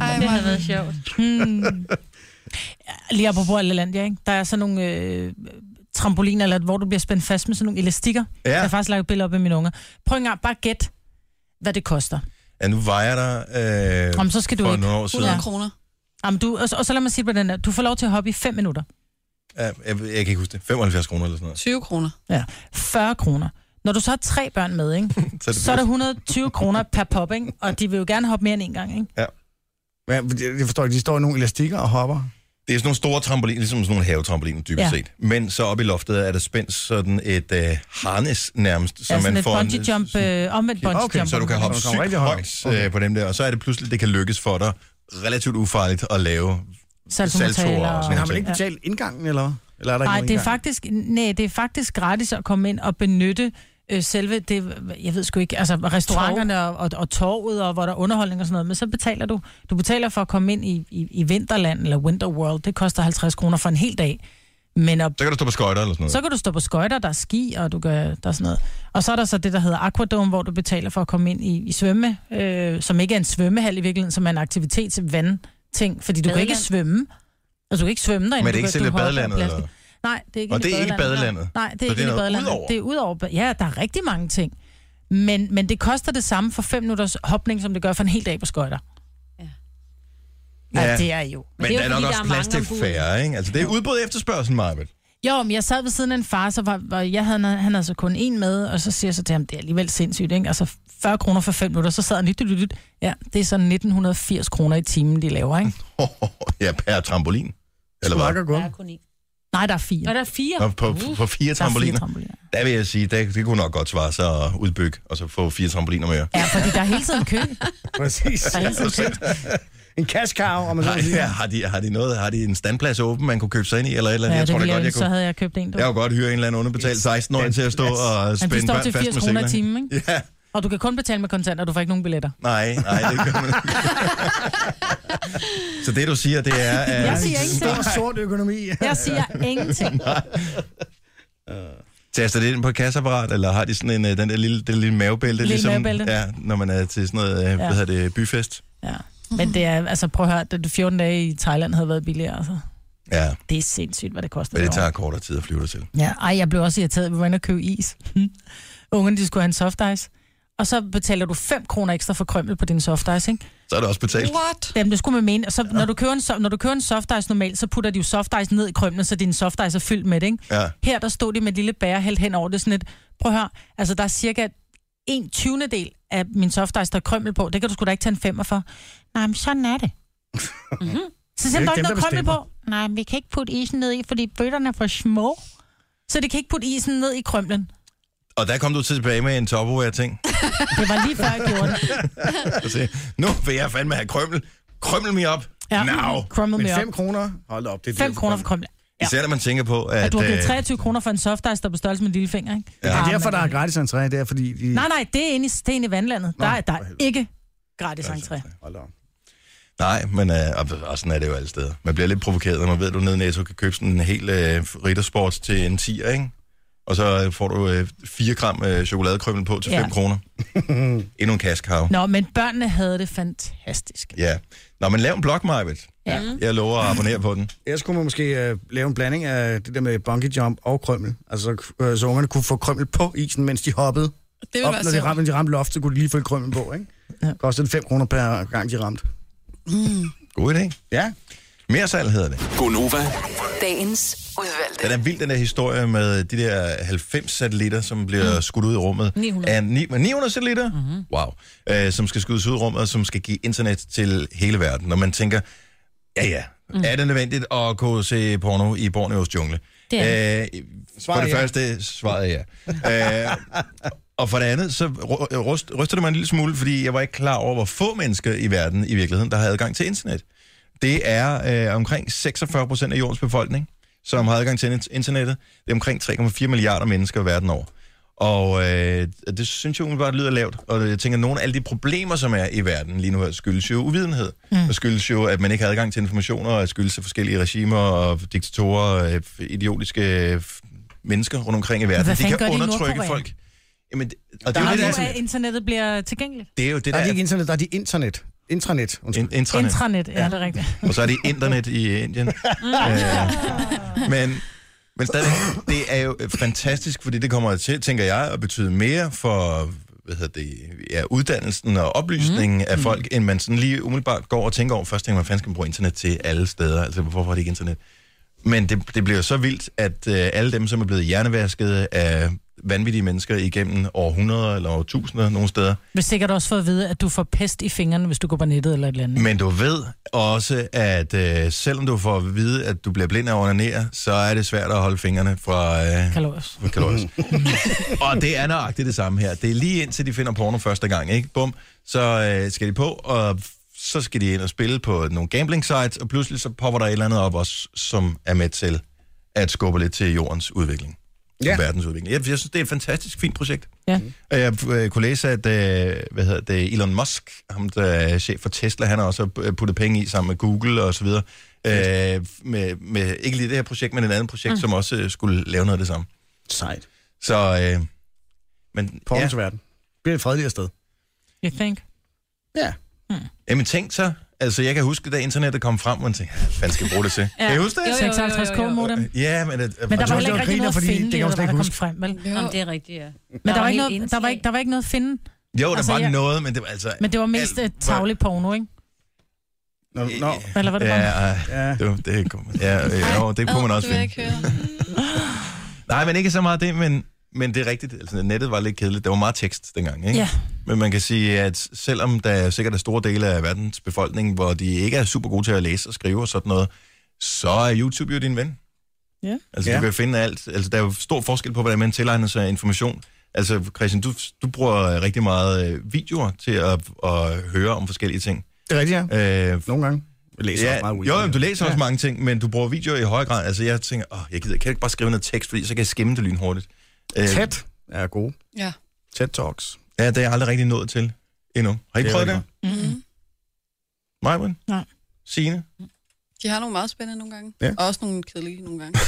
[SPEAKER 2] Ej, det har været sjovt.
[SPEAKER 5] Mm. Lige apropos Allelandia, ikke? Der er sådan nogle øh, trampoliner, eller, hvor du bliver spændt fast med sådan nogle elastikker.
[SPEAKER 1] Ja.
[SPEAKER 5] Jeg har faktisk lagt billeder op af mine unger. Prøv engang, bare gæt, hvad det koster.
[SPEAKER 1] Ja, nu vejer der... Øh,
[SPEAKER 5] Om så skal du
[SPEAKER 1] for
[SPEAKER 5] ikke.
[SPEAKER 1] nogle år siden.
[SPEAKER 4] 100 kroner.
[SPEAKER 5] Jamen, du, og, så- og, så lad mig sige på den her. Du får lov til at hoppe i 5 minutter.
[SPEAKER 1] Ja, jeg, jeg, kan ikke huske det. 75 kroner eller sådan noget.
[SPEAKER 4] 20 kroner.
[SPEAKER 5] Ja. 40 kroner. Når du så har tre børn med, ikke?
[SPEAKER 1] Så er det,
[SPEAKER 5] så er det 120 kroner per pop, ikke? Og de vil jo gerne hoppe mere end en gang, ikke?
[SPEAKER 3] Men jeg- jeg forstår ikke, de står i nogle elastikker og hopper.
[SPEAKER 1] det er sådan nogle store trampoliner, ligesom sådan nogle havetrampoliner dybest
[SPEAKER 5] Ja.
[SPEAKER 1] set. Men så oppe i loftet er der spændt sådan et øh, harnes nærmest,
[SPEAKER 5] Så ja, Altså, sådan et
[SPEAKER 1] en-
[SPEAKER 5] bungee jump, øh, omvendt
[SPEAKER 1] Okay,
[SPEAKER 5] bungee jump.
[SPEAKER 1] så du kan hoppe
[SPEAKER 3] Så du
[SPEAKER 1] sygt
[SPEAKER 3] kommer rigtig højt
[SPEAKER 1] højt
[SPEAKER 3] op.
[SPEAKER 1] okay. på dem der, og så er det pludselig, det kan lykkes for dig relativt ufarligt at lave
[SPEAKER 5] Saltomortaler
[SPEAKER 1] saltoer og sådan
[SPEAKER 5] og-
[SPEAKER 3] Har
[SPEAKER 1] noget.
[SPEAKER 3] man ikke
[SPEAKER 1] ting.
[SPEAKER 3] betalt indgangen, eller hvad? Eller er der
[SPEAKER 5] Nej,
[SPEAKER 3] ikke
[SPEAKER 5] det er, faktisk, nej, det er faktisk gratis at komme ind og benytte øh, selve det, jeg ved sgu ikke, altså restauranterne og, og, og torvet, og hvor der er underholdning og sådan noget, men så betaler du. Du betaler for at komme ind i, i, i Vinterland eller Winterworld, det koster 50 kroner for en hel dag. Men op,
[SPEAKER 1] Så kan du stå på skøjter eller sådan noget.
[SPEAKER 5] så kan du stå på skøjter, der er ski, og du kan, der er sådan noget. Og så er der så det, der hedder Aquadome, hvor du betaler for at komme ind i, i svømme, øh, som ikke er en svømmehal i virkeligheden, som er en aktivitetsvandting, fordi du kan ikke
[SPEAKER 2] Badeland.
[SPEAKER 5] svømme. Altså, du kan ikke svømme derinde.
[SPEAKER 1] Men er det
[SPEAKER 5] du
[SPEAKER 1] ikke
[SPEAKER 5] kan-
[SPEAKER 1] selve
[SPEAKER 5] du hopper af
[SPEAKER 1] badelandet,
[SPEAKER 5] pladsen.
[SPEAKER 1] eller?
[SPEAKER 5] Nej, det er ikke
[SPEAKER 1] Og
[SPEAKER 5] inde i
[SPEAKER 1] det er ikke badelandet?
[SPEAKER 5] Nej, det
[SPEAKER 1] Så
[SPEAKER 5] er ikke
[SPEAKER 1] det er
[SPEAKER 5] inde i
[SPEAKER 1] noget
[SPEAKER 5] badelandet.
[SPEAKER 1] udover?
[SPEAKER 5] Det er udover. ba- Ja, der er rigtig mange ting. Men, men det koster det samme for 5 minutters hopning, som det gør for en hel dag på skøjter.
[SPEAKER 2] Ja.
[SPEAKER 5] Ja.
[SPEAKER 1] Ja.
[SPEAKER 5] ja, det er jo.
[SPEAKER 1] Men
[SPEAKER 2] det er
[SPEAKER 1] der er nok
[SPEAKER 2] jo fordi,
[SPEAKER 1] også
[SPEAKER 2] der er
[SPEAKER 1] plads
[SPEAKER 2] mange
[SPEAKER 1] til
[SPEAKER 2] om
[SPEAKER 1] færre, ikke? Altså, det er udbud og efterspørgsel, Marvitt.
[SPEAKER 5] Jo, men jeg sad ved siden af en far, så var, var jeg havde, han havde så kun en med, og så siger jeg så til ham, det er alligevel sindssygt, ikke? Altså 40 kroner for 5 minutter, så sad han lidt, lidt, lidt. Ja, det er så 1980 kroner i timen, de laver, ikke?
[SPEAKER 1] (laughs) ja, per trampolin. Eller hvad?
[SPEAKER 3] Smakker godt.
[SPEAKER 2] Der er kun én.
[SPEAKER 5] Nej, der er fire.
[SPEAKER 2] Og der er fire.
[SPEAKER 1] Og på, på, på fire
[SPEAKER 5] Der er fire
[SPEAKER 1] trampoliner.
[SPEAKER 5] trampoliner.
[SPEAKER 1] Der vil jeg sige, der, det kunne nok godt svare sig at udbygge, og så få fire trampoliner mere.
[SPEAKER 5] (laughs) Ja, fordi der er hele tiden kø.
[SPEAKER 3] Præcis.
[SPEAKER 5] Der er hele tiden kø.
[SPEAKER 3] En kaskav, om man så
[SPEAKER 1] Nej,
[SPEAKER 3] må sige.
[SPEAKER 1] ja, (laughs) har, de, har, de noget, har de en standplads åben, man kunne købe sig ind i, eller et eller andet?
[SPEAKER 5] Ja,
[SPEAKER 1] jeg tror
[SPEAKER 5] det
[SPEAKER 1] da
[SPEAKER 5] ville
[SPEAKER 1] godt,
[SPEAKER 5] jeg,
[SPEAKER 1] jeg
[SPEAKER 5] så
[SPEAKER 1] kunne...
[SPEAKER 5] havde jeg købt en, du.
[SPEAKER 1] Jeg kunne godt hyre en eller anden underbetalt 16-årig til at stå og
[SPEAKER 5] Men
[SPEAKER 1] spænde
[SPEAKER 5] de står
[SPEAKER 1] børn
[SPEAKER 5] til
[SPEAKER 1] fast
[SPEAKER 5] 80
[SPEAKER 1] med
[SPEAKER 5] kroner i
[SPEAKER 1] seler.
[SPEAKER 5] timen, ikke?
[SPEAKER 1] (laughs) Ja,
[SPEAKER 5] Og du kan kun betale med kontanter, du får ikke nogen billetter.
[SPEAKER 1] nej, nej, det gør man ikke. Så det, du siger, det er... At...
[SPEAKER 5] Jeg siger ingenting.
[SPEAKER 3] Stor sort økonomi.
[SPEAKER 5] Jeg siger
[SPEAKER 1] (laughs)
[SPEAKER 5] ingenting.
[SPEAKER 1] Taster det ind på et kasseapparat, eller har de sådan en, øh, den der lille, den lille mavebælte? ligesom-
[SPEAKER 5] Lille mavebælte.
[SPEAKER 1] Ja, når man er til sådan noget, ja. hvad hedder det, byfest.
[SPEAKER 5] Ja. Men det er, altså prøv at høre, det 14 dage i Thailand havde været billigere, altså.
[SPEAKER 1] Ja,
[SPEAKER 5] Det er sindssygt, hvad det koster.
[SPEAKER 1] men det
[SPEAKER 5] derovre.
[SPEAKER 1] tager kortere tid at flyve dig til.
[SPEAKER 5] Ja, ej, jeg blev også irriteret. Vi var inde og købe is. (laughs) Hm. Ungerne, de skulle have en soft ice. Og så betaler du 5 kroner ekstra for krømmel på din soft ice, ikke?
[SPEAKER 1] Så er det også betalt.
[SPEAKER 4] What?
[SPEAKER 5] Jamen, det skulle man mene. Og så, når, du køber en, so- når du køber en soft ice normalt, så putter de jo soft ice ned i krømmelen, så din soft ice er fyldt med det, ikke?
[SPEAKER 1] Ja.
[SPEAKER 5] Her, der stod de med et lille bær hældt hen over det sådan et... Prøv at høre, altså der er cirka en tyvende del af min soft ice, der er krømmel på. Det kan du sgu da ikke tage en femmer for. Nej, men sådan
[SPEAKER 3] (laughs)
[SPEAKER 5] er det. Så
[SPEAKER 3] Det er
[SPEAKER 5] simpelthen, der er
[SPEAKER 3] ikke
[SPEAKER 5] ikke
[SPEAKER 3] dem,
[SPEAKER 5] noget
[SPEAKER 3] der
[SPEAKER 5] krømmel på. Nej, men vi kan ikke putte isen ned i, fordi bøtterne er for små. Så de kan ikke putte isen ned i krømlen.
[SPEAKER 1] Og der kom du tilbage med en topo, jeg tænkte.
[SPEAKER 5] Det var lige før, jeg gjorde det.
[SPEAKER 1] Og sagde, nu vil jeg fandme have krømmel. Krømmel mig op.
[SPEAKER 5] Ja.
[SPEAKER 1] Now.
[SPEAKER 5] Crumble
[SPEAKER 3] Men
[SPEAKER 5] me
[SPEAKER 3] fem
[SPEAKER 5] up.
[SPEAKER 3] kroner? Hold da op, det er
[SPEAKER 5] 5
[SPEAKER 3] dyrt.
[SPEAKER 5] kroner for krømmel. Ja.
[SPEAKER 1] Især når man tænker på, at...
[SPEAKER 5] Og du har givet
[SPEAKER 1] øh,
[SPEAKER 5] 23 kroner for en soft ice, der er på størrelse med en lillefinger, ikke?
[SPEAKER 3] Det er
[SPEAKER 5] Ah,
[SPEAKER 3] derfor,
[SPEAKER 5] men-
[SPEAKER 3] der er gratis entré. Det er fordi... De...
[SPEAKER 5] Nej, nej, det er inde i, det er inde i vandlandet. Der, er- der er
[SPEAKER 3] for helvede.
[SPEAKER 5] ikke gratis entré.
[SPEAKER 3] Hold da op.
[SPEAKER 1] Nej, men øh, og- og sådan er det jo alle steder. Man bliver lidt provokeret, når man ved, at du nede i Netto kan købe sådan en hel øh, riddersports til en 10'er, ikke? Og så øh, får du øh, 4 gram øh, chokoladekrømmel på til 5
[SPEAKER 5] Ja. (laughs)
[SPEAKER 1] kroner. Endnu en kaskav.
[SPEAKER 5] Nå, men børnene havde det fantastisk.
[SPEAKER 1] Ja. Nå, men lav en blog, Marvitt.
[SPEAKER 5] Ja.
[SPEAKER 1] Jeg lover at abonnere på den.
[SPEAKER 3] Ellers kunne man måske øh, lave en blanding af det der med bungee jump og krømmel. Altså, øh, så ungerne kunne få krømmel på isen, mens de hoppede.
[SPEAKER 4] Det vil
[SPEAKER 3] Op,
[SPEAKER 4] være
[SPEAKER 3] når de
[SPEAKER 4] sjovt.
[SPEAKER 3] ramte, når de ramte loftet, kunne de lige få et krømmel på, ikke? Ja. Kostede 5 kroner per gang, de ramte.
[SPEAKER 1] God idé.
[SPEAKER 3] Ja.
[SPEAKER 1] Mere salg hedder det.
[SPEAKER 9] Gonova,
[SPEAKER 10] Dagens udvalgte.
[SPEAKER 1] Den er vild, den der historie med de der 90 satellitter, som bliver mm. skudt ud i rummet.
[SPEAKER 2] 900.
[SPEAKER 1] Af ni- 900 satellitter?
[SPEAKER 2] Mhm.
[SPEAKER 1] Mm-hmm. Wow. Øh, som skal skydes ud i rummet, og som skal give internet til hele verden. Når man tænker, ja ja, mm. er det nødvendigt at kunne se porno i Borneos jungle?
[SPEAKER 2] Det er
[SPEAKER 1] Øh, for det
[SPEAKER 3] ja.
[SPEAKER 1] første, svaret er ja. øh, og for det andet, så ru- øh, rust, ryster det mig en lille smule, fordi jeg var ikke klar over, hvor få mennesker i verden i virkeligheden, der har adgang til internet. Det er øh, omkring 46 procent af jordens befolkning, som har adgang til net- internettet. Det er omkring 3,4 milliarder mennesker verden over. Og øh, det synes jeg umiddelbart lyder lavt. Og jeg tænker, at nogle af alle de problemer, som er i verden lige nu, her, skyldes jo uvidenhed. Mm. Og skyldes jo, at man ikke har adgang til informationer, og skyldes af forskellige regimer og diktatorer, øh, idiotiske øh, mennesker rundt omkring i verden.
[SPEAKER 5] Hvad
[SPEAKER 1] de
[SPEAKER 5] fanden
[SPEAKER 1] kan
[SPEAKER 5] gør de i
[SPEAKER 1] undertrykke
[SPEAKER 5] Nordkorea?
[SPEAKER 1] folk. Jamen, det- og det er
[SPEAKER 5] Der
[SPEAKER 1] jo
[SPEAKER 5] er altså-
[SPEAKER 1] det, der er,
[SPEAKER 5] nu, at
[SPEAKER 1] så-
[SPEAKER 5] internettet bliver tilgængeligt.
[SPEAKER 1] det er jo det,
[SPEAKER 3] Der
[SPEAKER 1] der
[SPEAKER 3] er de ikke
[SPEAKER 1] er
[SPEAKER 3] internet, der er de internet. Intranet, undskyld.
[SPEAKER 1] in- intranet.
[SPEAKER 5] Intranet, ja, det er rigtigt.
[SPEAKER 1] Og så er det internet i (laughs) Indien. øh, men, men stadig, det er jo fantastisk, fordi det kommer til, tænker jeg, at betyde mere for hvad hedder det, ja, uddannelsen og oplysningen mm. af folk, end man sådan lige umiddelbart går og tænker over. Først tænker man, fanden skal man bruge internet til alle steder? Altså, hvorfor har det ikke internet? Men det, det bliver jo så vildt, at øh, alle dem, som er blevet hjernevasket af vanvittige mennesker igennem århundreder eller årtusinder nogle steder,
[SPEAKER 5] Du har sikkert også fået at vide, at du får pest i fingrene, hvis du går på nettet eller et eller andet.
[SPEAKER 1] Men du ved også, at øh, selvom du får at vide, at du bliver blind af at onanere, så er det svært at holde fingrene fra, øh,
[SPEAKER 5] Kalorier.
[SPEAKER 1] fra kalorier. (laughs) og det er nøjagtigt det samme her. Det er lige indtil de finder porno første gang, ikke? Bum. Så øh, skal de på, og så skal de ind og spille på nogle gambling sites, og pludselig så popper der et eller andet op også, som er med til at skubbe lidt til jordens udvikling. Ja.
[SPEAKER 3] Ja.
[SPEAKER 1] Verdens udvikling. Jeg, jeg synes, det er et fantastisk fint projekt.
[SPEAKER 5] Ja.
[SPEAKER 1] Og Jeg øh, kunne læse, at øh, hvad hedder det, Elon Musk, ham der er chef for Tesla, han har også øh, puttet penge i sammen med Google og så videre. Øh, med, med, ikke lige det her projekt, men et andet projekt, mm. som også øh, skulle lave noget af det samme.
[SPEAKER 3] Sejt.
[SPEAKER 1] Så, øh, men ja,
[SPEAKER 3] Pornos ja. verden. Bliver et fredeligere sted.
[SPEAKER 5] You think?
[SPEAKER 3] Ja.
[SPEAKER 1] jamen, tænk så. Altså, jeg kan huske, da internettet kom frem, og man tænkte, hvad fanden skal jeg bruge det til? ja. Kan I huske det?
[SPEAKER 2] Jo, jo, jo, jo,
[SPEAKER 5] 56 k
[SPEAKER 2] jo.
[SPEAKER 5] modem.
[SPEAKER 1] Ja, men... At,
[SPEAKER 5] Men der
[SPEAKER 3] Jeg
[SPEAKER 5] var
[SPEAKER 3] tror,
[SPEAKER 5] heller
[SPEAKER 3] det
[SPEAKER 5] ikke
[SPEAKER 3] var
[SPEAKER 5] rigtig
[SPEAKER 3] griner,
[SPEAKER 5] noget at
[SPEAKER 3] fordi det
[SPEAKER 5] finde,
[SPEAKER 3] kan
[SPEAKER 5] det,
[SPEAKER 3] man
[SPEAKER 5] der,
[SPEAKER 3] slet
[SPEAKER 5] der
[SPEAKER 3] ikke
[SPEAKER 5] kom
[SPEAKER 3] huske.
[SPEAKER 5] frem, vel?
[SPEAKER 2] Jamen, det er rigtigt, ja.
[SPEAKER 5] Men der var,
[SPEAKER 2] helt
[SPEAKER 5] ikke noget, der, var ikke,
[SPEAKER 2] indslag.
[SPEAKER 5] der var ikke noget at finde,
[SPEAKER 1] jo, der
[SPEAKER 5] Altså,
[SPEAKER 1] altså, var
[SPEAKER 5] jeg-
[SPEAKER 1] jeg... noget, men det var altså...
[SPEAKER 5] men det var mest
[SPEAKER 1] alt
[SPEAKER 5] øh, tavlig porno, ikke?
[SPEAKER 3] Nå, nå.
[SPEAKER 5] Eller hvad det var?
[SPEAKER 1] Ja, øh,
[SPEAKER 3] Ja.
[SPEAKER 1] det, var- det, kunne man- ja, øh, jo, det kunne man også
[SPEAKER 4] Det vil jeg
[SPEAKER 1] finde.
[SPEAKER 4] ikke høre.
[SPEAKER 1] Nej, men ikke så meget det, men, men det er rigtigt. Altså, nettet var lidt kedeligt. Der var meget tekst dengang, ikke?
[SPEAKER 5] Ja.
[SPEAKER 1] Men man kan sige, at selvom der er sikkert er store dele af verdens befolkning, hvor de ikke er super gode til at læse og skrive og sådan noget, så er YouTube jo din ven.
[SPEAKER 5] Ja.
[SPEAKER 1] Altså,
[SPEAKER 3] Ja.
[SPEAKER 1] du kan finde alt. Altså, der er jo stor forskel på, hvordan man tilegner sig information. Altså, Christian, du, du bruger rigtig meget øh, videoer til at, at høre om forskellige ting.
[SPEAKER 3] Det er rigtigt, ja.
[SPEAKER 1] Øh,
[SPEAKER 3] Nogle gange. Jeg læser også meget
[SPEAKER 1] jo,
[SPEAKER 3] weekend.
[SPEAKER 1] jamen, du læser ja. også mange ting, men du bruger videoer i høj grad. Altså, jeg tænker, åh, jeg gider, kan jeg ikke bare skrive noget tekst, fordi så kan jeg skimme det lynhurtigt. Øh,
[SPEAKER 3] Tæt er gode.
[SPEAKER 4] Ja.
[SPEAKER 3] Tæt talks.
[SPEAKER 1] Ja, det er jeg aldrig rigtig nået til endnu. Har I
[SPEAKER 3] Det er
[SPEAKER 1] prøvet det?
[SPEAKER 3] rigtig
[SPEAKER 4] Mm-hmm.
[SPEAKER 1] Majbun?
[SPEAKER 5] Nej.
[SPEAKER 1] Signe?
[SPEAKER 4] De har nogle meget spændende nogle gange.
[SPEAKER 3] Ja.
[SPEAKER 4] Ja. Og også nogle kedelige nogle gange.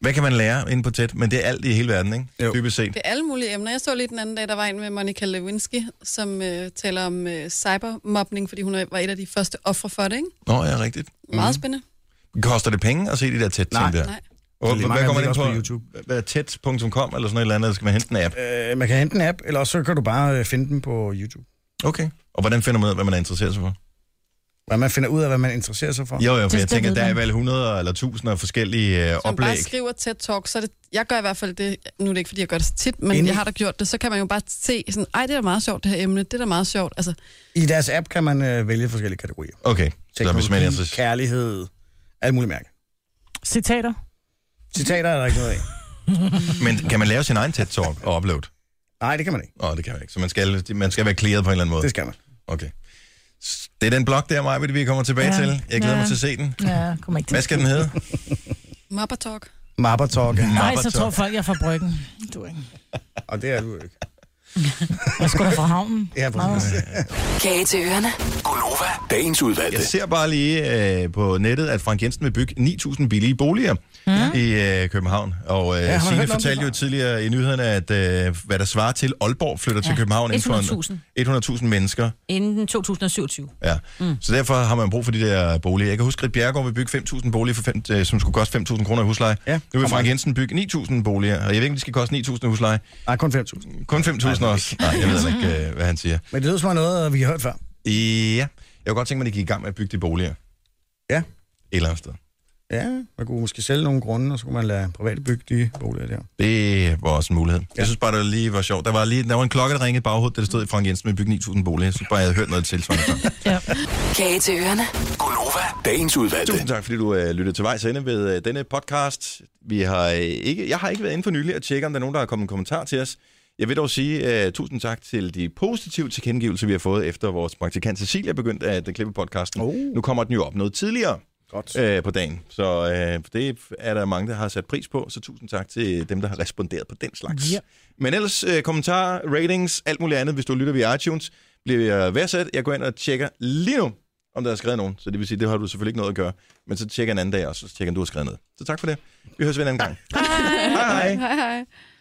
[SPEAKER 1] Hvad kan man lære inde på tæt? Men det er alt i hele verden, ikke?
[SPEAKER 3] Jo.
[SPEAKER 1] Dybest set.
[SPEAKER 4] Det er alle mulige emner. Jeg så lige den anden dag, der var en med Monica Lewinsky, som øh, taler om øh, cybermobning, fordi hun er- var et af de første ofre for det, ikke?
[SPEAKER 1] Nå, ja, rigtigt.
[SPEAKER 4] Meget spændende.
[SPEAKER 1] Koster det penge at se de der tæt
[SPEAKER 3] Nej.
[SPEAKER 1] ting der?
[SPEAKER 4] Nej.
[SPEAKER 1] Og,
[SPEAKER 3] Det er
[SPEAKER 1] hvad,
[SPEAKER 3] mange
[SPEAKER 1] hvad
[SPEAKER 3] af
[SPEAKER 1] kommer man
[SPEAKER 3] dem
[SPEAKER 1] ind
[SPEAKER 3] ligger
[SPEAKER 1] på?
[SPEAKER 3] også på YouTube.
[SPEAKER 1] Hvad er tæt.com eller sådan noget eller andet? Skal man hente en app?
[SPEAKER 3] Øh, man kan hente en app, eller også så kan du bare øh, finde den på YouTube.
[SPEAKER 1] Okay. Og hvordan finder man ud af, hvad man er interesseret sig for?
[SPEAKER 3] Hvordan man finder ud af, hvad man interesserer sig for.
[SPEAKER 1] Jo, jo, for
[SPEAKER 5] Det-
[SPEAKER 1] jeg
[SPEAKER 5] det
[SPEAKER 1] tænker,
[SPEAKER 5] ved
[SPEAKER 1] der er
[SPEAKER 5] man.
[SPEAKER 1] vel 100 eller 1000 af forskellige øh,
[SPEAKER 4] Hvis man bare
[SPEAKER 1] oplæg.
[SPEAKER 4] skriver TED Talk, så er det, jeg gør i hvert fald det, nu er det ikke, fordi jeg gør det så tit, men
[SPEAKER 3] Endelig.
[SPEAKER 4] Inden. jeg har da gjort det, så kan man jo bare se sådan, ej, det er da meget sjovt, det her emne, det er da meget sjovt. Altså,
[SPEAKER 3] I deres app kan man øh, vælge forskellige kategorier.
[SPEAKER 1] Okay, så hvis man er
[SPEAKER 3] Teknologi,
[SPEAKER 1] interesseret...
[SPEAKER 3] kærlighed, alt muligt mærke.
[SPEAKER 5] Citater?
[SPEAKER 3] Citater er der ikke noget af.
[SPEAKER 1] Men kan man lave sin egen tæt talk og upload?
[SPEAKER 3] Nej, det kan man ikke.
[SPEAKER 1] Åh, oh, det kan man ikke. Så man skal, man skal være clearet på en eller anden måde.
[SPEAKER 3] Det skal man.
[SPEAKER 1] Okay. S- Det er den blog der, Maja, vi kommer tilbage ja.
[SPEAKER 5] Ja.
[SPEAKER 1] til. Jeg glæder ja.
[SPEAKER 5] Ja.
[SPEAKER 1] mig til at se den.
[SPEAKER 5] Ja, jeg kommer ikke til.
[SPEAKER 1] Hvad skal den
[SPEAKER 3] (laughs)
[SPEAKER 1] hedde?
[SPEAKER 4] Mapper Talk.
[SPEAKER 3] Mapper talk.
[SPEAKER 5] Nej, så
[SPEAKER 1] Mappertop.
[SPEAKER 5] tror folk, jeg er fra Bryggen. Du er ikke.
[SPEAKER 3] Og det er du jo ikke.
[SPEAKER 5] Jeg skulle da fra havnen.
[SPEAKER 3] Ja, præcis.
[SPEAKER 10] Kage til ørerne.
[SPEAKER 9] Gunova, dagens udvalgte.
[SPEAKER 1] Jeg ser bare lige øh, på nettet, at Frank Jensen vil bygge 9.000 billige boliger mm. i øh, København. Og øh,
[SPEAKER 3] har
[SPEAKER 1] ja,
[SPEAKER 3] man hørt
[SPEAKER 1] Signe
[SPEAKER 3] om det
[SPEAKER 1] fortalte jo
[SPEAKER 3] før?
[SPEAKER 1] tidligere i nyhederne, at øh, hvad der svarer til Aalborg flytter ja. til
[SPEAKER 2] Ja,
[SPEAKER 1] København. inden for en-
[SPEAKER 2] 100.000.
[SPEAKER 1] 100.000 mennesker.
[SPEAKER 2] Inden 2027.
[SPEAKER 1] Ja. Mm. Så derfor har man brug for de der boliger. Jeg kan huske, at Bjergård ville bygge 5.000 boliger, for fem, øh, som skulle koste 5.000 kroner i husleje.
[SPEAKER 3] Ja.
[SPEAKER 1] Nu vil Frank Jensen bygge 9.000 boliger, og jeg ved ikke, om de skal koste 9.000 i husleje.
[SPEAKER 3] Nej, kun 5.000.
[SPEAKER 1] Kun 5.000 også. Nej, jeg ved (laughs) ikke, øh, hvad han siger.
[SPEAKER 3] Men det lyder som om noget, vi har hørt før.
[SPEAKER 1] Ja, jeg kunne godt tænke mig, at de gik i gang med at bygge de boliger et
[SPEAKER 3] Ja.
[SPEAKER 1] eller andet sted.
[SPEAKER 3] Ja, man kunne måske sælge nogle grunde, og så kunne man lade private bygge de boliger der.
[SPEAKER 1] Det var også en mulighed. Ja. Jeg synes bare, det lige var sjovt. Der var, lige, der var en klokke, der ringede i baghovedet, da det stod i Frank Jensen med bygge 9.000 boliger. Jeg synes bare, jeg havde hørt noget tilsvarende. før.
[SPEAKER 10] Kage til ørerne.
[SPEAKER 9] Gunova, dagens udvalgte.
[SPEAKER 1] Tusind tak, fordi du øh, lyttede til vejs ende ved øh, denne podcast. Vi har, øh, ikke, jeg har ikke været inde for nylig at tjekke, om der er nogen, der har kommet en kommentar til os. Jeg vil dog sige uh, tusind tak til de positive tilkendegivelser, vi har fået, efter vores praktikant Cecilia begyndte at øh, klippe podcasten. Oh. Nu kommer den jo op noget tidligere.
[SPEAKER 3] Godt.
[SPEAKER 1] øh, på dagen. Så øh, det er der mange, der har sat pris på, så tusind tak til dem, der har responderet på den slags.
[SPEAKER 5] Ja.
[SPEAKER 1] Men ellers øh, kommentarer, ratings, alt muligt andet, hvis du lytter via iTunes, bliver jeg værdsat. Jeg går ind og tjekker lige nu, om der er skrevet nogen. Så det vil sige, det har du selvfølgelig ikke noget at gøre. Men så tjekker jeg en anden dag, og så tjekker jeg, om du har skrevet noget. Så tak for det. Vi høres ved en anden gang.
[SPEAKER 14] Hej.
[SPEAKER 1] Hej.
[SPEAKER 14] Hej, hej.